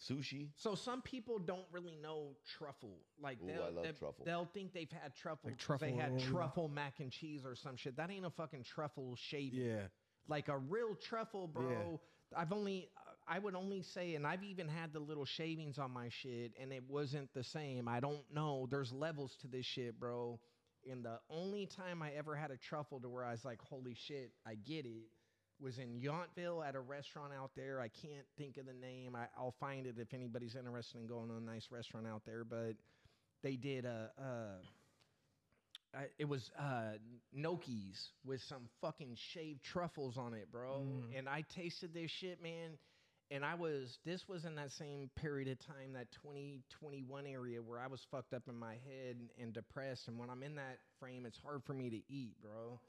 Speaker 3: Sushi.
Speaker 7: So some people don't really know truffle. Like
Speaker 3: Ooh, I
Speaker 7: they'll,
Speaker 3: love
Speaker 7: they,
Speaker 3: truffle.
Speaker 7: they'll think they've had truffle.
Speaker 5: Like
Speaker 7: 'cause they
Speaker 5: truffle
Speaker 7: had
Speaker 5: roll, yeah.
Speaker 7: truffle mac and cheese or some shit. That ain't a fucking truffle shape.
Speaker 6: Yeah.
Speaker 7: Like a real truffle, bro. I've only. I would only say, and I've even had the little shavings on my shit, and it wasn't the same. I don't know. There's levels to this shit, bro. And the only time I ever had a truffle to where I was like, holy shit, I get it, was in Yountville at a restaurant out there. I can't think of the name. I, I'll find it if anybody's interested in going to a nice restaurant out there. But they did a. Uh, I, it was uh, gnocchis with some fucking shaved truffles on it, bro.
Speaker 5: Mm.
Speaker 7: And I tasted this shit, man. And I was, this was in that same period of time, that 2021 area where I was fucked up in my head and, and depressed. And when I'm in that frame, it's hard for me to eat, bro.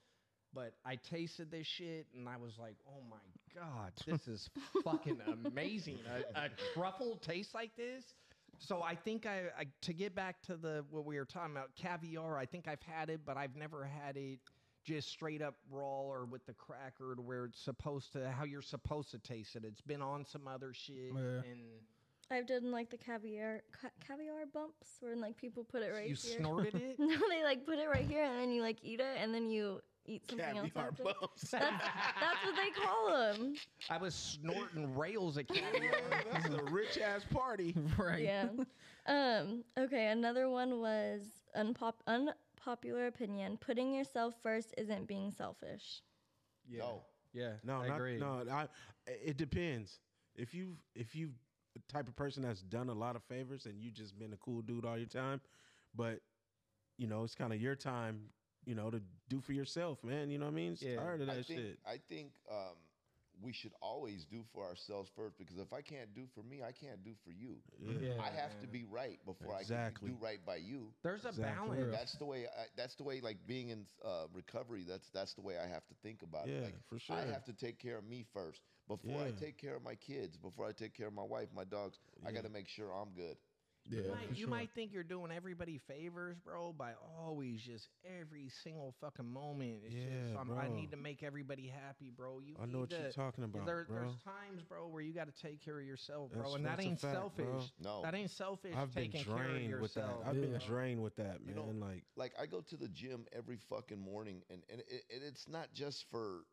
Speaker 7: But I tasted this shit and I was like, oh my God, this is fucking amazing. A, a truffle tastes like this. So I think I, I, to get back to the, what we were talking about, caviar, I think I've had it, but I've never had it just straight up raw or with the cracker to where it's supposed to how you're supposed to taste it. It's been on some other shit
Speaker 5: Yeah.
Speaker 7: and
Speaker 4: I've done like the caviar ca- caviar bumps where like people put it right
Speaker 7: you
Speaker 4: here.
Speaker 7: snorted it.
Speaker 4: (laughs) No, they like put it right here and then you like eat it and then you eat something else.
Speaker 6: Caviar
Speaker 4: after. That's, (laughs)
Speaker 6: bumps.
Speaker 4: that's what they call them.
Speaker 7: I was snorting rails at caviar.
Speaker 6: That's a rich ass party.
Speaker 5: (laughs) right.
Speaker 4: Yeah. Um, okay, another one was unpop- unpopular opinion. Putting yourself first isn't being selfish.
Speaker 7: yeah.
Speaker 3: No.
Speaker 7: Yeah.
Speaker 6: No,
Speaker 7: I
Speaker 6: not,
Speaker 7: agree.
Speaker 6: no. I, it depends. If you if you the type of person that's done a lot of favors and you just been a cool dude all your time, but you know it's kind of your time, you know, to do for yourself, man. You know what I mean? It's
Speaker 7: Yeah.
Speaker 6: Tired of that
Speaker 3: I think,
Speaker 6: shit.
Speaker 3: I think um, we should always do for ourselves first because if I can't do for me, I can't do for you. I have to
Speaker 7: man.
Speaker 3: be right before
Speaker 6: Exactly.
Speaker 3: I can do right by you.
Speaker 7: There's a
Speaker 6: Exactly.
Speaker 7: balance.
Speaker 3: That's the way. I, that's the way. Like being in uh, recovery, that's that's the way I have to think about it.
Speaker 6: Yeah,
Speaker 3: Like,
Speaker 6: for sure.
Speaker 3: I have to take care of me first before I
Speaker 6: Yeah.
Speaker 3: take care of my kids. Before I take care of my wife, my dogs. I
Speaker 6: Yeah.
Speaker 3: got to make sure I'm good.
Speaker 5: Yeah.
Speaker 7: You, might,
Speaker 5: for
Speaker 7: you
Speaker 5: sure.
Speaker 7: might think you're doing everybody favors, bro, by always just every single fucking moment. It's just,
Speaker 6: Yeah,
Speaker 7: I'm, I
Speaker 6: bro.
Speaker 7: need to make everybody happy, bro. You
Speaker 6: I know what
Speaker 7: need
Speaker 6: you're
Speaker 7: to-
Speaker 6: talking about,
Speaker 7: there,
Speaker 6: bro.
Speaker 7: There's times, bro, where you got to take care of yourself, bro,
Speaker 6: That's-
Speaker 7: and that
Speaker 6: that's a
Speaker 7: ain't
Speaker 6: fact,
Speaker 7: selfish.
Speaker 6: bro.
Speaker 3: No.
Speaker 7: that ain't selfish.
Speaker 6: I've been
Speaker 7: taking care of
Speaker 6: drained with that.
Speaker 7: yourself.
Speaker 6: I've
Speaker 5: Yeah.
Speaker 6: been drained with that,
Speaker 3: You
Speaker 6: man.
Speaker 3: know,
Speaker 6: like,
Speaker 3: like I go to the gym every fucking morning, and and it, it, it's not just for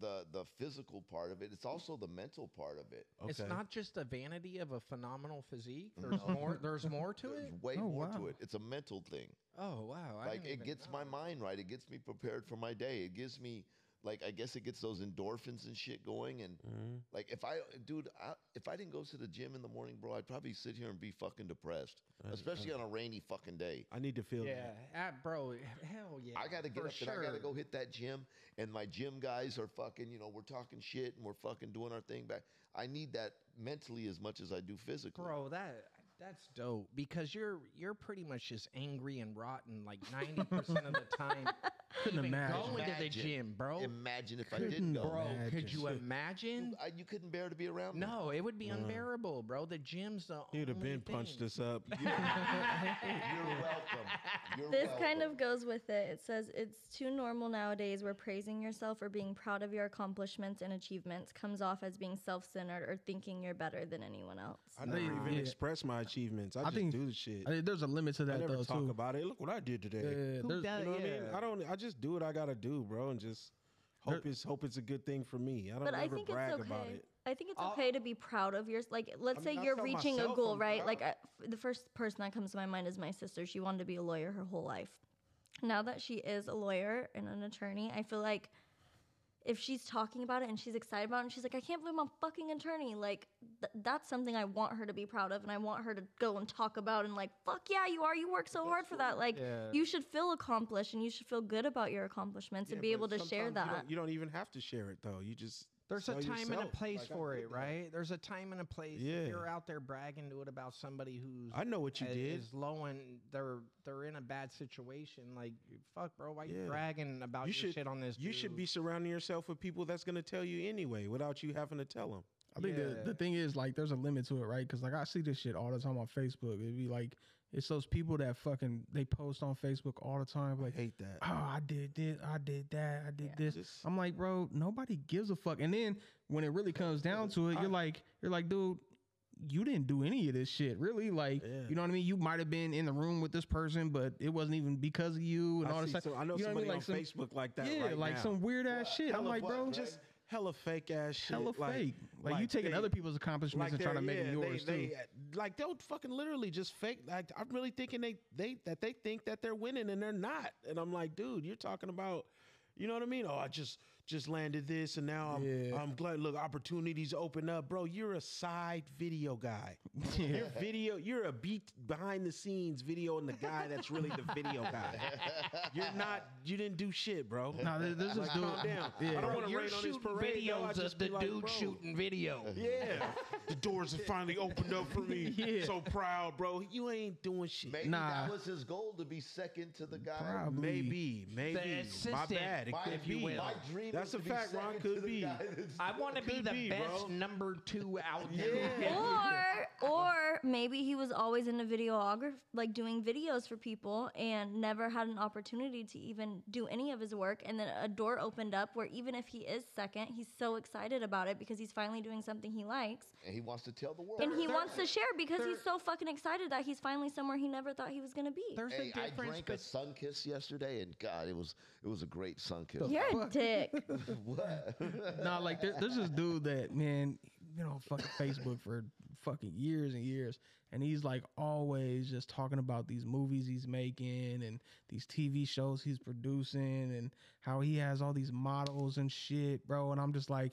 Speaker 3: the the physical part of it; it's also the mental part of it.
Speaker 6: okay.
Speaker 7: It's not just the vanity of a phenomenal
Speaker 6: (laughs)
Speaker 7: physique. There's
Speaker 3: No.
Speaker 7: more. There's more to
Speaker 3: There's
Speaker 7: it.
Speaker 3: way
Speaker 5: Oh,
Speaker 3: more
Speaker 5: wow.
Speaker 3: to it. It's a mental thing.
Speaker 7: Oh wow! I
Speaker 3: like
Speaker 7: didn't
Speaker 3: it
Speaker 7: even
Speaker 3: gets my
Speaker 7: know.
Speaker 3: mind right. It gets me prepared for my day. It gives me like I guess it gets those endorphins and shit going. And
Speaker 6: Mhm.
Speaker 3: like if I, dude, I, if I didn't go to the gym in the morning, bro, I'd probably sit here and be fucking depressed,
Speaker 6: I-
Speaker 3: especially on a rainy fucking day.
Speaker 6: I need to feel
Speaker 7: Yeah,
Speaker 6: that.
Speaker 7: ah, bro. Hell yeah!
Speaker 3: I got to get
Speaker 7: for
Speaker 3: up and I got to
Speaker 7: sure.
Speaker 3: go hit that gym. And my gym guys are fucking, you know, we're talking shit and we're fucking doing our thing back. I need that mentally as much as I do physically.
Speaker 7: bro that that's dope because you're you're pretty much just angry and rotten like 90% of the
Speaker 6: (laughs)
Speaker 7: time
Speaker 5: Couldn't
Speaker 7: even
Speaker 5: imagine.
Speaker 7: going to the
Speaker 3: Imagine.
Speaker 7: gym bro
Speaker 3: Imagine if I
Speaker 5: Couldn't
Speaker 3: didn't go.
Speaker 7: bro could
Speaker 5: Imagine.
Speaker 6: (laughs)
Speaker 7: you
Speaker 3: You,
Speaker 7: imagine
Speaker 3: I, you couldn't bear to be around me.
Speaker 7: no it would be unbearable bro the gym's the
Speaker 6: He'd have
Speaker 7: only
Speaker 6: been
Speaker 7: (laughs)
Speaker 6: punched
Speaker 7: thing.
Speaker 6: us up. (laughs)
Speaker 3: You're welcome.
Speaker 4: (laughs)
Speaker 3: You're
Speaker 4: This kind
Speaker 3: welcome.
Speaker 4: of goes with it. It says it's too normal nowadays where praising yourself or being proud of your accomplishments and achievements comes off as being self centered or thinking you're better than anyone else.
Speaker 6: I never
Speaker 5: Nah.
Speaker 6: even
Speaker 5: Yeah.
Speaker 6: express my achievements. I,
Speaker 5: I
Speaker 6: just
Speaker 5: think-
Speaker 6: do the shit.
Speaker 5: I mean, there's a limit to
Speaker 6: I
Speaker 5: that
Speaker 6: never
Speaker 5: though
Speaker 6: talk
Speaker 5: too.
Speaker 6: about it. Look what I did today.
Speaker 5: Yeah, yeah,
Speaker 7: Who
Speaker 5: there's-
Speaker 7: does-
Speaker 6: You know what I mean?
Speaker 7: yeah.
Speaker 6: I don't. I just do what I gotta do, bro, and just hope
Speaker 5: There-
Speaker 6: it's hope it's a good thing for me. I don't
Speaker 4: But I
Speaker 6: ever
Speaker 4: think it's
Speaker 6: brag about
Speaker 4: okay.
Speaker 6: it.
Speaker 4: I think it's
Speaker 7: I'll-
Speaker 4: okay to be proud of yours. Like, let's
Speaker 6: I
Speaker 4: say
Speaker 6: mean, I
Speaker 4: you're
Speaker 6: tell
Speaker 4: reaching a
Speaker 6: myself
Speaker 4: goal,
Speaker 6: I'm
Speaker 4: right? Like,
Speaker 6: proud.
Speaker 4: I, f- the first person that comes to my mind is my sister. She wanted to be a lawyer her whole life. Now that she is a lawyer and an attorney, I feel like if she's talking about it and she's excited about it and she's like, I can't believe I'm a fucking attorney, like, th- that's something I want her to be proud of and I want her to go and talk about and, like, fuck yeah, you are. You work so hard for that. Like,
Speaker 7: Yeah.
Speaker 4: you should feel accomplished and you should feel good about your accomplishments
Speaker 6: Yeah,
Speaker 4: and be able
Speaker 6: but
Speaker 4: to share
Speaker 6: sometimes
Speaker 4: that.
Speaker 6: You don't, you don't even have to share it though. You just
Speaker 7: There's a
Speaker 6: sell
Speaker 7: time and a
Speaker 6: yourself.
Speaker 7: place
Speaker 6: Like, I
Speaker 7: for
Speaker 6: did
Speaker 7: it,
Speaker 6: that.
Speaker 7: right? There's a time and a place.
Speaker 6: Yeah.
Speaker 7: If you're out there bragging to it about somebody who's
Speaker 6: I know what you
Speaker 7: i-
Speaker 6: did.
Speaker 7: is low and they're they're in a bad situation, like fuck, bro, why you
Speaker 6: Yeah.
Speaker 7: bragging about
Speaker 6: You
Speaker 7: your
Speaker 6: should-
Speaker 7: shit on this?
Speaker 6: You should
Speaker 7: dude?
Speaker 6: be surrounding yourself with people that's going to tell you anyway without you having to tell them.
Speaker 5: I think the,
Speaker 7: Yeah.
Speaker 5: the thing is like there's a limit to it, right? Because like I see this shit all the time on Facebook. It'd be like it's those people that fucking they post on Facebook all the time, like,
Speaker 6: I hate that.
Speaker 5: oh, I did this, I did that, I did this.
Speaker 6: Just-
Speaker 5: I'm like, bro, nobody gives a fuck. And then when it really comes down to it,
Speaker 6: I-
Speaker 5: you're like, you're like, dude, you didn't do any of this shit, really. Like,
Speaker 6: Yeah.
Speaker 5: you know what I mean? You might have been in the room with this person, but it wasn't even because of you and all
Speaker 6: I,
Speaker 5: this
Speaker 6: see,
Speaker 5: stuff.
Speaker 6: so I know
Speaker 5: you know what I
Speaker 6: somebody
Speaker 5: mean? Like
Speaker 6: on
Speaker 5: some-
Speaker 6: Facebook like that.
Speaker 5: yeah,
Speaker 6: right
Speaker 5: like
Speaker 6: now.
Speaker 5: some weird ass shit. I'm
Speaker 6: Hella
Speaker 5: like,
Speaker 6: fu-
Speaker 5: bro,
Speaker 6: just hella fake ass shit.
Speaker 5: hella
Speaker 6: like-
Speaker 5: fake. Like, you taking
Speaker 6: they-
Speaker 5: other people's accomplishments and
Speaker 6: they're-
Speaker 5: trying to make
Speaker 6: yeah,
Speaker 5: them yours
Speaker 6: they,
Speaker 5: too.
Speaker 6: (laughs) they, uh, like they'll fucking literally just fake. Like I'm really thinking they they that they think that they're winning and they're not. And I'm like, dude, you're talking about, you know what I mean? Oh, I just just landed this and now I'm
Speaker 5: Yeah.
Speaker 6: I'm glad. Look, opportunities open up, bro. You're a side video guy.
Speaker 5: (laughs) yeah.
Speaker 6: You're video. You're a beat behind the scenes video and the guy that's really the video guy. You're not. You didn't do shit, bro.
Speaker 5: No, th- this is dude.
Speaker 6: Calm down. I
Speaker 5: Yeah.
Speaker 6: don't want to
Speaker 7: You're
Speaker 6: rain on his
Speaker 7: shooting
Speaker 6: parade. though. I
Speaker 7: videos
Speaker 6: just
Speaker 7: of
Speaker 6: be
Speaker 7: the
Speaker 6: like,
Speaker 7: dude
Speaker 6: bro,
Speaker 7: shooting video.
Speaker 6: (laughs) yeah. the doors have finally opened up for me.
Speaker 5: (laughs) Yeah.
Speaker 6: So proud, bro. You ain't doing shit.
Speaker 3: Maybe
Speaker 5: Nah.
Speaker 3: that was his goal to be second to the guy.
Speaker 5: Probably.
Speaker 6: Maybe, maybe. My
Speaker 7: assistant,
Speaker 6: bad. It
Speaker 3: My,
Speaker 6: could
Speaker 7: if you
Speaker 6: be.
Speaker 7: will.
Speaker 3: my dream
Speaker 6: That's
Speaker 3: is
Speaker 6: a
Speaker 3: to be
Speaker 6: fact, Ron,
Speaker 3: second
Speaker 6: could
Speaker 3: to the
Speaker 6: be.
Speaker 3: guy that's-
Speaker 7: I want to be
Speaker 6: Could
Speaker 7: the
Speaker 6: be,
Speaker 7: best
Speaker 6: bro.
Speaker 7: number two (laughs) out there.
Speaker 6: Yeah.
Speaker 7: (laughs)
Speaker 4: or or maybe he was always into videography like doing videos for people and never had an opportunity to even do any of his work and then a door opened up where even if he is second he's so excited about it because he's finally doing something he likes
Speaker 3: and he wants to tell the world.
Speaker 4: and he
Speaker 7: There-
Speaker 4: wants to share because
Speaker 7: there-
Speaker 4: he's so fucking excited that he's finally somewhere he never thought he was going to be
Speaker 7: There's
Speaker 3: Hey,
Speaker 7: a
Speaker 3: I
Speaker 7: difference.
Speaker 3: drank a sun kiss yesterday, and God, it was it was a great sun kiss.
Speaker 7: (laughs)
Speaker 4: you're a dick
Speaker 3: (laughs) what?
Speaker 5: nah, like there, there's this dude that man, you know, fucking Facebook for fucking years and years, and he's like always just talking about these movies he's making and these TV shows he's producing and how he has all these models and shit, bro. And I'm just like,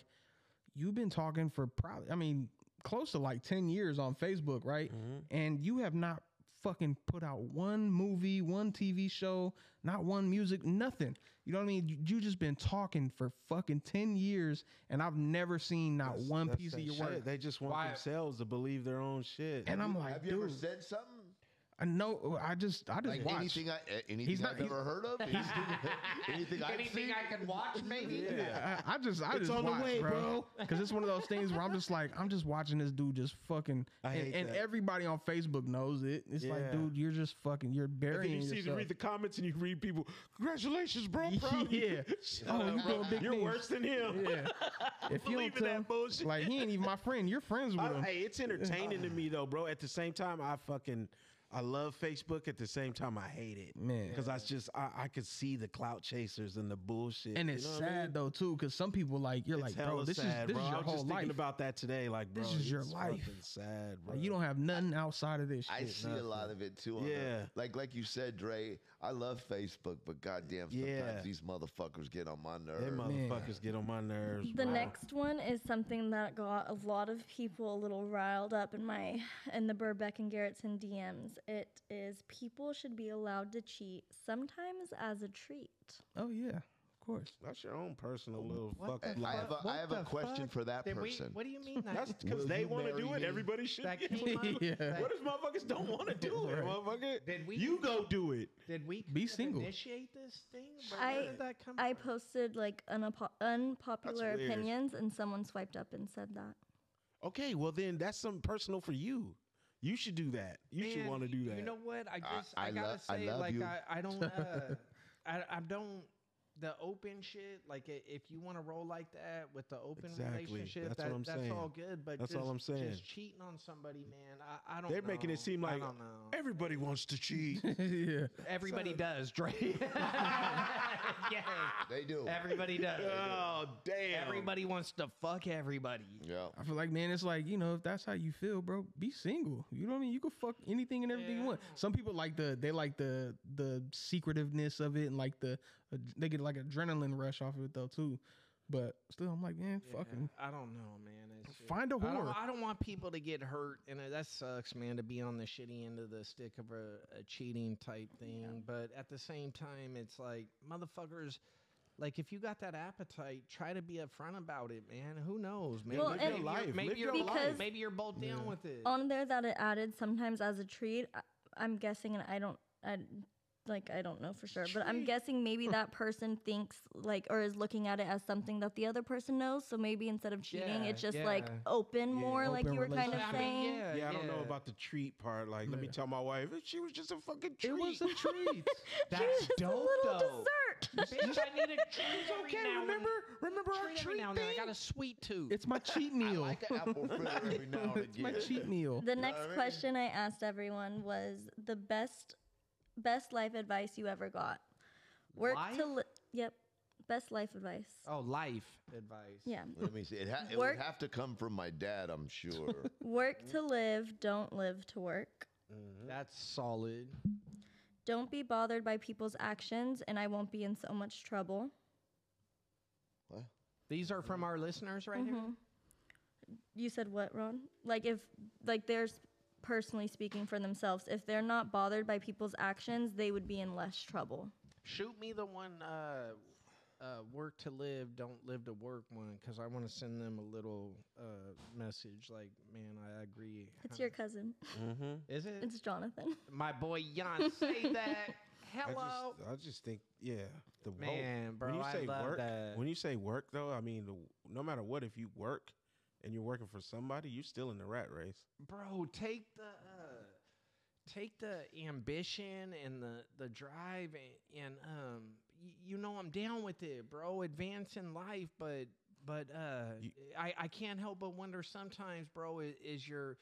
Speaker 5: you've been talking for probably, I mean, close to like ten years on Facebook, right?
Speaker 3: Mm-hmm.
Speaker 5: And you have not fucking put out one movie, one TV show, not one music, nothing. You know what I mean? You, you just been talking for fucking 10 years and I've never seen not
Speaker 6: That's-
Speaker 5: one
Speaker 6: that's
Speaker 5: piece of
Speaker 6: that
Speaker 5: your
Speaker 6: shit.
Speaker 5: work.
Speaker 6: They just want
Speaker 7: Why-
Speaker 6: themselves to believe their own shit.
Speaker 5: And I'm like,
Speaker 3: Have you ever
Speaker 5: dude,
Speaker 3: said something?
Speaker 5: I know, I just, I just
Speaker 3: Like
Speaker 5: watch.
Speaker 3: anything I a- anything
Speaker 5: not-
Speaker 3: I've
Speaker 5: he's-
Speaker 3: ever heard of? (laughs) anything I've
Speaker 7: Anything
Speaker 3: seen?
Speaker 7: I can (laughs) watch, maybe.
Speaker 5: I, I just, I just
Speaker 6: on the
Speaker 5: watch,
Speaker 6: way,
Speaker 5: bro. (laughs) Because it's one of those things where I'm just like, I'm just watching this dude just fucking,
Speaker 6: I
Speaker 5: and,
Speaker 6: hate
Speaker 5: and
Speaker 6: that.
Speaker 5: everybody on Facebook knows it. It's like,
Speaker 6: Yeah.
Speaker 5: dude, you're just fucking, you're
Speaker 6: and then
Speaker 5: burying
Speaker 6: you see, you
Speaker 5: yourself.
Speaker 6: read the comments and you read people, congratulations, bro. Proud
Speaker 5: (laughs)
Speaker 6: of
Speaker 5: yeah.
Speaker 6: (laughs) you."
Speaker 5: Oh,
Speaker 6: Shut
Speaker 5: you
Speaker 6: up, bro.
Speaker 5: doing big
Speaker 6: You're
Speaker 5: things.
Speaker 6: worse than him.
Speaker 5: Yeah. If you
Speaker 6: (laughs) Believe
Speaker 5: don't
Speaker 6: in
Speaker 5: tell,
Speaker 6: that bullshit.
Speaker 5: like he ain't even my friend. You're friends with
Speaker 6: I-
Speaker 5: him.
Speaker 6: hey, it's entertaining to me though, bro. At the same time, I fucking I love Facebook. At the same time, I hate it,
Speaker 5: Man.
Speaker 6: Because I just I, I could see the clout chasers and the bullshit.
Speaker 5: And
Speaker 6: you
Speaker 5: it's
Speaker 6: know what I
Speaker 5: sad
Speaker 6: mean?
Speaker 5: though too, because some people like you're like,
Speaker 6: It's
Speaker 5: bro,
Speaker 6: hella
Speaker 5: this
Speaker 6: sad,
Speaker 5: is this
Speaker 6: bro.
Speaker 5: is
Speaker 6: I
Speaker 5: your
Speaker 6: was
Speaker 5: whole
Speaker 6: just
Speaker 5: life.
Speaker 6: thinking about that today. Like, bro,
Speaker 5: This is your
Speaker 6: it's
Speaker 5: life.
Speaker 6: fucking Sad, bro.
Speaker 5: Like, you don't have nothing outside of this shit.
Speaker 3: I see a lot of it too. On
Speaker 6: Yeah.
Speaker 3: the, like like you said, Dre. I love Facebook, but goddamn, sometimes
Speaker 6: Yeah.
Speaker 3: these motherfuckers get on my (laughs)
Speaker 6: They
Speaker 3: nerves.
Speaker 6: motherfuckers get on my nerves.
Speaker 4: The
Speaker 6: bro.
Speaker 4: next one is something that got a lot of people a little riled up in my in the Burbeck and Garrettson DMs. It is people should be allowed to cheat sometimes as a treat.
Speaker 5: oh yeah, of course. (laughs)
Speaker 6: That's your own personal little
Speaker 7: What
Speaker 6: fuck.
Speaker 7: the
Speaker 3: I have
Speaker 7: fuck?
Speaker 3: a, I
Speaker 7: What
Speaker 3: have a
Speaker 7: the
Speaker 3: question
Speaker 7: fuck?
Speaker 3: for that
Speaker 7: Did we-
Speaker 3: person.
Speaker 7: what do you mean? That, (laughs)
Speaker 6: That's because
Speaker 3: Will
Speaker 6: they
Speaker 3: you
Speaker 6: want to
Speaker 3: marry
Speaker 6: do it.
Speaker 3: me?
Speaker 6: Everybody should.
Speaker 7: that
Speaker 6: get
Speaker 7: came (laughs) up?
Speaker 5: Yeah.
Speaker 7: that-
Speaker 6: What if motherfuckers don't want to do it,
Speaker 5: Right.
Speaker 6: motherfucker?
Speaker 7: Did we-
Speaker 6: You go do it.
Speaker 7: Did we
Speaker 5: Be
Speaker 7: kind of
Speaker 5: single.
Speaker 7: initiate this thing? Bro,
Speaker 4: I-
Speaker 7: Where did that come
Speaker 4: I
Speaker 7: from?
Speaker 4: posted like unapo- unpopular
Speaker 6: weird.
Speaker 4: opinions, and someone swiped up and said that.
Speaker 6: Okay, well then that's something personal for you. You should do that. You should
Speaker 7: Man,
Speaker 6: want to do that.
Speaker 7: You know what? I
Speaker 3: I-
Speaker 7: just I,
Speaker 3: I
Speaker 7: gotta
Speaker 3: love- I
Speaker 7: say, (laughs)
Speaker 3: love
Speaker 7: like
Speaker 3: you.
Speaker 7: I, I don't uh, I, I don't the open shit, like i- if you want to roll like that with the open
Speaker 6: Exactly.
Speaker 7: relationship,
Speaker 6: That's
Speaker 7: that,
Speaker 6: what I'm
Speaker 7: that's
Speaker 6: saying.
Speaker 7: all good. But
Speaker 6: That's all
Speaker 7: just,
Speaker 6: I'm saying.
Speaker 7: Just cheating on somebody, man. I, I don't.
Speaker 6: They're making
Speaker 7: know.
Speaker 6: it seem like
Speaker 7: I don't know.
Speaker 6: everybody wants
Speaker 7: (laughs)
Speaker 6: to cheat.
Speaker 5: yeah.
Speaker 7: Everybody does, Dre. (laughs) yes,
Speaker 3: They do.
Speaker 7: everybody does.
Speaker 6: oh damn!
Speaker 7: Everybody wants to fuck everybody.
Speaker 3: yeah.
Speaker 5: I feel like, man, it's like, you know, if that's how you feel, bro, be single. You know what I mean? You can fuck anything and everything you want. Some people like the, they like the, the secretiveness of it and like the, they get like adrenaline rush off of it though, too. But still, I'm like, man,
Speaker 7: Yeah,
Speaker 5: fucking
Speaker 7: I don't know, man. It's just-
Speaker 5: find a
Speaker 7: I don't,
Speaker 5: whore.
Speaker 7: I don't want people to get hurt, and uh, that sucks, man, to be on the shitty end of the stick of a, a cheating type thing. But at the same time, it's like motherfuckers. Like if you got that appetite, try to be upfront about it, man. Who knows, man?
Speaker 4: Well,
Speaker 7: maybe
Speaker 4: and-
Speaker 7: you're,
Speaker 6: Live
Speaker 7: maybe
Speaker 6: your
Speaker 7: you're
Speaker 4: life. Because-
Speaker 7: maybe you're both down with it.
Speaker 4: on there that it added sometimes as a treat. I, I'm guessing, and I don't, I like, I don't know for sure, but I'm guessing maybe that person thinks like or is looking at it as something that the other person knows. So maybe instead of cheating,
Speaker 7: Yeah,
Speaker 4: it's just like
Speaker 7: yeah.
Speaker 4: open more, like
Speaker 5: open
Speaker 4: you were kind of
Speaker 7: I mean,
Speaker 4: saying.
Speaker 7: yeah,
Speaker 6: Yeah, I don't know
Speaker 7: yeah.
Speaker 6: about the treat part. Like, let me
Speaker 5: Yeah.
Speaker 6: tell my wife she was just a fucking treat.
Speaker 5: it was a treat.
Speaker 4: (laughs) (laughs) She was
Speaker 7: That's
Speaker 4: just
Speaker 7: dope
Speaker 4: a little
Speaker 7: though.
Speaker 4: dessert.
Speaker 7: Bitch, I need a treat every
Speaker 6: okay.
Speaker 7: now and-
Speaker 6: Remember, remember
Speaker 7: treat
Speaker 6: our
Speaker 7: every
Speaker 6: treat,
Speaker 7: now and then. I
Speaker 6: thing?
Speaker 7: got a sweet tooth.
Speaker 5: it's
Speaker 3: (laughs)
Speaker 5: my cheat meal.
Speaker 3: Like an
Speaker 5: (laughs)
Speaker 3: apple fritter every now and
Speaker 5: it's my
Speaker 3: again.
Speaker 5: cheat meal.
Speaker 4: the
Speaker 3: know
Speaker 4: next
Speaker 3: what I mean?
Speaker 4: question I asked everyone was the best, best life advice you ever got. Work to
Speaker 7: Life?
Speaker 4: li- yep, best life advice.
Speaker 7: oh, life advice.
Speaker 4: Yeah.
Speaker 3: Let me see. It, ha- it
Speaker 4: Work-
Speaker 3: would have to come from my dad, I'm sure.
Speaker 4: Work to live, don't live to work.
Speaker 7: That's solid.
Speaker 4: Don't be bothered by people's actions, and I won't be in so much trouble.
Speaker 3: what?
Speaker 7: These are from our listeners right
Speaker 4: Mm-hmm.
Speaker 7: here.
Speaker 4: You said what, Ron? Like if like they're s- personally speaking for themselves, if they're not bothered by people's actions, they would be in less trouble.
Speaker 7: Shoot me the one uh, uh, work to live, don't live to work one, because I want to send them a little uh, message like, man, I agree.
Speaker 4: It's
Speaker 7: huh?"
Speaker 4: your cousin.
Speaker 6: Mm-hmm.
Speaker 7: (laughs) Is it?
Speaker 4: It's
Speaker 7: (laughs)
Speaker 4: Jonathan.
Speaker 7: My boy Jan say that.
Speaker 4: (laughs)
Speaker 7: Hello.
Speaker 6: I just, I just think, yeah, the
Speaker 7: uh,
Speaker 6: wo-
Speaker 7: Man, bro,
Speaker 6: When you
Speaker 7: I
Speaker 6: say
Speaker 7: love
Speaker 6: work,
Speaker 7: that.
Speaker 6: when you say work, though, I mean, the, no matter what, if you work and you're working for somebody, you're still in the rat race.
Speaker 7: bro, take the. Uh, Take the ambition and the, the drive and, and um y- you know I'm down with it, bro. Advance in life, but but uh
Speaker 6: You-
Speaker 7: I, I can't help but wonder sometimes, bro, is, is your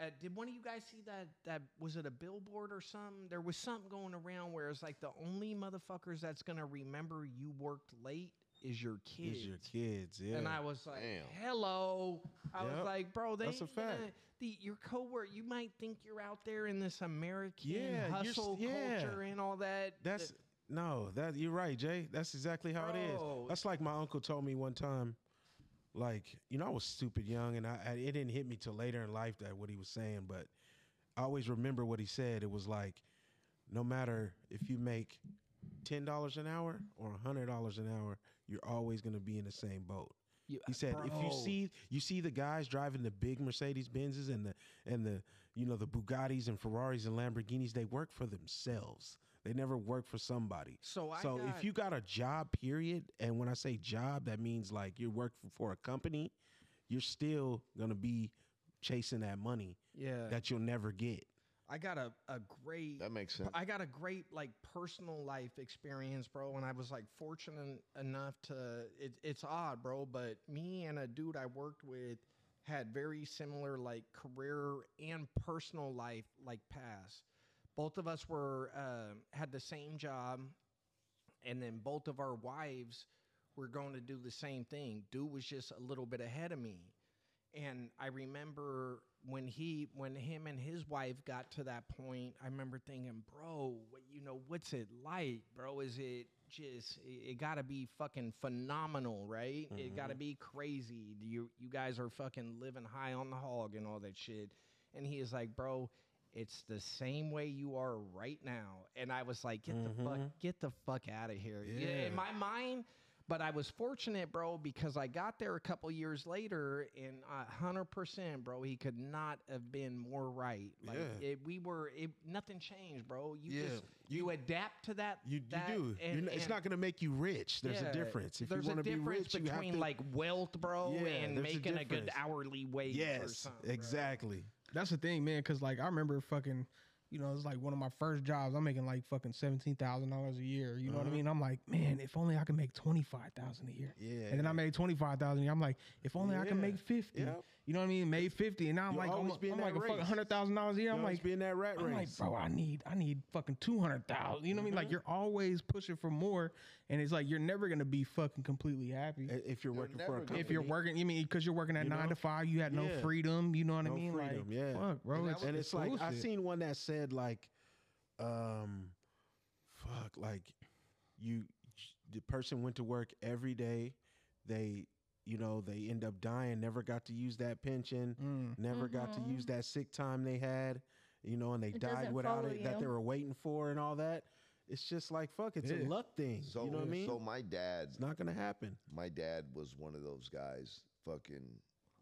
Speaker 7: uh, did one of you guys see that? That was it a billboard or something? There was something going around where it's like the only motherfuckers that's gonna remember you worked late is your kids.
Speaker 6: It's your kids, yeah.
Speaker 7: And I was like,
Speaker 3: Damn.
Speaker 7: "Hello." I was
Speaker 6: Yep.
Speaker 7: like, "Bro, they
Speaker 6: That's a
Speaker 7: ain't gonna-
Speaker 6: fact.
Speaker 7: the, your coworker. You might think you're out there in this American
Speaker 6: Yeah, you're s-
Speaker 7: hustle
Speaker 6: yeah.
Speaker 7: culture and all that.
Speaker 6: That's no, that you're right, Jay. That's exactly how it
Speaker 7: Bro.
Speaker 6: is. That's like my uncle told me one time. Like you know, I was stupid young, and I, I it didn't hit me till later in life that what he was saying. But I always remember what he said. It was like, no matter if you make ten dollars an hour or hundred dollars an hour, you're always going to be in the same boat.
Speaker 7: You-
Speaker 6: He said, if you
Speaker 7: Bro.
Speaker 6: see you see the guys driving the big Mercedes Benzes and the and the you know the Bugattis and Ferraris and Lamborghinis, they work for themselves. They never work for somebody.
Speaker 7: So I
Speaker 6: so
Speaker 7: got-
Speaker 6: if you got a job, period, and when I say job, that means like you're working for a company, you're still gonna be chasing that money
Speaker 7: yeah,
Speaker 6: that you'll never get.
Speaker 7: I got a a great
Speaker 3: That makes sense.
Speaker 7: I got a great like personal life experience, bro. And I was like fortunate enough to. It, it's odd, bro, but me and a dude I worked with had very similar like career and personal life like paths. Both of us were um had the same job, and then both of our wives were going to do the same thing. Dude was just a little bit ahead of me and I remember when he when him and his wife got to that point, I remember thinking, bro, what you know, what's it like, bro? Is it just it, it got to be fucking phenomenal, right? It got to be crazy. You you guys are fucking living high on the hog and all that shit. And he is like, bro, it's the same way you are right now. And I was like, get the fuck get the fuck out of here. Yeah, in
Speaker 6: Yeah.
Speaker 7: my mind, but I was fortunate, bro, because I got there a couple years later, and hundred percent, bro, he could not have been more right. Like
Speaker 6: Yeah.
Speaker 7: it, we were, it, nothing changed, bro. You
Speaker 6: Yeah.
Speaker 7: just you, adapt to that.
Speaker 6: You,
Speaker 7: that,
Speaker 6: you do. You're
Speaker 7: and-
Speaker 6: not- it's
Speaker 7: and-
Speaker 6: not going to make you rich. There's
Speaker 7: yeah,
Speaker 6: a difference. If you
Speaker 7: there's
Speaker 6: want to
Speaker 7: a
Speaker 6: be
Speaker 7: difference
Speaker 6: rich, you have
Speaker 7: between
Speaker 6: to
Speaker 7: like wealth, bro,
Speaker 6: Yeah,
Speaker 7: and
Speaker 6: there's a
Speaker 7: making a, good
Speaker 6: difference.
Speaker 7: hourly wage. or
Speaker 6: yes,
Speaker 7: something, bro.
Speaker 6: exactly.
Speaker 5: That's the thing, man. Cause like I remember fucking you know, it's like one of my first jobs. I'm making like fucking seventeen thousand dollars a year. You
Speaker 6: Uh-huh.
Speaker 5: know what I mean? I'm like, man, if only I could make twenty five thousand a year.
Speaker 6: Yeah.
Speaker 5: And then I made twenty five thousand. I'm like, if only I could
Speaker 6: Yeah.
Speaker 5: make fifty.
Speaker 6: Yep.
Speaker 5: You know what I mean? Made fifty, and now I'm
Speaker 6: You'll
Speaker 5: like,
Speaker 6: always
Speaker 5: I'm,
Speaker 6: be in
Speaker 5: I'm
Speaker 6: that
Speaker 5: like a fucking
Speaker 6: race.
Speaker 5: hundred thousand dollars a year. I'm like,
Speaker 6: being that rat
Speaker 5: I'm like,
Speaker 6: race. Mm-hmm.
Speaker 5: bro, I need, I need fucking two hundred thousand. You know what I mean? Like you're always pushing for more, and it's like you're never gonna be fucking completely happy.
Speaker 6: I- if you're working for
Speaker 3: never
Speaker 6: a
Speaker 3: gonna
Speaker 6: company,
Speaker 5: If you're working, you mean because you're working at
Speaker 6: You
Speaker 5: nine
Speaker 6: know?
Speaker 5: to five, you had no
Speaker 6: Yeah.
Speaker 5: freedom. You know what I
Speaker 6: No
Speaker 5: mean?
Speaker 6: freedom,
Speaker 5: like,
Speaker 6: yeah.
Speaker 5: fuck, bro.
Speaker 3: And
Speaker 5: it's,
Speaker 3: that
Speaker 6: and it's like I
Speaker 5: bullshit.
Speaker 6: seen one that said like, um, fuck, like you, the person went to work every day. They, you know, they end up dying. Never got to use that pension.
Speaker 5: Mm.
Speaker 6: Never got to
Speaker 4: Mhm.
Speaker 6: use that sick time they had. You know, and they
Speaker 4: It
Speaker 6: died
Speaker 4: doesn't
Speaker 6: without
Speaker 4: follow
Speaker 6: it that they
Speaker 4: you.
Speaker 6: were waiting for and all that. It's just like fuck. It's
Speaker 5: Yeah.
Speaker 6: a luck thing.
Speaker 3: So
Speaker 6: you know what I mean?
Speaker 3: so my dad
Speaker 6: it's not gonna happen.
Speaker 3: my dad was one of those guys fucking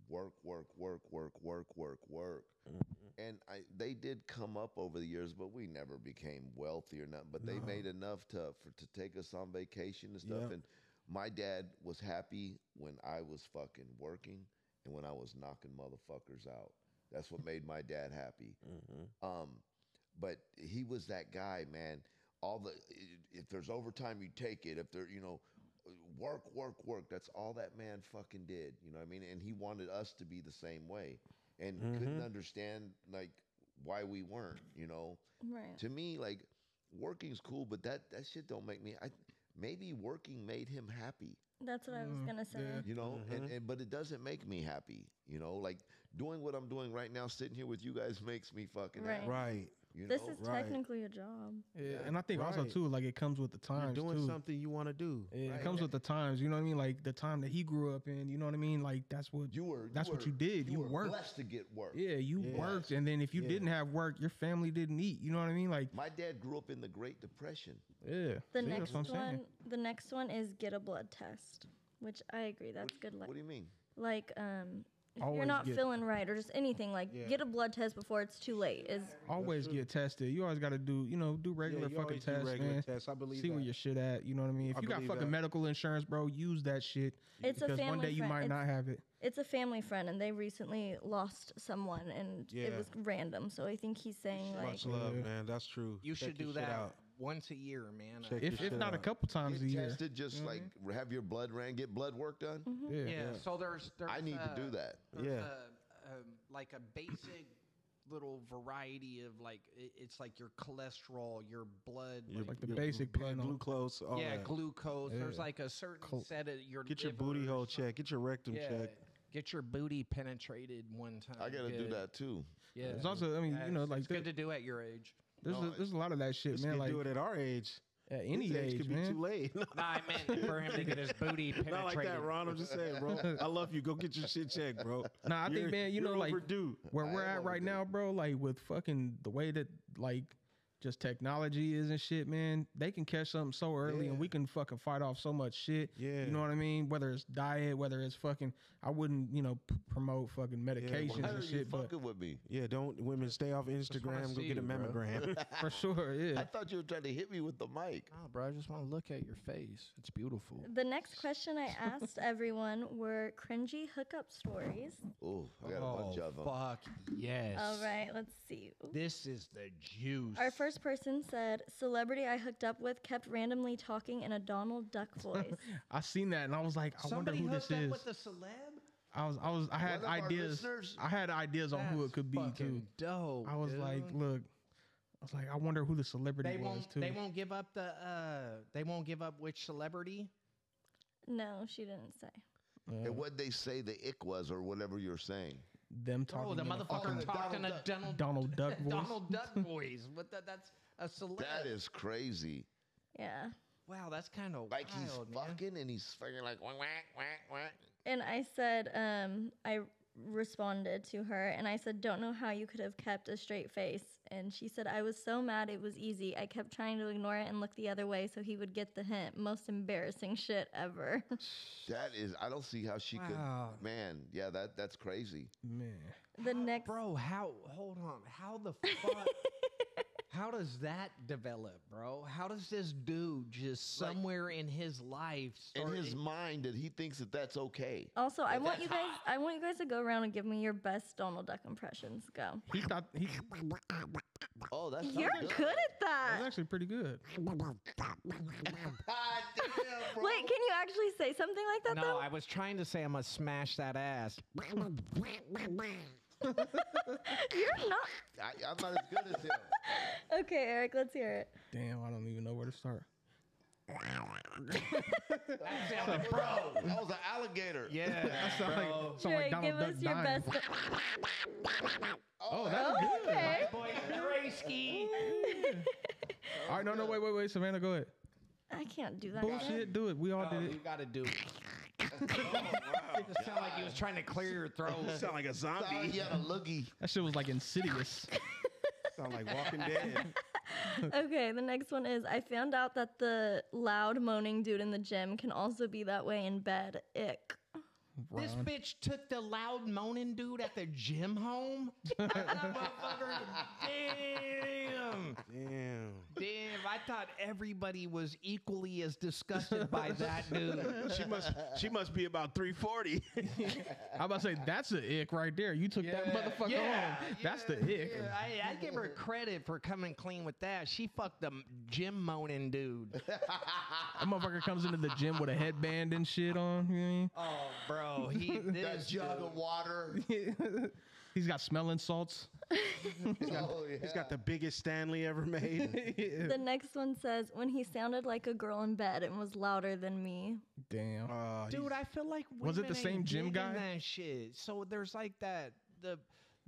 Speaker 3: work work work work work work work and I they did come up over the years but we never became wealthy or nothing but they
Speaker 6: No.
Speaker 3: made enough to for, to take us on vacation and stuff
Speaker 6: Yep.
Speaker 3: and my dad was happy when I was fucking working and when I was knocking motherfuckers out that's what made my dad happy
Speaker 4: Mm-hmm.
Speaker 3: um, but he was that guy, man. All the i- if there's overtime, you take it. If there, you know, work, work, work. That's all that man fucking did. You know what I mean? And he wanted us to be the same way, and couldn't
Speaker 6: Mhm.
Speaker 3: understand like why we weren't. You know,
Speaker 4: Right.
Speaker 3: to me, like working's cool, but that that shit don't make me. I maybe working made him happy
Speaker 4: That's what I was
Speaker 5: Mm,
Speaker 4: gonna say.
Speaker 5: yeah.
Speaker 3: you know and,
Speaker 6: Mhm.
Speaker 3: and but it doesn't make me happy you know like doing what i'm doing right now sitting here with you guys (laughs) makes me fucking
Speaker 4: Right.
Speaker 3: happy
Speaker 6: Right.
Speaker 3: you
Speaker 4: This
Speaker 3: know?
Speaker 4: is
Speaker 6: right.
Speaker 4: technically a job.
Speaker 5: Yeah, and I think also
Speaker 6: Right.
Speaker 5: too, like it comes with the
Speaker 6: You're
Speaker 5: times
Speaker 6: doing
Speaker 5: too.
Speaker 6: something you want to do.
Speaker 5: Yeah,
Speaker 3: Right.
Speaker 5: It comes with the times. You know what I mean? Like the time that he grew up in. You know what I mean? Like that's what.
Speaker 3: You were.
Speaker 5: That's what
Speaker 3: were-
Speaker 5: you did. You
Speaker 3: were
Speaker 5: worked.
Speaker 3: Blessed to get work.
Speaker 5: yeah, you
Speaker 6: Yeah.
Speaker 5: worked, and then if you
Speaker 6: Yeah.
Speaker 5: didn't have work, your family didn't eat. You know what I mean? Like,
Speaker 3: My dad grew up in the Great Depression.
Speaker 5: yeah.
Speaker 4: The
Speaker 5: See,
Speaker 4: next
Speaker 5: that's what
Speaker 4: one,
Speaker 5: I'm saying.
Speaker 4: the next one is get a blood test, which I agree. That's good. Like,
Speaker 3: What do you mean?
Speaker 4: like um, if you're
Speaker 5: Always
Speaker 4: not
Speaker 5: get-
Speaker 4: feeling right or just anything, like
Speaker 6: Yeah.
Speaker 4: get a blood test before it's too late. Is
Speaker 5: Always
Speaker 6: true.
Speaker 5: get tested. You always got to do. You know, do regular
Speaker 6: you
Speaker 5: fucking
Speaker 6: always do
Speaker 5: tests,
Speaker 6: regular
Speaker 5: man.
Speaker 6: tests. I believe
Speaker 5: See where
Speaker 6: that.
Speaker 5: your shit at. You know what I mean? If
Speaker 6: I
Speaker 5: you got
Speaker 6: believe
Speaker 5: fucking
Speaker 6: that.
Speaker 5: medical insurance, bro, use that shit.
Speaker 4: It's a
Speaker 5: because one
Speaker 4: family
Speaker 5: day you
Speaker 4: friend-
Speaker 5: might
Speaker 4: it's-
Speaker 5: not have it.
Speaker 4: it's a family friend, and they recently lost someone, and it
Speaker 6: Yeah.
Speaker 4: was random. So I think he's saying like,
Speaker 6: Much love,
Speaker 5: Yeah.
Speaker 6: man. That's true.
Speaker 7: You
Speaker 6: Check
Speaker 7: should
Speaker 6: your
Speaker 7: do
Speaker 6: shit
Speaker 7: that
Speaker 6: out.
Speaker 7: once a year, man.
Speaker 6: Check
Speaker 7: Uh,
Speaker 5: If
Speaker 6: your
Speaker 5: if
Speaker 6: shit
Speaker 5: not a
Speaker 6: out.
Speaker 5: couple times a
Speaker 3: Get
Speaker 5: year. Mm-hmm.
Speaker 3: tested, just
Speaker 5: You know what I
Speaker 3: like have your blood ran, get blood work done.
Speaker 4: mm-hmm.
Speaker 5: Yeah.
Speaker 7: yeah, So there's, there's
Speaker 3: I need to do
Speaker 7: uh,
Speaker 3: that.
Speaker 7: There's
Speaker 6: Yeah.
Speaker 7: a, um, like a basic little variety of like i- it's like your cholesterol, your blood,
Speaker 6: Your-
Speaker 5: Like the
Speaker 6: your
Speaker 5: basic
Speaker 6: glu-
Speaker 5: plan on-
Speaker 6: glucose. All
Speaker 7: yeah,
Speaker 6: that.
Speaker 7: glucose. There's
Speaker 5: Yeah.
Speaker 7: like a certain
Speaker 5: Col-
Speaker 7: set of your
Speaker 6: Get your
Speaker 7: liver
Speaker 6: booty
Speaker 7: or
Speaker 6: hole
Speaker 7: something.
Speaker 6: checked. Get your rectum
Speaker 7: Yeah.
Speaker 6: checked.
Speaker 7: Get your booty penetrated one time.
Speaker 3: I gotta do
Speaker 7: Good.
Speaker 3: that too.
Speaker 7: Yeah.
Speaker 5: It's also, I mean,
Speaker 7: Yeah,
Speaker 5: you know,
Speaker 7: it's-
Speaker 5: like
Speaker 7: it's
Speaker 5: there-
Speaker 7: good to do at your age.
Speaker 5: there's
Speaker 3: No,
Speaker 5: a, there's a lot of that shit,
Speaker 6: Just
Speaker 5: man.
Speaker 6: get
Speaker 5: Like
Speaker 6: do it at our age.
Speaker 5: at any
Speaker 6: His
Speaker 5: age,
Speaker 6: could be too
Speaker 5: man.
Speaker 6: late. (laughs)
Speaker 7: No, I meant for him to get his booty penetrated.
Speaker 6: Not like that, Ron. I'm just saying, bro.
Speaker 5: (laughs)
Speaker 6: I love you. Go get your shit checked, bro.
Speaker 5: Nah, I think,
Speaker 6: You're-
Speaker 5: man, you know,
Speaker 6: you're
Speaker 5: like-
Speaker 6: overdue.
Speaker 5: Where
Speaker 3: I
Speaker 5: we're
Speaker 3: am
Speaker 5: at right
Speaker 3: overdue.
Speaker 5: now, bro, like with fucking the way that like just technology is and shit, man. They can catch something so early, and
Speaker 6: Yeah.
Speaker 5: we can fucking fight off so much shit.
Speaker 6: Yeah.
Speaker 5: You know what I mean? Whether it's diet, whether it's fucking, I wouldn't, you know, p- promote fucking medications
Speaker 3: Why are
Speaker 5: and
Speaker 3: you
Speaker 5: shit, but
Speaker 3: fucking with me?
Speaker 6: Yeah, don't women stay off Instagram. Go
Speaker 7: see
Speaker 6: get a
Speaker 7: you, bro. (laughs)
Speaker 6: mammogram.
Speaker 5: (laughs)
Speaker 6: (laughs)
Speaker 5: for sure, yeah.
Speaker 3: I thought you were trying to hit me with the mic.
Speaker 7: Oh, bro, I just want to look at your face. It's beautiful.
Speaker 4: the next question
Speaker 5: (laughs)
Speaker 4: I asked everyone were cringy hookup stories.
Speaker 3: Oh, I got a bunch of them.
Speaker 7: fuck yes.
Speaker 4: All right, let's see.
Speaker 7: This is the juice.
Speaker 4: Our first person said, "Celebrity I hooked up with kept randomly talking in a Donald Duck
Speaker 5: (laughs)
Speaker 4: voice."
Speaker 5: I seen that, and I was like, I
Speaker 7: Somebody
Speaker 5: wonder who
Speaker 7: hooked
Speaker 5: this is.
Speaker 7: up with a celeb.
Speaker 5: I was, I was, I had
Speaker 3: of our
Speaker 5: ideas.
Speaker 3: listeners?
Speaker 5: I had ideas on who
Speaker 7: That's
Speaker 5: it could be too.
Speaker 7: fucking Dope.
Speaker 5: I was like,
Speaker 7: dude.
Speaker 5: look, I was like, I wonder who the celebrity
Speaker 7: they
Speaker 5: was
Speaker 7: won't.
Speaker 5: too.
Speaker 7: They won't give up the. uh They won't give up which celebrity.
Speaker 4: no, she didn't say.
Speaker 5: Yeah.
Speaker 3: And what they say the ick was, or whatever you're saying.
Speaker 5: them talking.
Speaker 7: Oh, the
Speaker 5: in a
Speaker 7: motherfucker
Speaker 5: fucking
Speaker 7: talking a Donald (laughs)
Speaker 5: Donald Duck voice.
Speaker 7: Donald
Speaker 5: (laughs)
Speaker 7: Duck voice. What the, that's a celeb.
Speaker 3: That is crazy.
Speaker 4: Yeah.
Speaker 7: Wow, that's kind of
Speaker 3: Like he's
Speaker 7: wild, man.
Speaker 3: fucking and he's fucking like whack whack whack.
Speaker 4: And I said, um, I responded to her and I said, Don't know how you could have kept a straight face. And she said, I was so mad it was easy. I kept trying to ignore it and look the other way so he would get the hint. Most embarrassing shit ever. (laughs)
Speaker 3: That is. I don't see how she
Speaker 7: Wow.
Speaker 3: could. Man, yeah, that that's crazy.
Speaker 5: Man,
Speaker 4: the next
Speaker 5: (laughs)
Speaker 7: Bro, how? Hold on. How the fuck? How does that develop, bro? How does this dude just
Speaker 3: Like-
Speaker 7: somewhere in his life
Speaker 3: in
Speaker 7: start-
Speaker 3: his mind that he thinks that that's okay.
Speaker 4: Also, I want
Speaker 7: that's
Speaker 4: you guys. I want you guys to go around and give me your best Donald Duck impressions. Go.
Speaker 5: He thought he
Speaker 3: Oh, that's
Speaker 4: You're good (laughs) at
Speaker 5: was
Speaker 4: that.
Speaker 5: actually pretty good.
Speaker 3: God damn, bro.
Speaker 4: Wait, can you actually say something like that
Speaker 7: No,
Speaker 4: though?
Speaker 7: I was trying to say I'm gonna smash that ass.
Speaker 4: (laughs) You're not.
Speaker 3: I, I'm not as good as him.
Speaker 4: Okay, Eric, let's hear it.
Speaker 5: Damn, I don't even know where to start.
Speaker 3: bro, that was an alligator. (laughs)
Speaker 7: Yeah,
Speaker 5: (laughs) Sound like, sound
Speaker 4: Trey,
Speaker 5: like Donald
Speaker 4: give
Speaker 5: Duck
Speaker 4: us your
Speaker 5: dying.
Speaker 4: best.
Speaker 5: Oh, that was
Speaker 4: Oh,
Speaker 5: good.
Speaker 4: okay. (laughs)
Speaker 7: boy Kraski.
Speaker 5: All right, no, no, wait, wait, wait, Savannah, go ahead.
Speaker 4: I can't do that.
Speaker 5: Bullshit, do it. We all
Speaker 7: Oh,
Speaker 5: did
Speaker 7: you
Speaker 5: it.
Speaker 7: gotta do. It sounded like he was trying to clear your throat.
Speaker 6: Sound like a
Speaker 3: Sorry,
Speaker 6: zombie.
Speaker 3: he had a loogie.
Speaker 5: That shit was like insidious.
Speaker 6: (laughs) Sound like Walking Dead.
Speaker 7: (laughs)
Speaker 4: Okay, the next one is I found out that the loud moaning dude in the gym can also be that way in bed. Ick.
Speaker 7: This
Speaker 5: Ron.
Speaker 7: bitch took the loud moaning dude at the gym home. (laughs) That motherfucker, damn,
Speaker 6: Damn.
Speaker 7: damn. I thought everybody was equally as disgusted by that dude.
Speaker 6: She must she must be about 340.
Speaker 5: I about to say that's the ick right there. You took that motherfucker home. That's the ick.
Speaker 7: yeah. I, I give her credit for coming clean with that. She fucked the m- gym moaning dude.
Speaker 5: That motherfucker comes into the gym with a headband and shit on. You know
Speaker 7: Oh, bro, (laughs) he
Speaker 3: That
Speaker 7: this
Speaker 3: jug
Speaker 7: dude-
Speaker 3: of water.
Speaker 5: what I mean? He's got smelling salts.
Speaker 3: oh, yeah.
Speaker 6: He's got the biggest Stanley ever (laughs) made.
Speaker 4: The next one says when he sounded like a girl in bed and was louder than me.
Speaker 5: Damn.
Speaker 6: Uh,
Speaker 7: dude. I feel like
Speaker 5: Was it the
Speaker 7: women
Speaker 5: same
Speaker 7: ain't
Speaker 5: gym
Speaker 7: digging
Speaker 5: guy?
Speaker 7: That shit. So there's like that the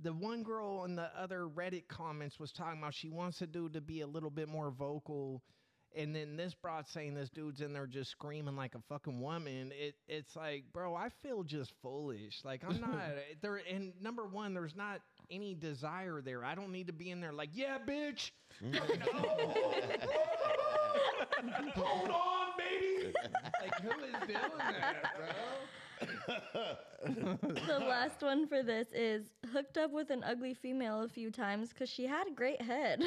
Speaker 7: the one girl on the other Reddit comments was talking about she wants a dude to be a little bit more vocal, and then this broad saying this dude's in there just screaming like a fucking woman. It it's like, bro, I feel just foolish. Like I'm
Speaker 5: (laughs)
Speaker 7: not there. And number one, there's not any desire there. I don't need to be in there like, yeah, bitch.
Speaker 5: Mm.
Speaker 7: Fucking,
Speaker 5: (laughs)
Speaker 7: oh, hold on,
Speaker 5: (laughs)
Speaker 7: baby. like who is doing that, bro?
Speaker 6: (laughs)
Speaker 4: The last one for this is hooked up with an ugly female a few times because she had a great head.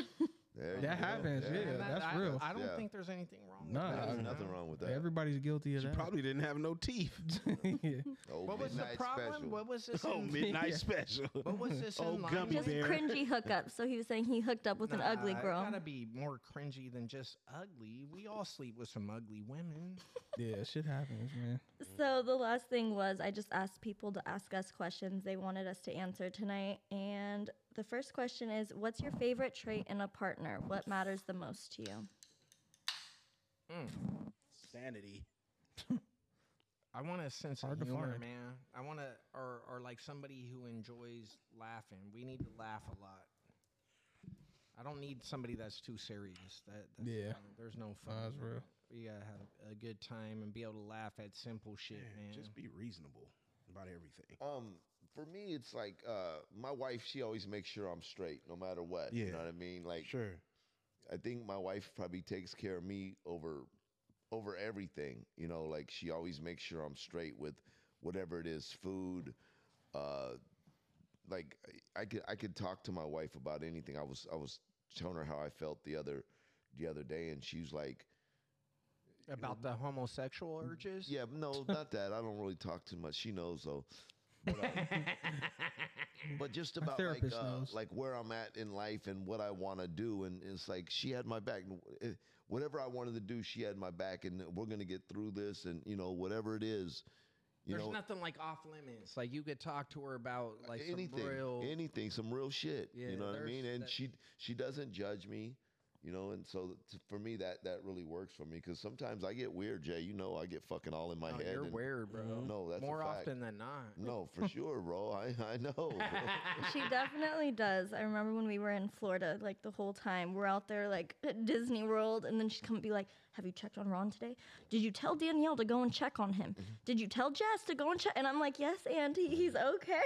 Speaker 3: There you
Speaker 5: That
Speaker 3: go.
Speaker 5: happens. Yeah,
Speaker 7: And
Speaker 5: that's
Speaker 7: I,
Speaker 5: real.
Speaker 7: I don't
Speaker 3: Yeah.
Speaker 7: think there's anything wrong.
Speaker 5: Nah,
Speaker 7: with that,
Speaker 3: There's
Speaker 7: you
Speaker 3: nothing
Speaker 7: know?
Speaker 3: wrong with that.
Speaker 5: Everybody's guilty of
Speaker 6: she
Speaker 5: that.
Speaker 6: probably didn't have no teeth.
Speaker 5: (laughs)
Speaker 6: (laughs)
Speaker 5: Yeah.
Speaker 3: oh,
Speaker 7: What was the
Speaker 3: midnight
Speaker 7: problem?
Speaker 3: special.
Speaker 7: What was this?
Speaker 6: Oh,
Speaker 7: in-
Speaker 6: midnight special.
Speaker 7: (laughs)
Speaker 6: (laughs)
Speaker 7: what was this?
Speaker 6: Oh,
Speaker 7: in line
Speaker 6: gummy
Speaker 4: Just
Speaker 7: with?
Speaker 6: bear.
Speaker 4: cringy hookup. So he was saying he hooked up with an ugly
Speaker 7: Nah, it
Speaker 4: girl.
Speaker 7: gotta be more cringy than just ugly. We all sleep with some ugly women.
Speaker 5: yeah, shit happens, man.
Speaker 4: So the last thing was I just asked people to ask us questions they wanted us to answer tonight. And the first question is what's your favorite trait in a partner? What matters the most to you?
Speaker 6: Sanity.
Speaker 7: I want a sense
Speaker 5: Hard to
Speaker 7: of humor,
Speaker 5: find.
Speaker 7: man. I want to, or or like somebody who enjoys laughing. We need to laugh a lot. I don't need somebody that's too serious. That that's
Speaker 5: Yeah.
Speaker 7: fun. there's no fun.
Speaker 5: Nah, that's
Speaker 7: in that.
Speaker 5: real.
Speaker 7: We gotta have a good time and be able to laugh at simple shit, man.
Speaker 6: Just be reasonable about everything.
Speaker 3: Um, for me, it's like uh, my wife. She always makes sure I'm straight, no matter what. You
Speaker 6: Yeah.
Speaker 3: know what I mean? Like,
Speaker 6: Sure.
Speaker 3: I think my wife probably takes care of me over over everything. You know, like she always makes sure I'm straight with whatever it is, food. Uh, like I- I could I could talk to my wife about anything. I was I was telling her how I felt the other the other day, and she was like,
Speaker 7: About the homosexual urges?
Speaker 3: "Yeah, no, not that. I don't really talk too much. She knows though." um,
Speaker 7: (laughs)
Speaker 3: but just about like
Speaker 5: therapist
Speaker 3: uh,
Speaker 5: knows.
Speaker 3: like where I'm at in life and what I want to do, and it's like she had my back. And wh- eh, Whatever I wanted to do, she had my back, and we're gonna get through this. And you know, whatever it is, you
Speaker 7: There's
Speaker 3: know,
Speaker 7: nothing like off limits. Like you could talk to her about like
Speaker 3: anything,
Speaker 7: some real.
Speaker 3: anything, some real shit.
Speaker 7: Yeah,
Speaker 3: you know what I
Speaker 7: there's
Speaker 3: mean? And
Speaker 7: that-
Speaker 3: she she doesn't judge me, you know. And so t- for me, that that really works for me because sometimes I get weird, Jay. You know, I get fucking all in my
Speaker 7: Oh,
Speaker 3: head.
Speaker 7: you're
Speaker 3: and-
Speaker 7: weird, bro.
Speaker 3: No, that's a
Speaker 7: more
Speaker 3: fact.
Speaker 7: often than not.
Speaker 3: No, for sure, bro. I I know.
Speaker 7: (laughs)
Speaker 3: bro.
Speaker 4: she definitely does. I remember when we were in Florida, like the whole time we're out there, like at Disney World, and then she'd come and be like, "Have you checked on Ron today? Did you tell Danielle to go and check on him? Did you tell Jess to go and check?" And I'm like, "Yes, Auntie, he's okay."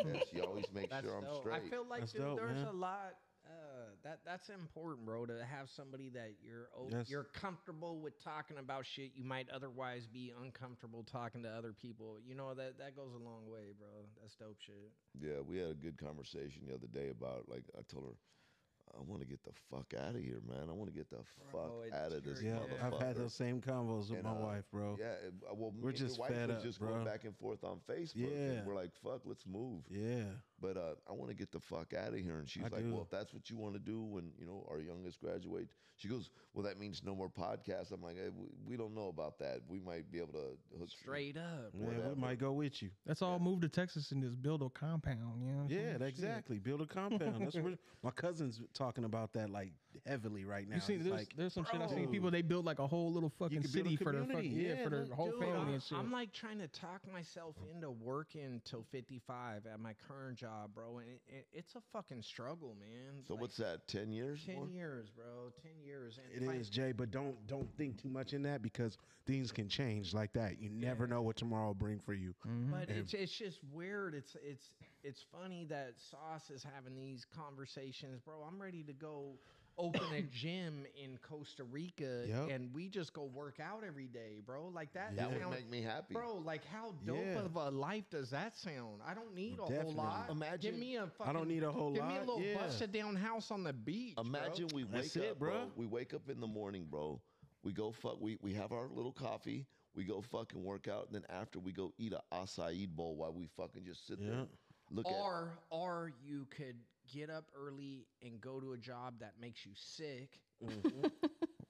Speaker 3: And she always makes
Speaker 7: That's
Speaker 3: sure I'm
Speaker 7: dope.
Speaker 3: straight.
Speaker 7: I feel like
Speaker 6: That's
Speaker 7: dude,
Speaker 6: dope,
Speaker 7: there's
Speaker 6: man.
Speaker 7: a lot uh, that that's important, bro. To have somebody that you're o-
Speaker 6: Yes.
Speaker 7: you're comfortable with talking about shit you might otherwise be uncomfortable talking to other people. You know that that goes a long way, bro. That's dope shit.
Speaker 3: Yeah, we had a good conversation the other day about like I told her I want to get the fuck out of here, man. I want to get the fuck
Speaker 7: Bro, it
Speaker 3: out of this
Speaker 6: Yeah,
Speaker 7: deteriorates.
Speaker 3: motherfucker.
Speaker 6: I've had those same convos with
Speaker 3: And,
Speaker 6: my
Speaker 3: uh,
Speaker 6: wife, bro.
Speaker 3: Yeah, it- uh, well, me
Speaker 6: We're
Speaker 3: and your
Speaker 6: just
Speaker 3: wife
Speaker 6: fed
Speaker 3: was
Speaker 6: up,
Speaker 3: just
Speaker 6: bro.
Speaker 3: going back and forth on Facebook. and
Speaker 6: Yeah.
Speaker 3: we're like, fuck, let's move.
Speaker 6: Yeah.
Speaker 3: But uh, I want to get the fuck out of here. And she's
Speaker 6: I
Speaker 3: like,
Speaker 6: do.
Speaker 3: well, if that's what you want to do when you know our youngest graduates, she goes, well, that means no more podcasts. I'm like, eh, we, we don't know about that. We might be able to hook
Speaker 7: Straight up.
Speaker 6: Yeah,
Speaker 3: Whatever.
Speaker 6: we might go with (laughs) you.
Speaker 5: Let's all move to Texas and just build a compound. You know? what I'm
Speaker 6: Yeah,
Speaker 5: saying?
Speaker 6: that-
Speaker 5: Shit.
Speaker 6: exactly. Build a compound. That's (laughs) where my cousin's talking about that like heavily right now.
Speaker 5: You see,
Speaker 6: He's
Speaker 5: there's,
Speaker 6: like,
Speaker 5: there's some shit I seen
Speaker 6: bro.
Speaker 5: people they build like a whole little fucking
Speaker 6: could build a
Speaker 5: city for their fucking
Speaker 6: community.
Speaker 5: yeah,
Speaker 6: Yeah,
Speaker 5: for their
Speaker 6: look,
Speaker 5: whole
Speaker 6: dude,
Speaker 5: family
Speaker 7: I'm,
Speaker 5: and shit.
Speaker 7: I'm, like trying to talk myself into working till 55 at my current job, bro. And it, it, it's a fucking struggle, man.
Speaker 3: So
Speaker 7: Like,
Speaker 3: what's that? Ten years?
Speaker 7: 10
Speaker 3: more?
Speaker 7: years, bro. 10 years.
Speaker 6: It
Speaker 7: like,
Speaker 6: is, Jay, but don't don't think too much in that because things can change like that. You never know what tomorrow will bring for you.
Speaker 5: Mm-hmm.
Speaker 7: But it's it's just weird. It's it's it's funny that Sauce is having these conversations, bro. I'm ready to go open
Speaker 6: (coughs)
Speaker 7: a gym in Costa Rica
Speaker 6: Yep.
Speaker 7: and we just go work out every day, bro. Like that,
Speaker 3: That
Speaker 7: sound-
Speaker 3: would make me happy.
Speaker 7: Bro, like how dope
Speaker 6: Yeah.
Speaker 7: of a life does that sound? I don't need a
Speaker 6: Definitely.
Speaker 7: whole lot. give
Speaker 3: Imagine-
Speaker 7: me a fucking,
Speaker 6: I don't need a whole
Speaker 7: give
Speaker 6: lot.
Speaker 7: me a little
Speaker 6: yeah.
Speaker 7: busted down house on the beach. bro.
Speaker 3: Imagine we
Speaker 6: That's
Speaker 3: wake
Speaker 6: it,
Speaker 3: up, bro.
Speaker 6: bro.
Speaker 3: We wake up in the morning, bro. We go fuck. We we have our little coffee. We go fucking work out, and then after we go eat a acai bowl while we fucking just sit
Speaker 6: Yeah.
Speaker 3: there, look (laughs) at.
Speaker 7: or or you could get up early and go to a job that makes you sick.
Speaker 6: Mm-hmm.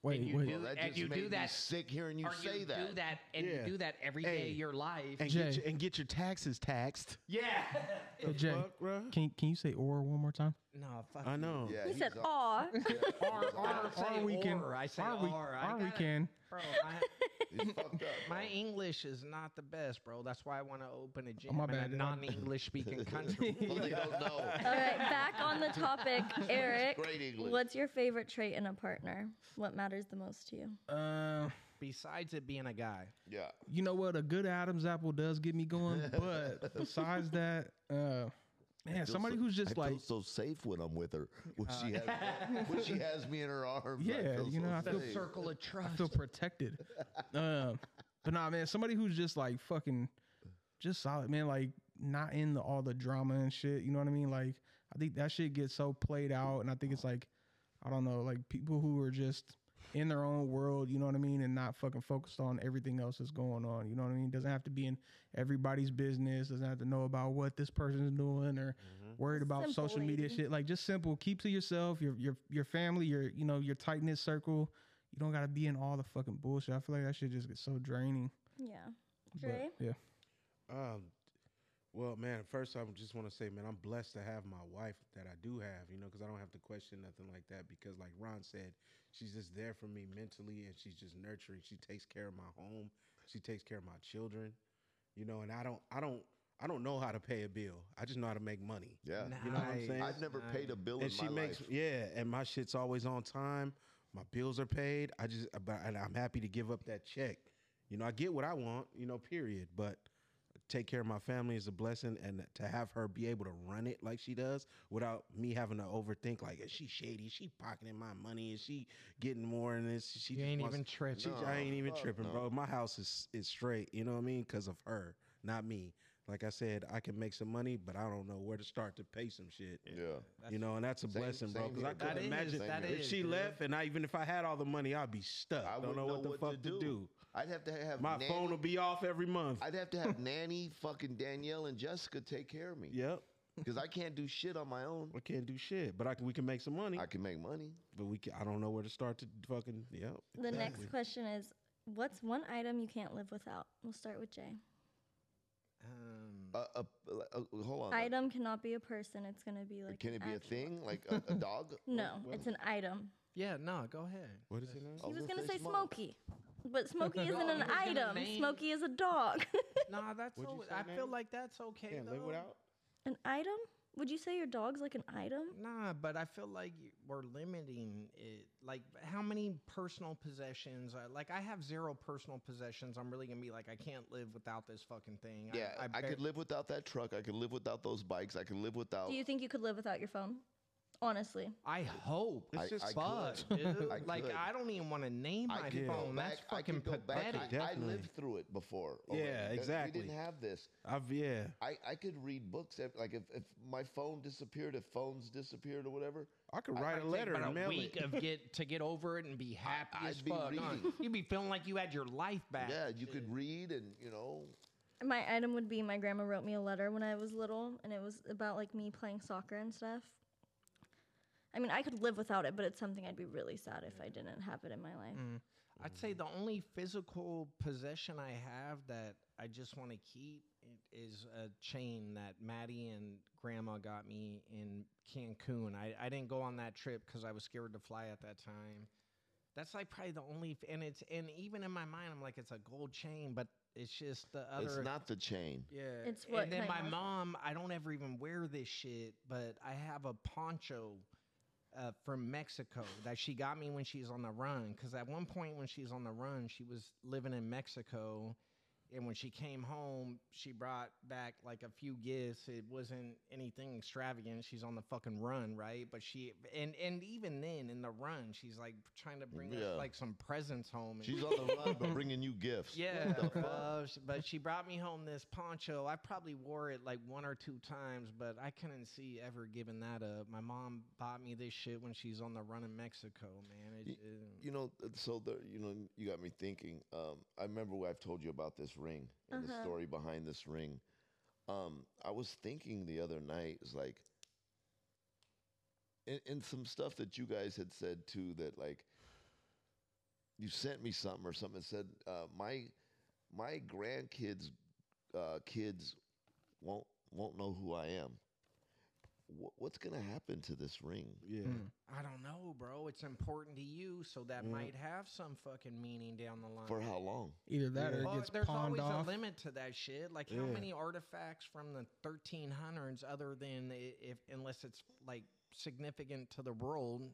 Speaker 5: wait,
Speaker 7: and you
Speaker 5: wait,
Speaker 7: do-
Speaker 3: Well, that
Speaker 7: and
Speaker 3: just
Speaker 7: you
Speaker 3: made
Speaker 7: do
Speaker 3: me
Speaker 7: that-
Speaker 3: sick hearing you
Speaker 7: Or
Speaker 3: say
Speaker 7: you
Speaker 3: that.
Speaker 7: do that and
Speaker 6: Yeah.
Speaker 7: you do that every day
Speaker 6: Hey.
Speaker 7: of your life.
Speaker 6: And
Speaker 5: Jay.
Speaker 6: get, your, and get your taxes taxed.
Speaker 7: yeah.
Speaker 6: (laughs)
Speaker 5: hey, Jay,
Speaker 6: Fuck, bro.
Speaker 5: can can you say or one more time?
Speaker 7: no, fuck. (laughs)
Speaker 6: I know.
Speaker 3: Yeah,
Speaker 4: (laughs) He
Speaker 3: he's
Speaker 4: said, "Oh."
Speaker 3: on-
Speaker 4: "Aw."
Speaker 7: Our, our,
Speaker 5: Our weekend-
Speaker 7: I say
Speaker 5: our week-
Speaker 7: or. I
Speaker 5: our
Speaker 7: gotta-
Speaker 5: weekend.
Speaker 7: Bro, I,
Speaker 3: (laughs) he's fucked up.
Speaker 7: my
Speaker 3: bro.
Speaker 7: English is not the best, bro. That's why I want to open a gym
Speaker 5: my
Speaker 7: in
Speaker 5: bad,
Speaker 7: a
Speaker 5: dude.
Speaker 7: non-English speaking country.
Speaker 3: Well, they don't know.
Speaker 4: (laughs) All right, back on the topic, Eric.
Speaker 3: Great English.
Speaker 4: What's your favorite trait in a partner? What matters the most to you?
Speaker 5: Uh,
Speaker 7: Besides it being a guy,
Speaker 3: Yeah.
Speaker 5: you know what? A good Adam's apple does get
Speaker 7: (laughs)
Speaker 5: me going, but besides that, uh, man,
Speaker 3: feel
Speaker 5: somebody
Speaker 3: so-
Speaker 5: who's
Speaker 3: I
Speaker 5: just like.
Speaker 3: feel so safe when I'm with her. When she has when she has me in her arms. I
Speaker 5: Yeah,
Speaker 3: feel
Speaker 5: you know,
Speaker 3: so
Speaker 5: I feel
Speaker 7: the
Speaker 3: safe.
Speaker 7: circle of trust.
Speaker 5: I feel (laughs) protected. uh, but nah, man, somebody who's just like fucking, just solid, man. Like not in the, all the drama and shit. You know what I mean? Like I think that shit gets so played out, and I think it's like, I don't know, like people who are just in their own world. You know what I mean? And not fucking focused on everything else that's going on. You know what I mean? Doesn't have to be in everybody's business. Doesn't have to know about what this person's doing or
Speaker 6: Mm-hmm.
Speaker 5: worried about
Speaker 4: Simple
Speaker 5: social media
Speaker 4: lady.
Speaker 5: shit. Like just simple. Keep to yourself. Your your your family. Your you know your tight knit circle. You don't gotta be in all the fucking bullshit. I feel like that shit just gets so draining.
Speaker 4: Yeah.
Speaker 5: But,
Speaker 4: Dre?
Speaker 5: yeah.
Speaker 6: Um, well, man, first I would just want to say, man, I'm blessed to have my wife that I do have, you know, because I don't have to question nothing like that. Because, like Ron said, she's just there for me mentally and she's just nurturing. She takes care of my home, she takes care of my children, you know, and I don't, I don't, I don't know how to pay a bill. I just know how to make money.
Speaker 3: Yeah.
Speaker 6: You know what I'm
Speaker 7: Nice.
Speaker 6: saying?
Speaker 3: I've never paid a bill
Speaker 6: and
Speaker 3: in
Speaker 6: she
Speaker 3: my
Speaker 6: makes
Speaker 3: life.
Speaker 6: yeah and my shit's always on time my bills are paid i just but and i'm happy to give up that check you know i get what i want you know period but take care of my family is a blessing and to have her be able to run it like she does without me having to overthink like is she shady is she pocketing my money is she getting more in this she
Speaker 7: you
Speaker 6: just
Speaker 7: ain't
Speaker 6: wants-
Speaker 7: even tripping.
Speaker 6: she, I ain't even
Speaker 3: fuck
Speaker 6: tripping,
Speaker 3: no.
Speaker 6: bro. My house is is straight. You know what I mean? Because of her, not me. Like I said, I can make some money, but I don't know where to start to pay some shit.
Speaker 3: Yeah.
Speaker 6: You know, and that's a
Speaker 3: Same-
Speaker 6: blessing, bro.
Speaker 3: same
Speaker 6: Because
Speaker 3: here,
Speaker 6: I
Speaker 3: bro.
Speaker 6: couldn't
Speaker 7: That is-
Speaker 6: imagine
Speaker 3: that
Speaker 6: if
Speaker 7: is,
Speaker 6: she
Speaker 7: dude.
Speaker 6: left, and I even if I had all the money, I'd be stuck.
Speaker 3: I
Speaker 6: I
Speaker 3: wouldn't
Speaker 6: don't know what the fuck to do.
Speaker 3: I'd have to have
Speaker 6: My
Speaker 3: nanny-
Speaker 6: phone will be off every month.
Speaker 3: I'd have to
Speaker 6: (laughs)
Speaker 3: have nanny, fucking Danielle, and Jessica take care of me.
Speaker 6: yep,
Speaker 3: Because I can't do shit on my own.
Speaker 6: I can't do shit, but I can. We can make some money,
Speaker 3: I can make money.
Speaker 6: but we can, I don't know where to start to fucking. Yep.
Speaker 4: The next
Speaker 6: exactly.
Speaker 4: question is What's one item you can't live without? We'll start with Jay.
Speaker 7: Um,
Speaker 3: Uh, uh, uh, uh, hold on.
Speaker 4: Item cannot be a person. It's going to be like.
Speaker 3: Can
Speaker 4: an
Speaker 3: it be a
Speaker 4: actual- (laughs)
Speaker 3: thing? Like a, a dog?
Speaker 4: No, it's an item.
Speaker 7: yeah, no, go ahead.
Speaker 6: What is it now?
Speaker 3: I
Speaker 4: He
Speaker 3: was gonna
Speaker 4: was going to
Speaker 3: say
Speaker 4: say
Speaker 3: smoke.
Speaker 4: Smokey,
Speaker 3: (laughs)
Speaker 4: but Smokey isn't
Speaker 7: No,
Speaker 4: an
Speaker 7: he was gonna
Speaker 4: item.
Speaker 7: name-
Speaker 4: Smokey is a dog. (laughs)
Speaker 7: Nah, that's
Speaker 6: What'd you
Speaker 7: o-
Speaker 6: say,
Speaker 7: I feel
Speaker 6: Nate?
Speaker 7: like that's okay.
Speaker 6: Can't live
Speaker 7: though.
Speaker 6: without.
Speaker 4: an item? Would you say your dog's like an item?
Speaker 7: Nah, but I feel like y- we're limiting it. Like, how many personal possessions? Are, like, I have zero personal possessions. I'm really gonna be like, I can't live without this fucking thing.
Speaker 3: Yeah, I,
Speaker 7: bar-
Speaker 3: could live without that truck. I could live without those bikes. I could live without.
Speaker 4: Do you think you could live without your phone? honestly.
Speaker 7: I hope.
Speaker 3: I-
Speaker 7: It's
Speaker 3: I
Speaker 7: just
Speaker 3: could.
Speaker 7: fuck,
Speaker 6: (laughs)
Speaker 7: dude.
Speaker 3: I
Speaker 7: like
Speaker 3: could.
Speaker 7: I don't even want to name
Speaker 3: I
Speaker 7: my
Speaker 3: could go
Speaker 7: phone. That's
Speaker 3: back- I
Speaker 7: fucking
Speaker 3: could go back.
Speaker 7: pathetic.
Speaker 3: I, I
Speaker 6: Definitely.
Speaker 3: lived through it before.
Speaker 6: Yeah,
Speaker 3: Uh,
Speaker 6: exactly.
Speaker 3: We didn't have this.
Speaker 6: I've yeah.
Speaker 3: I, I could read books. ev- Like if, if my phone disappeared, if phones disappeared or whatever,
Speaker 6: I could write a
Speaker 7: Might
Speaker 6: letter
Speaker 7: take about
Speaker 6: and mail
Speaker 7: a week
Speaker 6: it.
Speaker 7: of get to get over it and be happy
Speaker 3: I'd
Speaker 7: as
Speaker 3: be
Speaker 7: fuck. huh?
Speaker 3: reading.
Speaker 7: You'd be feeling like you had your life back.
Speaker 3: yeah, you could read and you know.
Speaker 4: My item would be my grandma wrote me a letter when I was little, and it was about like me playing soccer and stuff. I mean, I could live without it, but it's something I'd be really sad if I didn't have it in my life.
Speaker 7: Mm. I'd
Speaker 3: Mm-hmm.
Speaker 7: say the only physical possession I have that I just want to keep i- is a chain that Maddie and Grandma got me in Cancun. I, I didn't go on that trip because I was scared to fly at that time. That's like probably the only, f- and it's and even in my mind, I'm like it's a gold chain, but it's just the other.
Speaker 3: It's not the
Speaker 7: (laughs)
Speaker 3: chain.
Speaker 7: Yeah.
Speaker 4: It's what
Speaker 7: And then
Speaker 4: kind
Speaker 7: my
Speaker 4: of-
Speaker 7: mom, I don't ever even wear this shit, but I have a poncho uh, from Mexico that she got me when she was on the run. Because at one point when she was on the run, she was living in Mexico. And when she came home, she brought back like a few gifts. It wasn't anything extravagant. She's on the fucking run, right? But she and and even then in the run, she's like trying to bring us,
Speaker 3: Yeah.
Speaker 7: like some presents home. and
Speaker 3: She's on the run, but bringing you gifts.
Speaker 7: yeah,
Speaker 3: What
Speaker 7: (laughs)
Speaker 3: the fuck?
Speaker 7: uh, sh- but she brought me home this poncho. I probably wore it like one or two times, but I couldn't see ever giving that up. My mom bought me this shit when she's on the run in Mexico, man. It,
Speaker 3: Y-
Speaker 7: it-
Speaker 3: You know, uh, so the you know you got me thinking. Um, I remember when I've told you about this ring and the
Speaker 4: Uh-huh.
Speaker 3: story behind this ring. Um, I was thinking the other night is like, and, and some stuff that you guys had said too that like, you sent me something or something and said uh, my my grandkids uh, kids won't won't know who I am. Wha what's gonna happen to this ring?
Speaker 6: Yeah.
Speaker 5: Mm.
Speaker 7: I don't know, bro. It's important to you, so that
Speaker 6: Yeah.
Speaker 7: might have some fucking meaning down the line.
Speaker 3: For how long?
Speaker 5: Either that or
Speaker 7: Well,
Speaker 5: it gets
Speaker 7: there's
Speaker 5: pawned
Speaker 7: always
Speaker 5: off.
Speaker 7: a limit to that shit. Like how
Speaker 6: Yeah.
Speaker 7: many artifacts from the 1300s, other than i- if unless it's like significant to the world.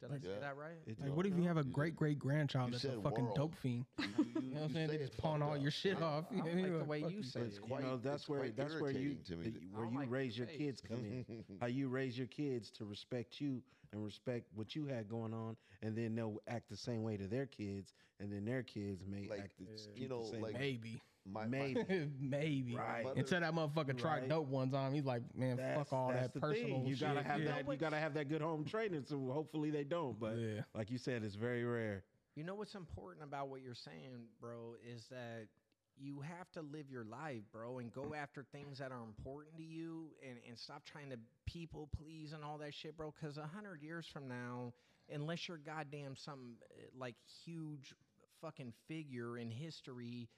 Speaker 7: Did I
Speaker 5: Like-
Speaker 7: say
Speaker 3: Yeah.
Speaker 7: that right?
Speaker 6: It-
Speaker 5: Like, what if you have a
Speaker 3: You said-
Speaker 5: great great grandchild
Speaker 3: you
Speaker 5: that's a
Speaker 3: said
Speaker 5: fucking
Speaker 3: world.
Speaker 5: dope fiend?
Speaker 3: You- you-
Speaker 5: You know what I'm
Speaker 3: you
Speaker 5: saying?
Speaker 3: say
Speaker 5: They
Speaker 3: it
Speaker 5: just pawn
Speaker 3: fucked
Speaker 5: all
Speaker 3: up.
Speaker 5: your shit
Speaker 3: I-
Speaker 5: off.
Speaker 7: I don't like the way
Speaker 5: Fuck
Speaker 7: you say
Speaker 6: But it's
Speaker 7: it.
Speaker 6: quite.
Speaker 3: know,
Speaker 6: that's
Speaker 3: it's
Speaker 6: where
Speaker 3: quite
Speaker 6: that's where you
Speaker 3: irritating to me
Speaker 6: the-
Speaker 3: that-
Speaker 6: where
Speaker 7: I
Speaker 6: you
Speaker 7: like
Speaker 6: raise your
Speaker 7: face.
Speaker 6: kids come
Speaker 3: Mm-hmm.
Speaker 6: in.
Speaker 5: (laughs)
Speaker 6: How you raise your kids to respect you and respect what you had going on, and then they'll act the same way to their kids, and then their kids may
Speaker 3: Like,
Speaker 6: act the,
Speaker 7: Yeah.
Speaker 6: keep
Speaker 3: you know,
Speaker 6: the same
Speaker 3: like-
Speaker 6: way.
Speaker 5: Maybe.
Speaker 3: (laughs)
Speaker 5: (laughs)
Speaker 3: My,
Speaker 6: Maybe.
Speaker 3: My,
Speaker 5: Maybe.
Speaker 6: Right.
Speaker 5: Until that motherfucker tried
Speaker 6: Right.
Speaker 5: dope one time, he's like, man,
Speaker 6: That's-
Speaker 5: fuck all
Speaker 6: that's
Speaker 5: that
Speaker 6: the
Speaker 5: personal
Speaker 6: thing. You
Speaker 5: shit.
Speaker 6: gotta have
Speaker 5: yeah.
Speaker 6: that. You gotta have that good home training. So hopefully they don't. But
Speaker 5: yeah.
Speaker 6: like you said, it's very rare.
Speaker 7: You know what's important about what you're saying, bro, is that you have to live your life, bro, and
Speaker 3: Mm.
Speaker 7: go after things that are important to you and, and stop trying to people please and all that shit, bro. Because a 100 years from now, unless you're goddamn some uh, like huge fucking figure in history,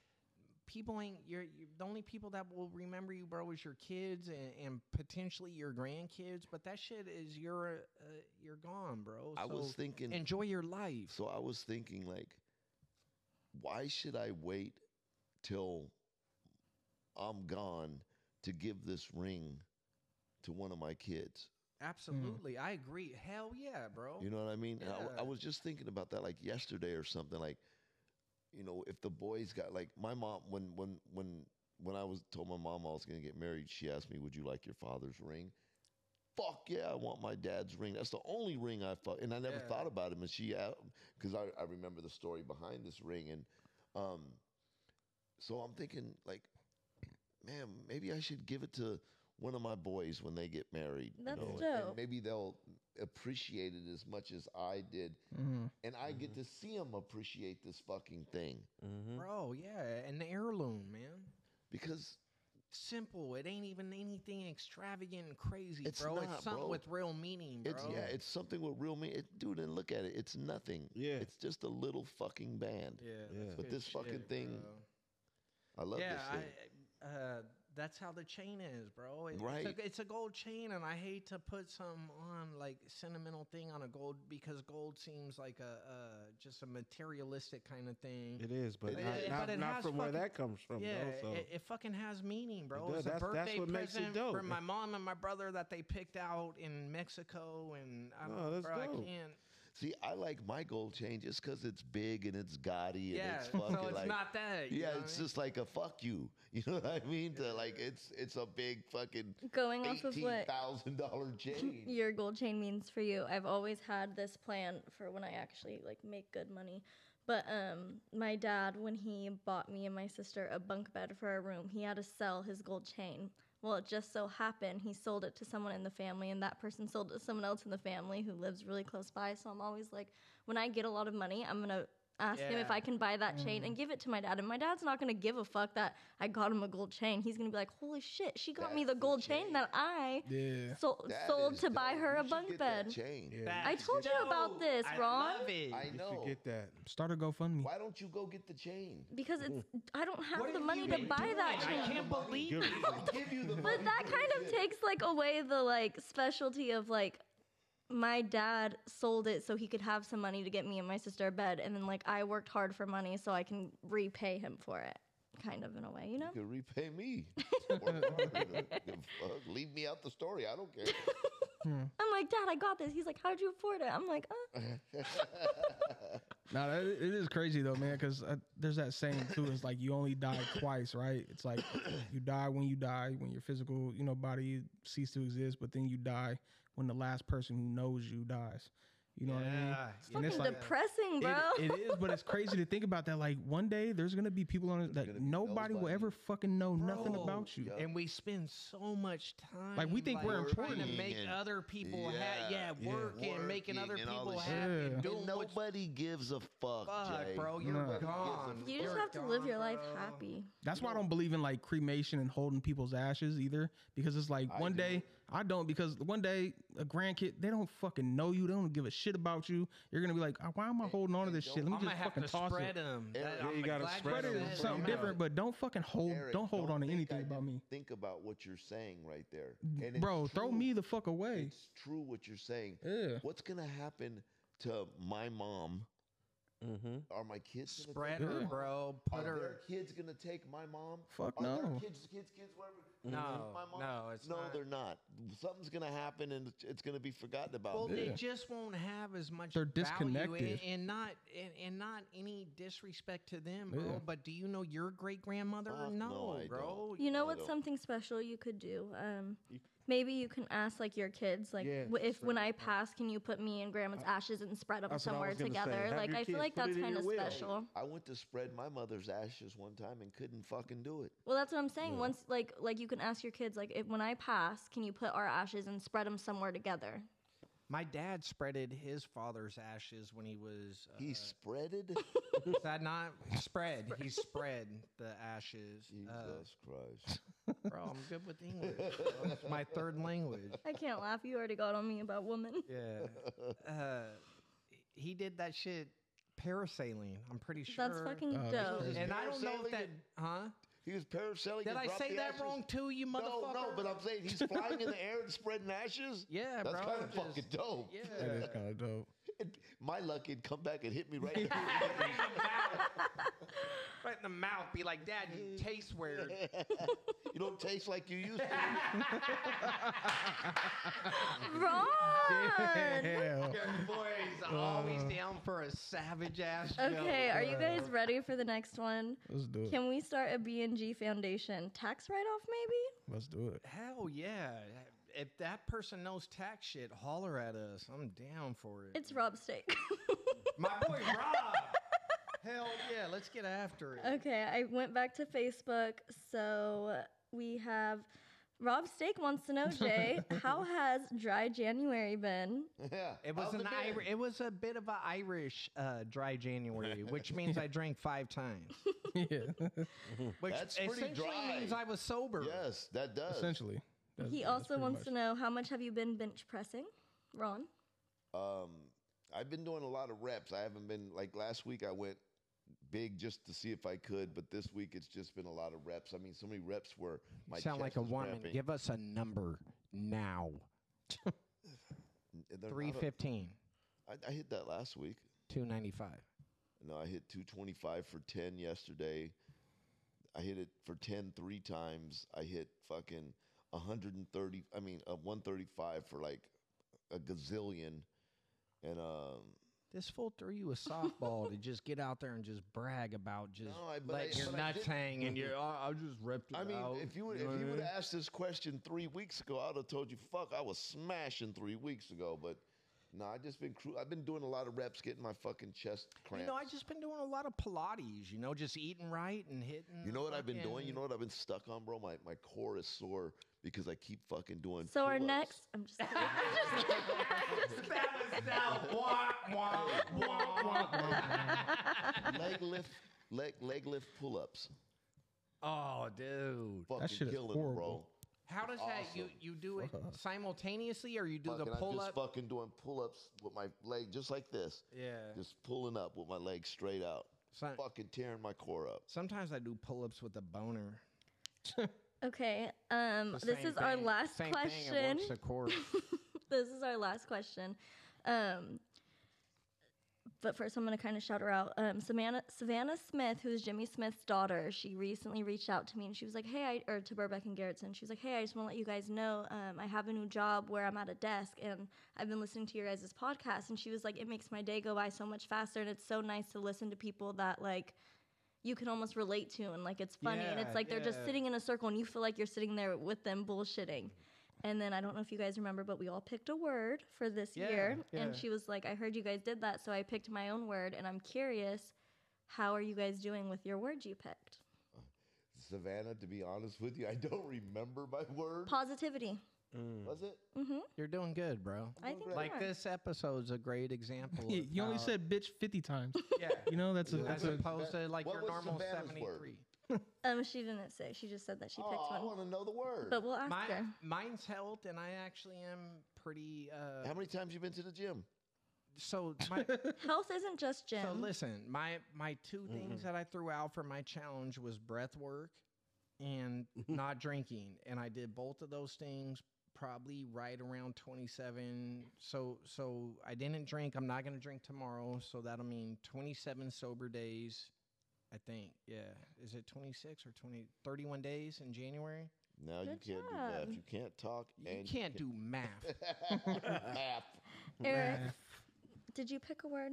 Speaker 7: people ain't you're, you the only people that will remember you, bro, is your kids and, and potentially your grandkids. But that shit is you're uh, you're gone, bro.
Speaker 3: I was
Speaker 7: So
Speaker 3: thinking.
Speaker 7: enjoy your life.
Speaker 3: so I was thinking, like, why should I wait till I'm gone to give this ring to one of my kids?
Speaker 7: Absolutely. I agree. Hell yeah, bro.
Speaker 3: mm. You know what I mean? And I w- I,
Speaker 7: Yeah.
Speaker 3: was just thinking about that, like yesterday or something. Like, you know, if the boys got like my mom when when when when I was told my mom I was going to get married, she asked me, "Would you like your father's ring?" Fuck yeah, I want my dad's ring. That's the only ring I fuck, and I never
Speaker 7: Yeah.
Speaker 3: thought about him. And she, because I, I remember the story behind this ring, and um, so I'm thinking like, man, maybe I should give it to one of my boys when they get married.
Speaker 4: That's
Speaker 3: and-
Speaker 4: dope.
Speaker 3: And maybe they'll appreciate it as much as I did,
Speaker 5: Mhm.
Speaker 3: and I get
Speaker 7: Mm-hmm.
Speaker 3: to see them appreciate this fucking thing
Speaker 6: Mm-hmm.
Speaker 7: Bro, yeah. An heirloom, man.
Speaker 3: because
Speaker 7: Simple. It ain't even anything extravagant and crazy,
Speaker 3: It's
Speaker 7: bro.
Speaker 3: not,
Speaker 7: it's something
Speaker 3: bro.
Speaker 7: with real meaning, bro.
Speaker 3: it's yeah, it's something with real meaning. It, dude, and look at it. It's nothing.
Speaker 6: Yeah.
Speaker 3: it's just a little fucking band.
Speaker 7: yeah,
Speaker 6: Yeah.
Speaker 7: that's
Speaker 6: But
Speaker 7: good
Speaker 3: this fucking
Speaker 7: shit,
Speaker 3: thing-
Speaker 7: bro.
Speaker 3: I love
Speaker 7: yeah,
Speaker 3: this thing.
Speaker 7: I, uh, that's how the chain is, bro. It-
Speaker 3: Right.
Speaker 7: It's a, it's a gold chain, and I hate to put some on like sentimental thing on a gold because gold seems like a uh, just a materialistic kind of thing.
Speaker 6: It is, but
Speaker 3: It
Speaker 6: not,
Speaker 3: is.
Speaker 6: not,
Speaker 7: But it
Speaker 6: not
Speaker 7: has
Speaker 6: from where
Speaker 7: fucking-
Speaker 6: that comes from.
Speaker 7: yeah,
Speaker 6: though, so.
Speaker 7: it, it fucking has meaning, bro.
Speaker 6: does.
Speaker 7: It's a
Speaker 6: That's- that's
Speaker 7: birthday
Speaker 6: what makes it
Speaker 7: present
Speaker 6: dope.
Speaker 7: for my mom and my brother that they picked out in Mexico, and I, don't-
Speaker 6: No, that's
Speaker 7: bro, I
Speaker 6: dope.
Speaker 7: can't.
Speaker 3: See, I like my gold chain just because it's big and it's gaudy and
Speaker 7: yeah,
Speaker 3: it's fucking
Speaker 7: so it's
Speaker 3: like.
Speaker 7: not that. you
Speaker 3: yeah,
Speaker 7: know what I
Speaker 3: it's
Speaker 7: mean?
Speaker 3: just like a fuck you. (laughs) You know what I mean? To, like it's it's a big fucking
Speaker 4: Going off of
Speaker 3: eighteen
Speaker 4: what
Speaker 3: thousand
Speaker 4: (laughs)
Speaker 3: dollar chain.
Speaker 4: your gold chain means for you. I've always had this plan for when I actually like make good money. But um my dad when he bought me and my sister a bunk bed for our room, he had to sell his gold chain. Well, it just so happened he sold it to someone in the family and that person sold it to someone else in the family who lives really close by. So I'm always like when I get a lot of money, I'm going to ask him if
Speaker 7: Yeah.
Speaker 4: I can buy that chain and give it to my dad. And my dad's not going to give a fuck that I got him a gold chain. He's going to be like, "Holy shit, she got me
Speaker 3: That's
Speaker 4: the
Speaker 3: the
Speaker 4: gold chain that I
Speaker 5: Yeah.
Speaker 4: sold,
Speaker 3: That
Speaker 4: sold
Speaker 3: is
Speaker 4: to buy
Speaker 3: dope.
Speaker 4: her
Speaker 3: You
Speaker 4: a
Speaker 3: should
Speaker 4: bunk
Speaker 3: get that
Speaker 4: bed.
Speaker 3: chain.
Speaker 5: Yeah.
Speaker 7: That-
Speaker 4: I told you about
Speaker 7: No,
Speaker 4: this,
Speaker 7: I
Speaker 4: Ron.
Speaker 7: love it.
Speaker 3: I know.
Speaker 6: get that.
Speaker 5: Start a GoFundMe.
Speaker 3: Why don't you go get the chain?
Speaker 4: Because it's
Speaker 3: Mm.
Speaker 4: I don't have
Speaker 7: What
Speaker 4: the
Speaker 7: have
Speaker 4: money
Speaker 7: you
Speaker 4: to
Speaker 7: been
Speaker 4: buy that
Speaker 7: doing? I
Speaker 4: chain.
Speaker 7: can't believe
Speaker 6: Good.
Speaker 3: I'll give you the money.
Speaker 4: (laughs)
Speaker 3: (laughs)
Speaker 4: But that kind of takes like away the like specialty of like my dad sold it so he could have some money to get me and my sister a bed and then like I worked hard for money so I can repay him for it. Kind of in a way, you know?
Speaker 3: You could repay
Speaker 4: (laughs)
Speaker 3: me. Work harder. Fuck, Leave me out the story. I don't
Speaker 5: (laughs)
Speaker 3: care.
Speaker 4: I'm like, Dad, I got this. He's like, How'd you afford it? I'm like, uh,
Speaker 5: No, that, it is crazy though, man. Because uh, there's that saying too. It's like you only die twice, right? It's like you die when you die, when your physical, you know, body ceases to exist, but then you die when the last person who knows you dies. You know what I mean?
Speaker 7: (laughs) Yeah,
Speaker 4: it's
Speaker 5: And
Speaker 4: fucking
Speaker 5: it's like-
Speaker 4: depressing, bro.
Speaker 5: It, it is, but it's crazy to think about that. Like one day, there's gonna be people on it that
Speaker 3: gonna
Speaker 5: nobody,
Speaker 3: be
Speaker 5: will
Speaker 3: nobody.
Speaker 5: ever fucking know nothing
Speaker 7: Bro,
Speaker 5: about you.
Speaker 3: yeah.
Speaker 7: And we spend so much time.
Speaker 5: Like, we think we're
Speaker 7: trying to
Speaker 3: important.
Speaker 7: make
Speaker 3: And-
Speaker 7: other people happy. Yeah,
Speaker 3: yeah,
Speaker 5: yeah.
Speaker 7: working, making
Speaker 3: Working
Speaker 7: other
Speaker 3: and all
Speaker 7: people
Speaker 3: this
Speaker 7: happy.
Speaker 5: shit.
Speaker 7: and
Speaker 5: Yeah.
Speaker 7: Doing what's
Speaker 3: nobody gives a fuck,
Speaker 7: fuck,
Speaker 3: Jay.
Speaker 7: bro. You're
Speaker 5: Nobody gives a
Speaker 7: gone.
Speaker 4: you just
Speaker 7: You're
Speaker 4: have to live
Speaker 7: gone,
Speaker 4: your life
Speaker 7: bro.
Speaker 4: happy.
Speaker 5: That's why I don't believe in like cremation and holding people's ashes either. Because it's like
Speaker 3: I
Speaker 5: one
Speaker 3: do.
Speaker 5: day I don't because one day a grandkid they don't fucking know you. They don't give a shit about you. You're gonna be like, "Uh, why am I holding on to
Speaker 3: they
Speaker 5: this shit? Let
Speaker 7: I'm
Speaker 5: me
Speaker 7: gonna
Speaker 5: just
Speaker 7: have
Speaker 5: fucking
Speaker 7: to
Speaker 5: toss
Speaker 7: spread
Speaker 5: it.
Speaker 7: them.
Speaker 3: Yeah,
Speaker 6: you gotta spread
Speaker 5: Spread it
Speaker 6: them.
Speaker 5: is something
Speaker 3: Bro.
Speaker 5: different, but don't fucking hold.
Speaker 3: Eric,
Speaker 5: don't hold on to
Speaker 3: think I
Speaker 5: anything about
Speaker 3: didn't
Speaker 5: me,
Speaker 3: Think about what you're saying right there. And it's
Speaker 5: bro. Throw
Speaker 3: true.
Speaker 5: me the fuck away.
Speaker 3: It's true what you're saying.
Speaker 5: Yeah.
Speaker 3: What's gonna happen to my mom?
Speaker 6: Mm-hmm.
Speaker 3: Are my kids gonna
Speaker 7: Spread
Speaker 3: take
Speaker 7: her,
Speaker 5: Yeah.
Speaker 3: my mom?
Speaker 7: bro.
Speaker 3: Are
Speaker 7: Put
Speaker 3: their
Speaker 7: her.
Speaker 3: kids gonna take my mom?
Speaker 5: Fuck
Speaker 3: Are their
Speaker 5: no.
Speaker 3: kids, kids, kids, whatever. gonna take
Speaker 7: No,
Speaker 3: my mom?
Speaker 7: no, it's
Speaker 3: no,
Speaker 7: not.
Speaker 3: they're not. Something's gonna happen, and it's- it's gonna be forgotten about.
Speaker 7: Well, they
Speaker 5: Yeah.
Speaker 7: just won't have as much.
Speaker 5: They're
Speaker 7: value
Speaker 5: disconnected.
Speaker 7: and, and not and, and not any disrespect to them, bro.
Speaker 5: Yeah.
Speaker 7: But do you know your great grandmother?
Speaker 3: Fuck Uh, no,
Speaker 7: no,
Speaker 3: I
Speaker 7: bro.
Speaker 4: You know
Speaker 3: I
Speaker 4: what's
Speaker 3: don't.
Speaker 4: something special you could do? Um, maybe you can ask like your kids, like
Speaker 6: Yeah,
Speaker 4: w- if when
Speaker 6: spread
Speaker 4: I
Speaker 6: it.
Speaker 4: pass, can you put me in grandma's ashes and spread them
Speaker 6: That's what I
Speaker 4: somewhere
Speaker 6: was gonna say.
Speaker 4: together?
Speaker 6: Have
Speaker 4: Like
Speaker 6: your
Speaker 4: I feel
Speaker 6: kids
Speaker 4: like
Speaker 6: put it
Speaker 4: that's
Speaker 6: in
Speaker 4: kind of
Speaker 6: your will.
Speaker 4: special.
Speaker 3: I went to spread my mother's ashes one time and couldn't fucking do it.
Speaker 4: Well, that's what I'm saying. Once like like you can ask your kids, like if, when I pass, can you put our ashes and spread them somewhere together?
Speaker 7: My dad spreaded his father's ashes when he was. Uh,
Speaker 3: He
Speaker 4: (laughs)
Speaker 3: spreaded.
Speaker 7: is
Speaker 3: (laughs)
Speaker 7: that not spread? He spread the ashes. Uh,
Speaker 3: Jesus Christ. (laughs)
Speaker 7: bro, I'm good with English. bro. It's my third language.
Speaker 4: I can't laugh. You already got on me about woman.
Speaker 7: Yeah.
Speaker 3: (laughs)
Speaker 7: Uh, he did that shit parasailing. I'm pretty sure.
Speaker 4: (laughs) That's fucking
Speaker 5: Uh,
Speaker 4: dope.
Speaker 6: (laughs)
Speaker 3: Is
Speaker 7: And I don't know
Speaker 3: parasailing
Speaker 7: if that,
Speaker 3: and-
Speaker 7: huh?
Speaker 3: He was parasailing.
Speaker 7: Did
Speaker 3: and
Speaker 7: I
Speaker 3: dropped
Speaker 7: say
Speaker 3: the
Speaker 7: that
Speaker 3: ashes.
Speaker 7: wrong too, you
Speaker 3: No,
Speaker 7: motherfucker?
Speaker 3: no, but I'm saying he's flying in the air and spreading ashes.
Speaker 7: (laughs) Yeah,
Speaker 3: That's
Speaker 7: bro.
Speaker 3: kind of
Speaker 7: just-
Speaker 3: fucking dope.
Speaker 7: (laughs) Yeah.
Speaker 5: That is kind of dope.
Speaker 3: And my luck, it'd come back and hit me (laughs) right. in the-
Speaker 7: Right in the mouth. Be like, Dad, you
Speaker 3: (laughs)
Speaker 7: taste weird.
Speaker 3: you don't taste like you used
Speaker 7: (laughs)
Speaker 3: to.
Speaker 4: Ron.
Speaker 5: Hell.
Speaker 7: Your boy's always
Speaker 3: Uh.
Speaker 7: down for a savage ass joke.
Speaker 4: Okay, are you guys ready for the next one?
Speaker 5: Let's do it.
Speaker 4: Can we start a B&G foundation tax write-off maybe?
Speaker 5: Let's do it.
Speaker 7: Hell yeah. If that person knows tax shit, holler at us. I'm down for it.
Speaker 4: It's Rob Steak.
Speaker 7: (laughs) my boy Rob.
Speaker 4: (laughs)
Speaker 7: Hell yeah, let's get after it.
Speaker 4: okay, I went back to Facebook. So we have Rob Steak wants to
Speaker 7: (laughs)
Speaker 4: know, Jay, how has dry January been?
Speaker 3: yeah.
Speaker 7: It was
Speaker 3: How's
Speaker 7: an
Speaker 3: been?
Speaker 7: Irish, it was a bit of a Irish uh,
Speaker 3: (laughs)
Speaker 7: dry January, which means I drank five times,
Speaker 5: (laughs) yeah.
Speaker 7: which
Speaker 3: That's pretty
Speaker 7: essentially
Speaker 3: dry.
Speaker 7: means I was sober.
Speaker 3: Yes, that does.
Speaker 5: Essentially. That's-
Speaker 4: He
Speaker 5: that's
Speaker 4: also
Speaker 5: pretty
Speaker 4: wants
Speaker 5: much- (laughs)
Speaker 4: to know how much have you been bench pressing? Ron?
Speaker 3: Um, I've been doing a lot of reps. I haven't been like last week. I went big just to see if I could, but this week it's just been a lot of reps. I mean, so many reps were my
Speaker 7: Sound like
Speaker 3: chest
Speaker 7: a
Speaker 3: was
Speaker 7: woman.
Speaker 3: cramping.
Speaker 7: Give us a number now.
Speaker 3: And they're not a-
Speaker 7: Three fifteen.
Speaker 3: I, I hit that last week.
Speaker 7: Two ninety five.
Speaker 3: No, I hit 225 for 10 yesterday. I hit it for 10 three times. I hit fucking 130, I mean, uh, 135 for like a gazillion. And um,
Speaker 7: This fool threw you a softball to just get out there and just brag about just
Speaker 3: No, I- but I-
Speaker 7: let your
Speaker 3: but I
Speaker 7: nuts
Speaker 3: did-
Speaker 7: hang and
Speaker 3: (laughs)
Speaker 7: you're. I I just ripped it
Speaker 3: I mean,
Speaker 7: out.
Speaker 3: if you would, if
Speaker 7: know what
Speaker 3: you
Speaker 7: I
Speaker 3: would
Speaker 7: mean?
Speaker 3: have asked this question three weeks ago, I'd have told you, "Fuck, I was smashing three weeks ago." But no, I just been cru- I've been doing a lot of reps, getting my fucking chest cramps.
Speaker 7: You know, I just been doing a lot of Pilates. You know, just eating right and hitting.
Speaker 3: You
Speaker 7: the
Speaker 3: know what I've been doing? You
Speaker 7: fucking-
Speaker 3: know what I've been stuck on, bro? My my core is sore because I keep fucking doing.
Speaker 4: So our
Speaker 3: pull-ups.
Speaker 4: next, I'm just
Speaker 5: (laughs)
Speaker 4: kidding. I'm just kidding. I'm just kidding.
Speaker 7: (laughs)
Speaker 3: (laughs) leg lift, leg leg lift pull ups.
Speaker 7: Oh, dude!
Speaker 3: Fucking
Speaker 5: shit is
Speaker 3: killing 'em, bro.
Speaker 5: horrible.
Speaker 7: How does that? You
Speaker 3: Awesome.
Speaker 7: you do it simultaneously, or you do
Speaker 3: Fucking,
Speaker 7: the
Speaker 3: I'm
Speaker 7: pull
Speaker 3: just
Speaker 7: up?
Speaker 3: fucking doing pull ups with my leg just like this.
Speaker 7: Yeah.
Speaker 3: Just pulling up with my leg straight out.
Speaker 7: Some-
Speaker 3: Fucking tearing my core up.
Speaker 7: sometimes I do pull ups with a boner.
Speaker 4: Okay, um,
Speaker 7: The
Speaker 4: this
Speaker 7: same
Speaker 4: is our
Speaker 7: thing-
Speaker 4: last
Speaker 7: same
Speaker 4: question.
Speaker 7: Thing, it works,
Speaker 4: (laughs)
Speaker 7: of course.
Speaker 4: this is our last question. Um, but first, I'm going to kind of shout her out. Um, Savannah, Savannah Smith, who's Jimmy Smith's daughter, she recently reached out to me and she was like, Hey, I, or to Burbeck and Gerritsen, she was like, Hey, I just want to let you guys know um, I have a new job where I'm at a desk and I've been listening to your guys' podcast. And she was like, It makes my day go by so much faster. And it's so nice to listen to people that, like, you can almost relate to and like it's funny and
Speaker 7: Yeah,
Speaker 4: it's like they're just
Speaker 7: yeah.
Speaker 4: sitting in a circle and you feel like you're sitting there with them bullshitting and then I don't know if you guys remember, but we all picked a word for this
Speaker 7: Yeah,
Speaker 4: year.
Speaker 7: yeah.
Speaker 4: And she was like, I heard you guys did that, so I picked my own word. And I'm curious, how are you guys doing with your words you picked?
Speaker 3: Savannah, to be honest with you, I don't remember my word.
Speaker 4: Positivity.
Speaker 6: Mm.
Speaker 4: Mm-hmm.
Speaker 3: Was it?
Speaker 7: You're doing good, bro.
Speaker 4: I think you
Speaker 7: Like
Speaker 4: are.
Speaker 7: this episode's a great example.
Speaker 5: Yeah,
Speaker 7: of
Speaker 5: you only
Speaker 7: how-
Speaker 5: said bitch 50 times.
Speaker 7: (laughs) yeah.
Speaker 5: You know, (laughs) that's a,
Speaker 3: Yeah,
Speaker 5: that's
Speaker 7: As
Speaker 5: a
Speaker 7: opposed to like
Speaker 3: What
Speaker 7: your
Speaker 3: was
Speaker 7: normal
Speaker 3: Savannah's
Speaker 7: seventy
Speaker 3: word?
Speaker 7: three.
Speaker 4: Um, she didn't say. She just said that she picked
Speaker 3: Oh, I
Speaker 4: one.
Speaker 3: want to know the word.
Speaker 4: But we'll ask
Speaker 7: My, (laughs)
Speaker 4: her.
Speaker 7: mine's health, and I actually am pretty. Uh,
Speaker 3: How many times you been to the gym?
Speaker 7: so my,
Speaker 4: Health isn't just gym.
Speaker 7: So listen, my my 2
Speaker 3: Mm-hmm.
Speaker 7: things that I threw out for my challenge was breath work and
Speaker 3: Mm-hmm.
Speaker 7: not drinking, and I did both of those things probably right around 27. So so I didn't drink. I'm not going to drink tomorrow, so that'll mean 27 sober days. I think. Yeah. Is it 26 or 20 31 days in January?
Speaker 3: No, you
Speaker 4: Good
Speaker 3: can't do math.
Speaker 4: job.
Speaker 3: You can't talk.
Speaker 7: You
Speaker 3: and (laughs)
Speaker 7: can't do math.
Speaker 3: math.
Speaker 4: Eric, did you pick a word?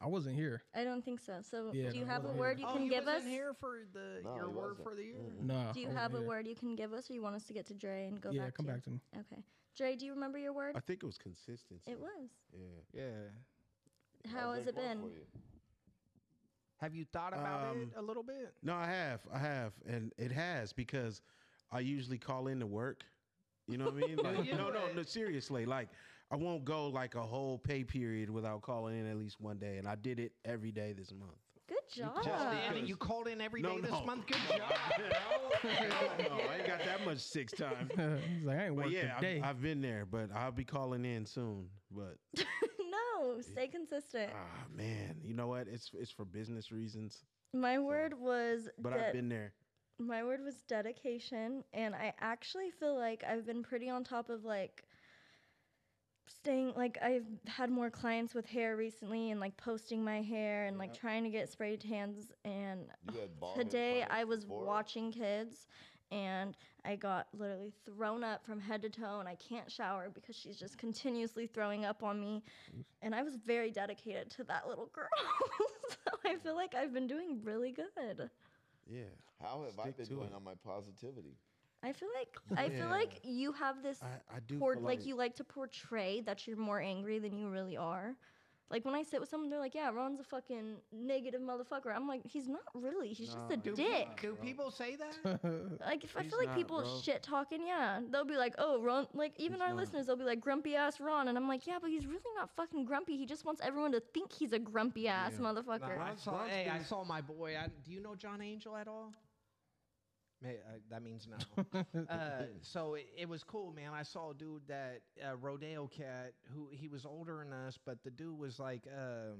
Speaker 5: I wasn't here.
Speaker 4: I don't think so. So
Speaker 5: Yeah,
Speaker 4: do
Speaker 5: no,
Speaker 4: you
Speaker 5: I
Speaker 4: have a
Speaker 5: wasn't
Speaker 4: word you
Speaker 5: here.
Speaker 7: oh,
Speaker 4: can
Speaker 7: you
Speaker 4: give
Speaker 7: wasn't
Speaker 4: us?
Speaker 7: here for the
Speaker 3: No,
Speaker 7: your
Speaker 3: he
Speaker 7: word
Speaker 3: wasn't.
Speaker 7: for the year.
Speaker 5: No.
Speaker 4: Do you
Speaker 5: I wasn't
Speaker 4: have a
Speaker 5: here.
Speaker 4: word you can give us, or you want us to get to Dre and go
Speaker 5: Yeah,
Speaker 4: back?
Speaker 5: come
Speaker 4: to you?
Speaker 5: back to me.
Speaker 4: Okay, Dre, do you remember your word?
Speaker 6: I think it was consistency.
Speaker 4: it was.
Speaker 6: Yeah.
Speaker 7: Yeah.
Speaker 4: How has it been?
Speaker 7: Have you thought about it
Speaker 6: Um,
Speaker 7: a little bit?
Speaker 6: No, I have, I have, and it has because I usually call in to work. You know what
Speaker 5: (laughs)
Speaker 6: I mean? Like,
Speaker 7: you?
Speaker 6: no, no, no. Seriously, like I won't go like a whole pay period without calling in at least one day, and I did it every day this month.
Speaker 4: Good job.
Speaker 7: And you called in every day
Speaker 6: Ah. No,
Speaker 7: this
Speaker 6: no.
Speaker 7: month.
Speaker 6: (laughs)
Speaker 7: Good job.
Speaker 6: no, no, (laughs) I ain't got that much six time.
Speaker 5: (laughs) He's like, I ain't
Speaker 6: (laughs) But
Speaker 5: worked
Speaker 6: yeah,
Speaker 5: a day.
Speaker 6: I've, I've been there, but I'll be calling in soon. But
Speaker 4: (laughs) no, stay consistent.
Speaker 6: ah, man, you know what? It's it's for business reasons.
Speaker 4: My word was
Speaker 6: But
Speaker 4: de-
Speaker 6: I've been there.
Speaker 4: my word was dedication and I actually feel like I've been pretty on top of like staying like I've had more clients with hair recently and like posting my hair and like trying to get spray tans and
Speaker 3: You had ball hair
Speaker 4: today
Speaker 3: clients
Speaker 4: I was
Speaker 3: before?
Speaker 4: watching kids and I got literally thrown up from head to toe and I can't shower because she's just continuously throwing up on me and I was very dedicated to that little girl. (laughs) so I feel like I've been doing really good.
Speaker 6: Yeah.
Speaker 3: How have I
Speaker 6: Stick
Speaker 3: been
Speaker 6: to
Speaker 3: doing
Speaker 6: it.
Speaker 3: on my positivity?
Speaker 4: I feel like I feel like you have this
Speaker 6: I, I do
Speaker 4: por-
Speaker 6: feel
Speaker 4: like, you like to portray that you're more angry than you really are. Like when I sit with someone, they're like, "Yeah, Ron's a fucking negative motherfucker." I'm like, "He's not really. He's just a
Speaker 7: Do,
Speaker 4: dick."
Speaker 7: do people say that?
Speaker 4: Like if I
Speaker 6: He's
Speaker 4: feel like
Speaker 6: not,
Speaker 4: people
Speaker 6: bro.
Speaker 4: shit talking, yeah, they'll be like, "Oh, Ron." Like even our listeners, they'll be like, "Grumpy ass Ron," and I'm like, "Yeah, but he's really not fucking grumpy. He just wants everyone to think he's a grumpy ass motherfucker."
Speaker 7: I saw,
Speaker 6: Ron's
Speaker 7: hey, I
Speaker 6: been-
Speaker 7: saw my boy. I, do you know John Angel at all? May, I, that means (laughs) no. uh, so it, it was cool, man. I saw a dude that uh, rodeo cat who he was older than us, but the dude was like um,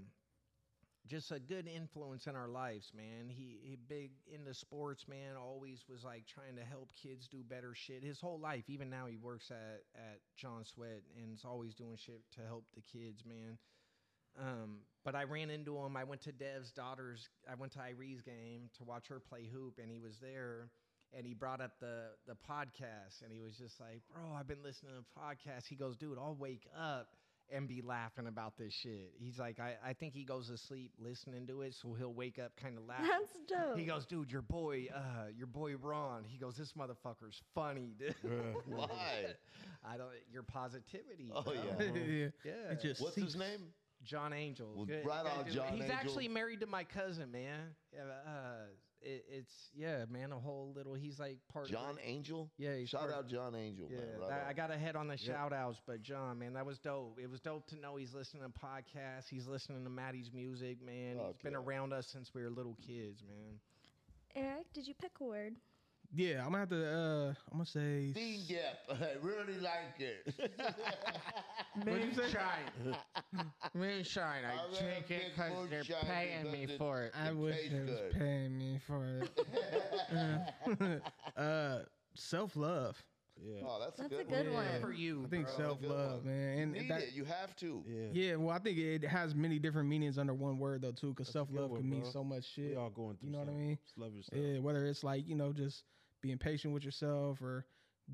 Speaker 7: just a good influence in our lives, man. He he big into sports, man. Always was like trying to help kids do better shit. His whole life, even now, he works at at John Sweat and is always doing shit to help the kids, man. Um, but I ran into him. I went to Dev's daughter's. I went to Iree's game to watch her play hoop, and he was there. And he brought up the the podcast, and he was just like, "Bro, I've been listening to the podcast." He goes, "Dude, I'll wake up." and be laughing about this shit. He's like, I, I think he goes to sleep listening to it, so he'll wake up
Speaker 4: (laughs)
Speaker 7: kind of laughing.
Speaker 4: That's dope.
Speaker 7: He goes, dude, your boy, uh, your boy Ron. He goes, this motherfucker's funny, dude. (laughs)
Speaker 3: Why?
Speaker 7: I don't. Your positivity.
Speaker 3: Oh,
Speaker 7: bro.
Speaker 3: yeah.
Speaker 5: (laughs) yeah.
Speaker 7: yeah.
Speaker 5: It just
Speaker 3: What's his name?
Speaker 7: John Angel.
Speaker 3: Well,
Speaker 7: Good-
Speaker 3: right
Speaker 7: good
Speaker 3: on,
Speaker 7: dude.
Speaker 3: John
Speaker 7: He's
Speaker 3: Angel.
Speaker 7: actually married to my cousin, man. Yeah, Uh, it, it's yeah, man. A whole little. He's like part
Speaker 3: John
Speaker 7: Of, the-
Speaker 3: Angel.
Speaker 7: yeah, he's
Speaker 3: Shout
Speaker 7: part,
Speaker 3: out John Angel,
Speaker 7: Yeah,
Speaker 3: man. Right
Speaker 7: that-
Speaker 3: on.
Speaker 7: I got ahead on the shout outs, but John, man, that was dope. It was dope to know he's listening to podcasts. He's listening to Maddie's music, man. He's
Speaker 3: Fuck
Speaker 7: been
Speaker 3: yeah.
Speaker 7: around us since we were little kids, man.
Speaker 4: Eric, did you pick a word?
Speaker 5: Yeah, I'm gonna have to. Uh, I'm gonna say.
Speaker 3: Dean Depp. (laughs) I really like it. (laughs)
Speaker 5: What'd you say?
Speaker 7: Moonshine,
Speaker 3: I rather pick moonshine because it-
Speaker 5: I
Speaker 3: It
Speaker 5: wish
Speaker 3: tastes
Speaker 5: they was
Speaker 3: good.
Speaker 5: paying me for it. (laughs) uh, self love.
Speaker 6: Yeah.
Speaker 3: (laughs) oh, that's,
Speaker 4: That's
Speaker 3: a good,
Speaker 5: good
Speaker 3: one.
Speaker 5: one.
Speaker 7: For you,
Speaker 5: I think
Speaker 7: bro.
Speaker 5: self love,
Speaker 3: one.
Speaker 5: man,
Speaker 3: You
Speaker 5: and
Speaker 3: need
Speaker 5: that.
Speaker 3: it. You have to.
Speaker 6: Yeah.
Speaker 5: Yeah, well, I think it has many different meanings under one word though, too, because
Speaker 6: That's a good
Speaker 5: self love
Speaker 6: one,
Speaker 5: can mean
Speaker 6: bro.
Speaker 5: so much shit.
Speaker 6: We all going through
Speaker 5: You know what I
Speaker 6: something.
Speaker 5: mean?
Speaker 6: Just love yourself.
Speaker 5: Yeah, whether it's like you know just being patient with yourself or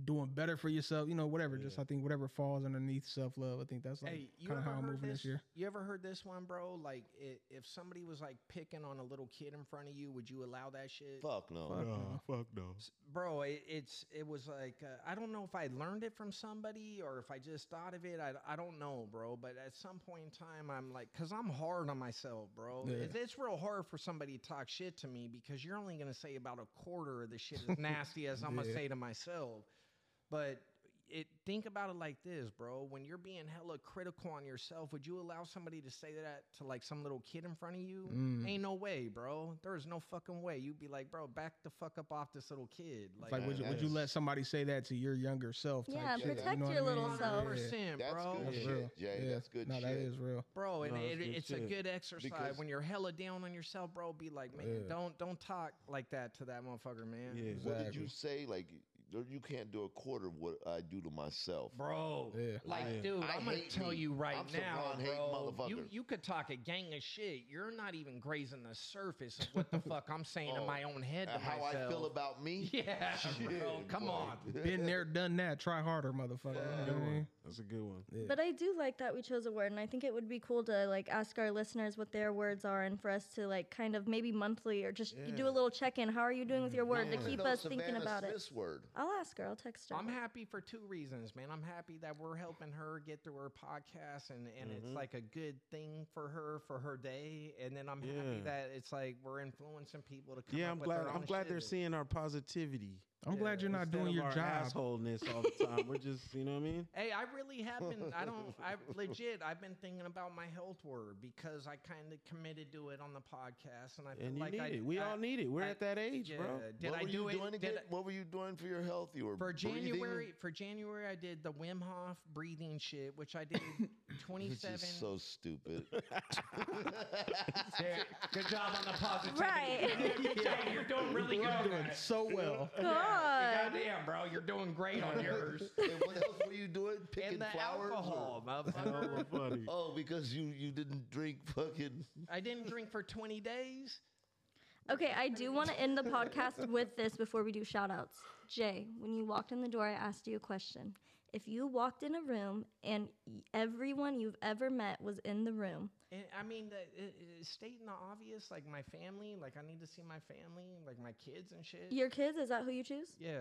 Speaker 5: doing better for yourself, you know, whatever. Just
Speaker 6: Yeah.
Speaker 5: I think whatever falls underneath self love, I think that's like
Speaker 7: Hey, you
Speaker 5: kind
Speaker 7: ever
Speaker 5: of how I'm
Speaker 7: heard
Speaker 5: moving
Speaker 7: this?
Speaker 5: this year.
Speaker 7: You ever heard this one, bro? Like, i if somebody was like picking on a little kid in front of you, would you allow that shit?
Speaker 3: Fuck no.
Speaker 5: Fuck no.
Speaker 6: fuck no.
Speaker 7: S- Bro, it, it's it was like uh, I don't know if I learned it from somebody or if I just thought of it. I, I don't know, bro. But at some point in time, I'm like, cause I'm hard on myself, bro.
Speaker 5: Yeah.
Speaker 7: It's, it's real hard for somebody to talk shit to me because you're only gonna say about a quarter of the shit as nasty
Speaker 5: (laughs)
Speaker 7: as I'm gonna
Speaker 5: Yeah.
Speaker 7: say to myself. But it think about it like this, bro. When you're being hella critical on yourself, would you allow somebody to say that to like some little kid in front of you?
Speaker 5: Mm.
Speaker 7: Ain't no way, bro. There is no fucking way. You'd be like, bro, back the fuck up off this little kid.
Speaker 5: It's like, would you,
Speaker 3: that
Speaker 5: would you
Speaker 3: is-
Speaker 5: let somebody say that to your younger self? type
Speaker 4: Yeah,
Speaker 5: shit, you
Speaker 3: protect
Speaker 5: know what
Speaker 4: your
Speaker 5: I
Speaker 4: little
Speaker 5: mean?
Speaker 4: self.
Speaker 5: Yeah.
Speaker 7: 100%,
Speaker 3: That's
Speaker 7: bro.
Speaker 3: good
Speaker 5: That's
Speaker 3: shit,
Speaker 5: real.
Speaker 3: Jay.
Speaker 5: Yeah.
Speaker 3: That's good
Speaker 5: no,
Speaker 3: shit.
Speaker 5: that is real.
Speaker 7: Bro, and
Speaker 6: No, that's
Speaker 7: it,
Speaker 6: good
Speaker 7: it's a
Speaker 6: shit.
Speaker 7: good exercise
Speaker 3: Because-
Speaker 7: when you're hella down on yourself, bro. Be like, man,
Speaker 5: Yeah.
Speaker 7: don't don't talk like that to that motherfucker, man.
Speaker 6: Yeah.
Speaker 3: What did you
Speaker 5: Exactly.
Speaker 3: say? Like, you you can't do a quarter of what I do to myself.
Speaker 7: Bro,
Speaker 5: Yeah.
Speaker 7: like,
Speaker 6: I-
Speaker 7: dude,
Speaker 3: I
Speaker 7: I am gonna
Speaker 3: hate
Speaker 7: tell
Speaker 3: me.
Speaker 7: you right
Speaker 3: I'm some
Speaker 7: now,
Speaker 3: Ron Haight
Speaker 7: bro. You,
Speaker 3: motherfucker.
Speaker 7: you could talk a gang of shit. You're not even grazing the surface of what (laughs) the fuck I'm saying in
Speaker 3: Oh,
Speaker 7: my own head. To
Speaker 3: And how
Speaker 7: myself.
Speaker 3: I feel about me?
Speaker 7: Yeah,
Speaker 3: Shit,
Speaker 7: bro. Come
Speaker 3: boy.
Speaker 7: on.
Speaker 5: Been there, done that. Try harder, motherfucker.
Speaker 3: Yeah.
Speaker 5: You know
Speaker 6: Good
Speaker 5: what I
Speaker 6: one.
Speaker 5: mean?
Speaker 6: That's a good one.
Speaker 5: Yeah.
Speaker 4: But I do like that we chose a word, and I think it would be cool to like ask our listeners what their words are, and for us to like kind of maybe monthly or just do
Speaker 6: Yeah.
Speaker 4: a little check in. How are you doing with your
Speaker 3: I
Speaker 4: word to
Speaker 3: wanna
Speaker 4: keep
Speaker 3: know
Speaker 4: us thinking
Speaker 3: Savannah
Speaker 4: about it?
Speaker 3: Smith's word.
Speaker 4: I'll ask her. I'll text her.
Speaker 7: I'm happy for two reasons, man. I'm happy that we're helping her get through her podcast and, and
Speaker 6: Mhm.
Speaker 7: it's like a good thing for her for her day. And then I'm happy
Speaker 6: Yeah.
Speaker 7: that it's like we're influencing people to come
Speaker 6: Yeah,
Speaker 7: up
Speaker 6: I'm
Speaker 7: with
Speaker 6: glad.
Speaker 7: their
Speaker 6: I'm
Speaker 7: own
Speaker 6: glad they're
Speaker 7: shit.
Speaker 6: seeing our positivity.
Speaker 5: I'm glad you're not
Speaker 6: instead
Speaker 5: doing
Speaker 6: of
Speaker 5: your
Speaker 6: our
Speaker 5: job.
Speaker 6: Assholeness all the time. We're just, you know what I mean?
Speaker 7: Hey, I really have been.
Speaker 6: (laughs)
Speaker 7: I don't. I legit. I've been thinking about my health word because I kind of committed to it on the podcast, and I feel
Speaker 6: And you
Speaker 7: like
Speaker 6: need
Speaker 7: I,
Speaker 6: it. We
Speaker 7: I-
Speaker 6: all need it. We're
Speaker 7: I-
Speaker 6: at that age,
Speaker 7: yeah,
Speaker 5: (laughs)
Speaker 6: bro.
Speaker 7: Did
Speaker 3: what
Speaker 7: I
Speaker 3: were
Speaker 7: do
Speaker 3: you doing
Speaker 7: it? Did
Speaker 3: again?
Speaker 7: I-
Speaker 3: What were you doing for your health? You were
Speaker 7: for
Speaker 3: breathing?
Speaker 7: January, for January, I did the Wim Hof breathing shit, which I
Speaker 6: (laughs)
Speaker 7: did
Speaker 3: This
Speaker 7: 27
Speaker 3: is so
Speaker 7: (laughs)
Speaker 3: stupid.
Speaker 7: There- Good job on the positivity.
Speaker 4: Right.
Speaker 7: yeah, you're doing really good.
Speaker 5: (laughs) You're
Speaker 7: on
Speaker 5: doing
Speaker 7: that.
Speaker 5: so well.
Speaker 4: God.
Speaker 7: Goddamn, bro, you're doing
Speaker 3: (laughs)
Speaker 7: great on yours.
Speaker 3: and what else were you doing? Picking
Speaker 7: and the
Speaker 3: flowers? or-
Speaker 7: alcohol,
Speaker 6: So
Speaker 3: (laughs)
Speaker 7: motherfucker.
Speaker 6: funny.
Speaker 3: Oh, because you you didn't drink fucking.
Speaker 7: I didn't drink for 20 days.
Speaker 4: Okay, I do want to end the podcast with this before we do shout outs. Jay, when you walked in the door, I asked you a question. If you walked in a room and y- everyone you've ever met was in the room,
Speaker 7: And I mean, the, it, it- stating the obvious, like my family, like I need to see my family, like my kids and shit.
Speaker 4: your kids, is that who you choose?
Speaker 7: Yeah.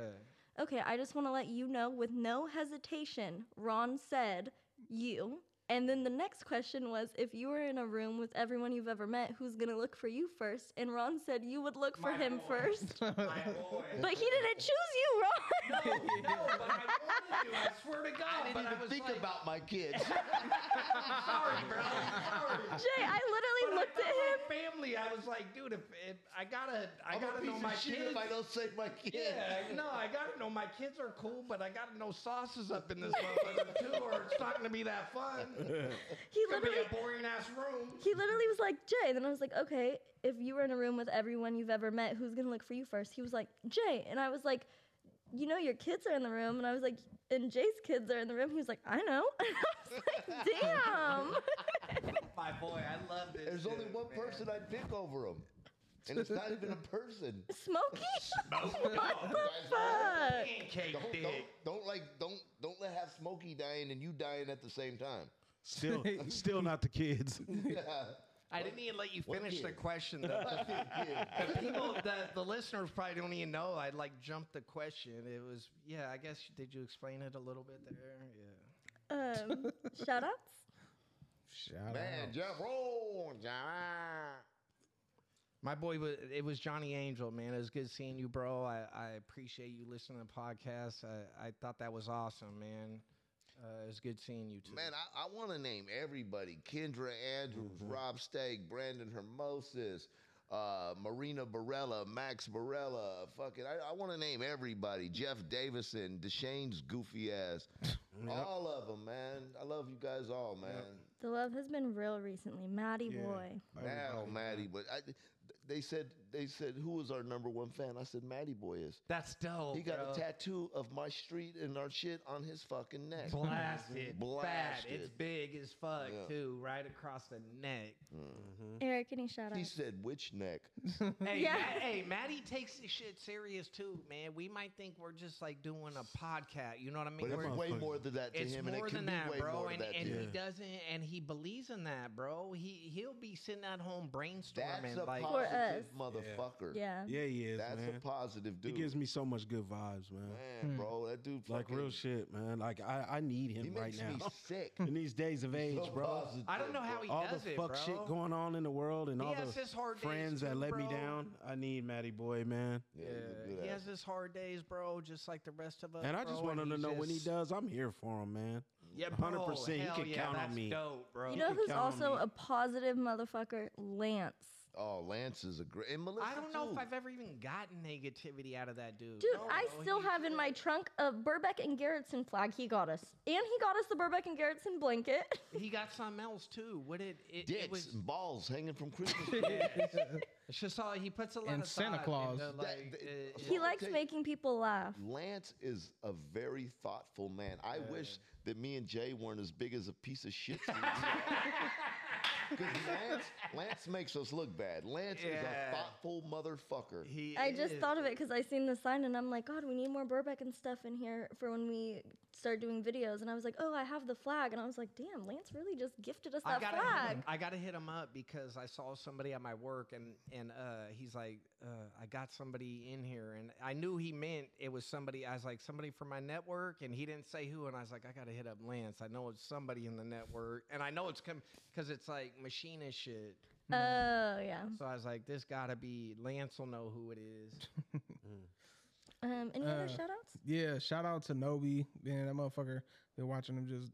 Speaker 4: Okay, I just want to let you know with no hesitation, Ron said you. And then the next question was if you were in a room with everyone you've ever met, who's going to look for you first? And Ron said you would look for
Speaker 7: My
Speaker 4: him
Speaker 7: boy.
Speaker 4: first.
Speaker 7: My boy. (laughs)
Speaker 4: but he didn't choose you, Ron.
Speaker 7: no, no, but I wanted to. I swear to God,
Speaker 3: I didn't
Speaker 7: but
Speaker 3: even
Speaker 7: I was
Speaker 3: think
Speaker 7: like,
Speaker 3: about my kids.
Speaker 7: sorry, bro. Sorry. (laughs)
Speaker 4: Jay, I literally
Speaker 7: But I
Speaker 4: looked at
Speaker 7: felt
Speaker 4: him.
Speaker 7: like Family. I was like, dude, if, if I gotta, (laughs) I
Speaker 3: I'm a
Speaker 7: gotta
Speaker 3: piece
Speaker 7: know
Speaker 3: of
Speaker 7: my
Speaker 3: shit
Speaker 7: kids.
Speaker 3: if I don't say my kids.
Speaker 7: yeah, no, I gotta know my kids are cool, but I gotta know sauces up in this motherfucker too, or it's not gonna be that fun. It's
Speaker 4: He
Speaker 7: gonna be
Speaker 4: literally
Speaker 7: a boring ass room.
Speaker 4: he literally was like, Jay. Then I was like, okay, if you were in a room with everyone you've ever met, who's gonna look for you first? He was like, Jay. And I was like, you know, your kids are in the room. And I was like, and Jay's kids are in the room. He was like, I know. (laughs) And I was like, damn.
Speaker 7: My boy, I love this.
Speaker 3: There's only
Speaker 7: dude,
Speaker 3: one
Speaker 7: man.
Speaker 3: person I'd pick over him, and it's not even a
Speaker 7: (laughs)
Speaker 3: person. Oh, (laughs)
Speaker 4: Smokey? (laughs)
Speaker 5: (laughs)
Speaker 4: what the fuck?
Speaker 7: Pancake
Speaker 3: Don't,
Speaker 7: dick. (laughs)
Speaker 3: don't, don't like don't don't let have Smokey dying and you dying at the same time. (laughs)
Speaker 6: Still, still not the kids.
Speaker 7: I didn't even let you
Speaker 3: What
Speaker 7: finish the
Speaker 3: kid?
Speaker 7: question (laughs) though. the people, the, the listeners probably don't even know. I like jumped the question. It was, yeah. I guess did you explain it a little bit there? Yeah.
Speaker 4: Um, shout outs?
Speaker 5: Shout
Speaker 3: Man, Jeff roll.
Speaker 7: My boy was. It was Johnny Angel, man. It was good seeing you, bro. I, I appreciate you listening to the podcast. I, I thought that was awesome, man. Uh, it was good seeing you too.
Speaker 3: Man, I, I want to name everybody: Kendra Andrews, Rob Stag, Brandon Hermosis, uh, Marina Barella, Max Barella. Fucking, I, I want to name everybody: Jeff Davison, Deshane's goofy ass, all of them, man. I love you guys all, man.
Speaker 4: The love has been real recently. Maddie boy.
Speaker 3: Now, Maddie, but I, they said they said who was our number one fan? I said Maddie Boy is.
Speaker 7: That's dope.
Speaker 3: He got
Speaker 7: Oh, bro.
Speaker 3: a tattoo of my street and our shit on his fucking neck.
Speaker 7: Blasted,
Speaker 3: Blasted.
Speaker 7: bad. It's big as fuck
Speaker 3: Yeah.
Speaker 7: too, right across the
Speaker 3: (laughs)
Speaker 7: neck.
Speaker 4: Eric, any
Speaker 3: (laughs)
Speaker 4: shout
Speaker 3: He
Speaker 4: outs?
Speaker 3: said, "Which
Speaker 7: (laughs)
Speaker 3: neck?"
Speaker 7: Hey,
Speaker 4: Yeah.
Speaker 7: Ma- hey, Maddie takes this shit serious too, man. We might think we're just like doing a podcast. You know what I mean?
Speaker 3: But
Speaker 7: We're-
Speaker 3: it's
Speaker 6: motherfucker-
Speaker 3: way more than that to
Speaker 7: it's
Speaker 3: him, and
Speaker 7: more
Speaker 3: it can
Speaker 7: than
Speaker 3: be
Speaker 7: that,
Speaker 3: way
Speaker 7: bro.
Speaker 3: more
Speaker 7: And,
Speaker 3: than that
Speaker 7: and
Speaker 3: to
Speaker 7: he
Speaker 3: him.
Speaker 7: doesn't, and he believes in that, bro. He he'll be sitting at home brainstorming,
Speaker 3: That's a
Speaker 7: like
Speaker 4: For us.
Speaker 3: positive motherfucker.
Speaker 4: Yeah.
Speaker 6: Yeah, he is,
Speaker 3: that's
Speaker 6: man.
Speaker 3: a positive
Speaker 6: He
Speaker 3: dude.
Speaker 6: gives me so much good vibes, man.
Speaker 3: man, bro,
Speaker 7: Hmm.
Speaker 3: that dude
Speaker 6: Like real
Speaker 3: fucking-
Speaker 6: shit, man. Like I, I need
Speaker 3: He
Speaker 6: him right
Speaker 3: makes me
Speaker 6: now.
Speaker 7: (laughs)
Speaker 3: sick.
Speaker 6: (laughs) In these days of age,
Speaker 3: (laughs) So
Speaker 6: bro.
Speaker 3: positive,
Speaker 7: I don't know how
Speaker 3: bro.
Speaker 7: he
Speaker 6: all
Speaker 7: does
Speaker 6: the
Speaker 7: it,
Speaker 6: fuck
Speaker 7: bro.
Speaker 6: shit going on in the world and
Speaker 7: He
Speaker 6: all
Speaker 7: has
Speaker 6: the
Speaker 7: his hard days
Speaker 6: friends that
Speaker 7: too,
Speaker 6: let me
Speaker 7: bro.
Speaker 6: down. I need Matty Boy, man.
Speaker 3: Yeah,
Speaker 7: Yeah,
Speaker 3: he's a good
Speaker 7: he
Speaker 3: ass.
Speaker 7: has his hard days, bro, just like the rest of us.
Speaker 6: And I just
Speaker 7: bro,
Speaker 6: want him to
Speaker 7: he's
Speaker 6: know when he
Speaker 7: just-
Speaker 6: does, I'm here for him, man.
Speaker 7: Yeah,
Speaker 6: 100%,
Speaker 7: bro,
Speaker 6: he
Speaker 7: hell
Speaker 6: can
Speaker 7: yeah,
Speaker 6: count on
Speaker 7: that's
Speaker 6: me.
Speaker 7: Dope, bro.
Speaker 4: You know who's
Speaker 6: count on
Speaker 4: also
Speaker 6: me.
Speaker 4: a positive motherfucker? Lance.
Speaker 3: Oh, Lance is a great. And Melissa
Speaker 7: I don't know if
Speaker 3: too.
Speaker 7: I've ever even gotten negativity out of that dude.
Speaker 4: Dude,
Speaker 7: No,
Speaker 4: I
Speaker 7: bro,
Speaker 4: still
Speaker 7: he-
Speaker 4: have in my trunk a Burbeck and Garrettson flag he got us. And he got us the Burbeck and Garrettson blanket. (laughs)
Speaker 7: He got something else too. What it it,
Speaker 3: dicks
Speaker 7: it was?
Speaker 3: and balls hanging from
Speaker 7: (laughs)
Speaker 3: Christmas. trees.
Speaker 7: It's just all he puts a lot
Speaker 5: And
Speaker 7: of
Speaker 5: Santa
Speaker 7: thought
Speaker 5: Claus.
Speaker 7: into,
Speaker 3: That-
Speaker 7: like,
Speaker 3: that-
Speaker 7: uh,
Speaker 4: he
Speaker 3: Well,
Speaker 4: likes
Speaker 3: okay.
Speaker 4: making people laugh.
Speaker 3: Lance is a very thoughtful man. I wish that me and Jay weren't as big as a piece of (laughs) shit. Because Lance, Lance makes us look bad. Lance is a
Speaker 7: Yeah.
Speaker 3: thoughtful motherfucker.
Speaker 7: he
Speaker 4: I just
Speaker 7: is.
Speaker 4: thought of it because I seen the sign and I'm like, God, we need more Burbeck and stuff in here for when we start doing videos. And I was like, Oh, I have the flag. And I was like, Damn, Lance really just gifted us
Speaker 7: I
Speaker 4: that
Speaker 7: gotta,
Speaker 4: flag.
Speaker 7: (laughs) hit him, I gotta hit him up because I saw somebody at my work and and uh, he's like, uh, I got somebody in here and I knew he meant it was somebody. I was like somebody from my network and he didn't say who and I was like, I gotta hit up Lance. I know it's somebody in the network and I know it's come because it's like machine and shit.
Speaker 4: Oh yeah.
Speaker 7: So I was like, this gotta be Lance. Will know who it is.
Speaker 4: Um, any other
Speaker 5: Uh,
Speaker 4: shout outs?
Speaker 5: Yeah, shout out to Nobi. Man, that motherfucker been watching him just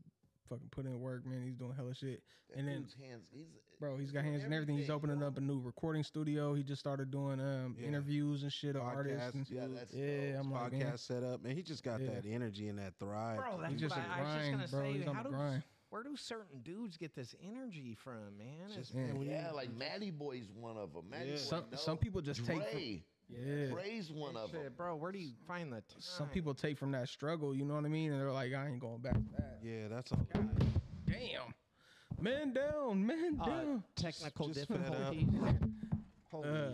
Speaker 5: fucking put in work, man. He's doing hella shit. and then
Speaker 3: Dude's hands, he's,
Speaker 5: bro, he's got hands in everything. He's opening up a new recording studio. He just started doing um
Speaker 6: Yeah.
Speaker 5: interviews and shit of artists.
Speaker 6: Podcasts,
Speaker 5: And,
Speaker 3: yeah,
Speaker 6: dude.
Speaker 3: that's
Speaker 5: yeah, I'm like,
Speaker 6: podcast
Speaker 5: man,
Speaker 6: set up, man. He just got
Speaker 5: Yeah.
Speaker 6: that energy and that
Speaker 7: (laughs)
Speaker 6: thrive.
Speaker 7: Bro, that's
Speaker 5: he's just
Speaker 7: what
Speaker 5: a
Speaker 7: I, I was just gonna
Speaker 5: grind, bro.
Speaker 7: say.
Speaker 5: He's on
Speaker 7: how
Speaker 5: the
Speaker 7: do
Speaker 5: grind.
Speaker 7: where do certain dudes get this energy from, man? It's
Speaker 6: Just, man, when you-
Speaker 3: yeah, like Matty Boy's one of them. Matty
Speaker 6: Yeah.
Speaker 3: Boy
Speaker 5: some
Speaker 3: knows.
Speaker 5: some people just take from,
Speaker 3: Dre,
Speaker 5: yeah.
Speaker 3: Dre's one of
Speaker 7: Shit,
Speaker 3: them.
Speaker 7: bro, where do you find the time?
Speaker 5: Some people take from that struggle, you know what I mean? And they're like, I ain't going back. to that.
Speaker 6: yeah, that's all.
Speaker 5: Damn. Man down, man
Speaker 7: Uh, (laughs)
Speaker 5: down.
Speaker 7: technical
Speaker 6: just fed up.
Speaker 7: (laughs) difficulties. Holy.
Speaker 5: Uh,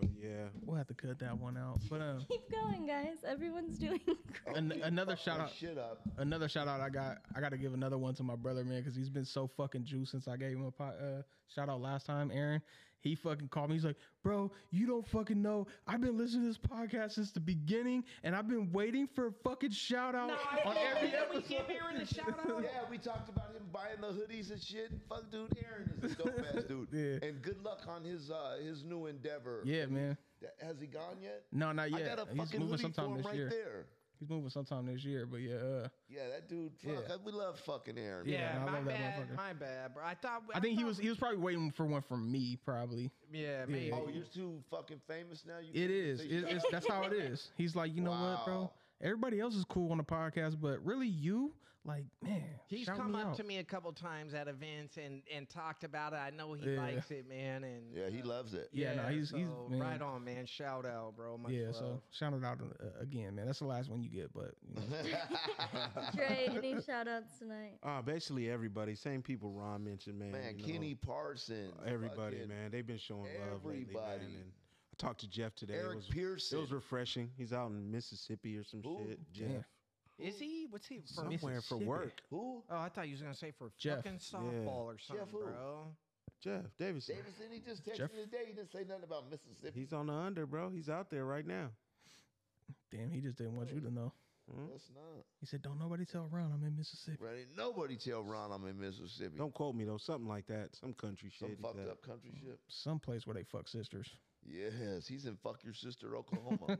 Speaker 6: But yeah,
Speaker 5: we'll have to cut that one out. But um,
Speaker 4: Keep going, guys. Everyone's doing (laughs) great.
Speaker 5: an- another
Speaker 3: Fuck
Speaker 5: shout
Speaker 3: that
Speaker 5: out.
Speaker 3: Shit up.
Speaker 7: (laughs)
Speaker 5: another shout out I got I got to give another one to my brother man because he's been so fucking juiced since I gave him a po- uh, shout out last time Aaron he fucking called me he's like bro you don't fucking know I've been listening to this podcast since the beginning and I've been waiting for a fucking shout out on every
Speaker 7: we keep hearing the shout out.
Speaker 3: Yeah, we talked about him buying the hoodies and shit. Fuck, dude, Aaron is a dope
Speaker 5: (laughs)
Speaker 3: ass dude.
Speaker 5: Yeah.
Speaker 3: And good luck on his uh, his new endeavor.
Speaker 5: yeah man
Speaker 3: That- Has he gone yet?
Speaker 5: no not
Speaker 3: I
Speaker 5: yet
Speaker 3: got a
Speaker 5: he's
Speaker 3: fucking
Speaker 5: moving
Speaker 3: hoodie for
Speaker 5: sometime
Speaker 3: him
Speaker 5: this
Speaker 3: right
Speaker 5: year
Speaker 3: there.
Speaker 5: he's moving sometime this year but yeah uh,
Speaker 3: Yeah, that dude. Fuck,
Speaker 5: Yeah.
Speaker 3: we love fucking Aaron.
Speaker 5: Yeah,
Speaker 7: Yeah,
Speaker 5: man, I
Speaker 7: my
Speaker 5: love that
Speaker 7: bad,
Speaker 5: motherfucker.
Speaker 7: my bad, bro. I thought.
Speaker 5: I think he
Speaker 7: thought-
Speaker 5: was he was probably waiting for one from me probably
Speaker 7: Yeah, maybe.
Speaker 3: Oh, you're too fucking famous now. You
Speaker 5: It
Speaker 3: can't
Speaker 5: is.
Speaker 3: say
Speaker 5: It,
Speaker 3: shit?
Speaker 5: it's, that's how it is. He's like, you know what, bro?
Speaker 3: Wow.
Speaker 5: Everybody else is cool on the podcast, but really, you like, man,
Speaker 7: He's
Speaker 5: shout
Speaker 7: come
Speaker 5: me
Speaker 7: up
Speaker 5: out.
Speaker 7: to me a couple times at events and and talked about it. I know he
Speaker 5: Yeah.
Speaker 7: likes it, man. And
Speaker 3: yeah, he loves it. (laughs)
Speaker 5: Yeah, no, he's- he's-
Speaker 7: so
Speaker 5: man.
Speaker 7: right on, man. Shout out, bro. Much
Speaker 5: Yeah,
Speaker 7: love.
Speaker 5: so shout it out uh, again, man. That's the last one you get, but you know.
Speaker 4: Dre,
Speaker 7: (laughs)
Speaker 4: any shout outs tonight?
Speaker 6: uh, basically everybody, same people Ron mentioned, man.
Speaker 3: man,
Speaker 6: you know.
Speaker 3: Kenny Parsons.
Speaker 6: Everybody,
Speaker 3: fucking
Speaker 6: man. They've been showing love lately, man.
Speaker 3: everybody.
Speaker 6: And I talked to Jeff today.
Speaker 3: Eric
Speaker 6: it was,
Speaker 3: Pearson.
Speaker 6: It was refreshing. He's out in Mississippi or some
Speaker 3: Who?
Speaker 6: shit. Jeff.
Speaker 7: Is he? What's he from?
Speaker 6: somewhere for
Speaker 7: Mississippi?
Speaker 6: work.
Speaker 3: Who?
Speaker 7: Oh, I thought you was gonna say for
Speaker 5: Jeff.
Speaker 7: fucking
Speaker 6: Yeah.
Speaker 7: softball or something,
Speaker 3: who?
Speaker 7: bro.
Speaker 6: Jeff Davidson.
Speaker 3: Davidson, he just texted
Speaker 5: Jeff-
Speaker 3: me today. He didn't say nothing about Mississippi.
Speaker 6: He's on the under, bro. He's out there right now. Hmm?
Speaker 5: Damn, he just didn't want you to know.
Speaker 3: That's not.
Speaker 5: He said, "Don't nobody tell Ron I'm in Mississippi."
Speaker 3: Right? Ain't Nobody tell Ron I'm in Mississippi.
Speaker 6: Don't quote me though. Something like that. Some country shit.
Speaker 3: Some
Speaker 6: he
Speaker 3: fucked
Speaker 6: said.
Speaker 3: up country shit.
Speaker 5: Someplace where they fuck sisters.
Speaker 3: Yes, he's in fuck your sister,
Speaker 5: (laughs)
Speaker 3: Oklahoma.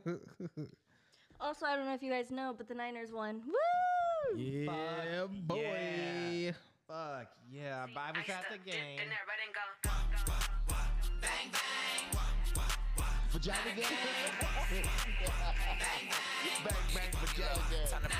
Speaker 4: Also, I don't know if you guys know, but the Niners won. Woo!
Speaker 5: Yeah, boy.
Speaker 7: yeah. Fuck yeah! but I was at the game.
Speaker 3: (laughs) vagina gang. bang bang vagina gang.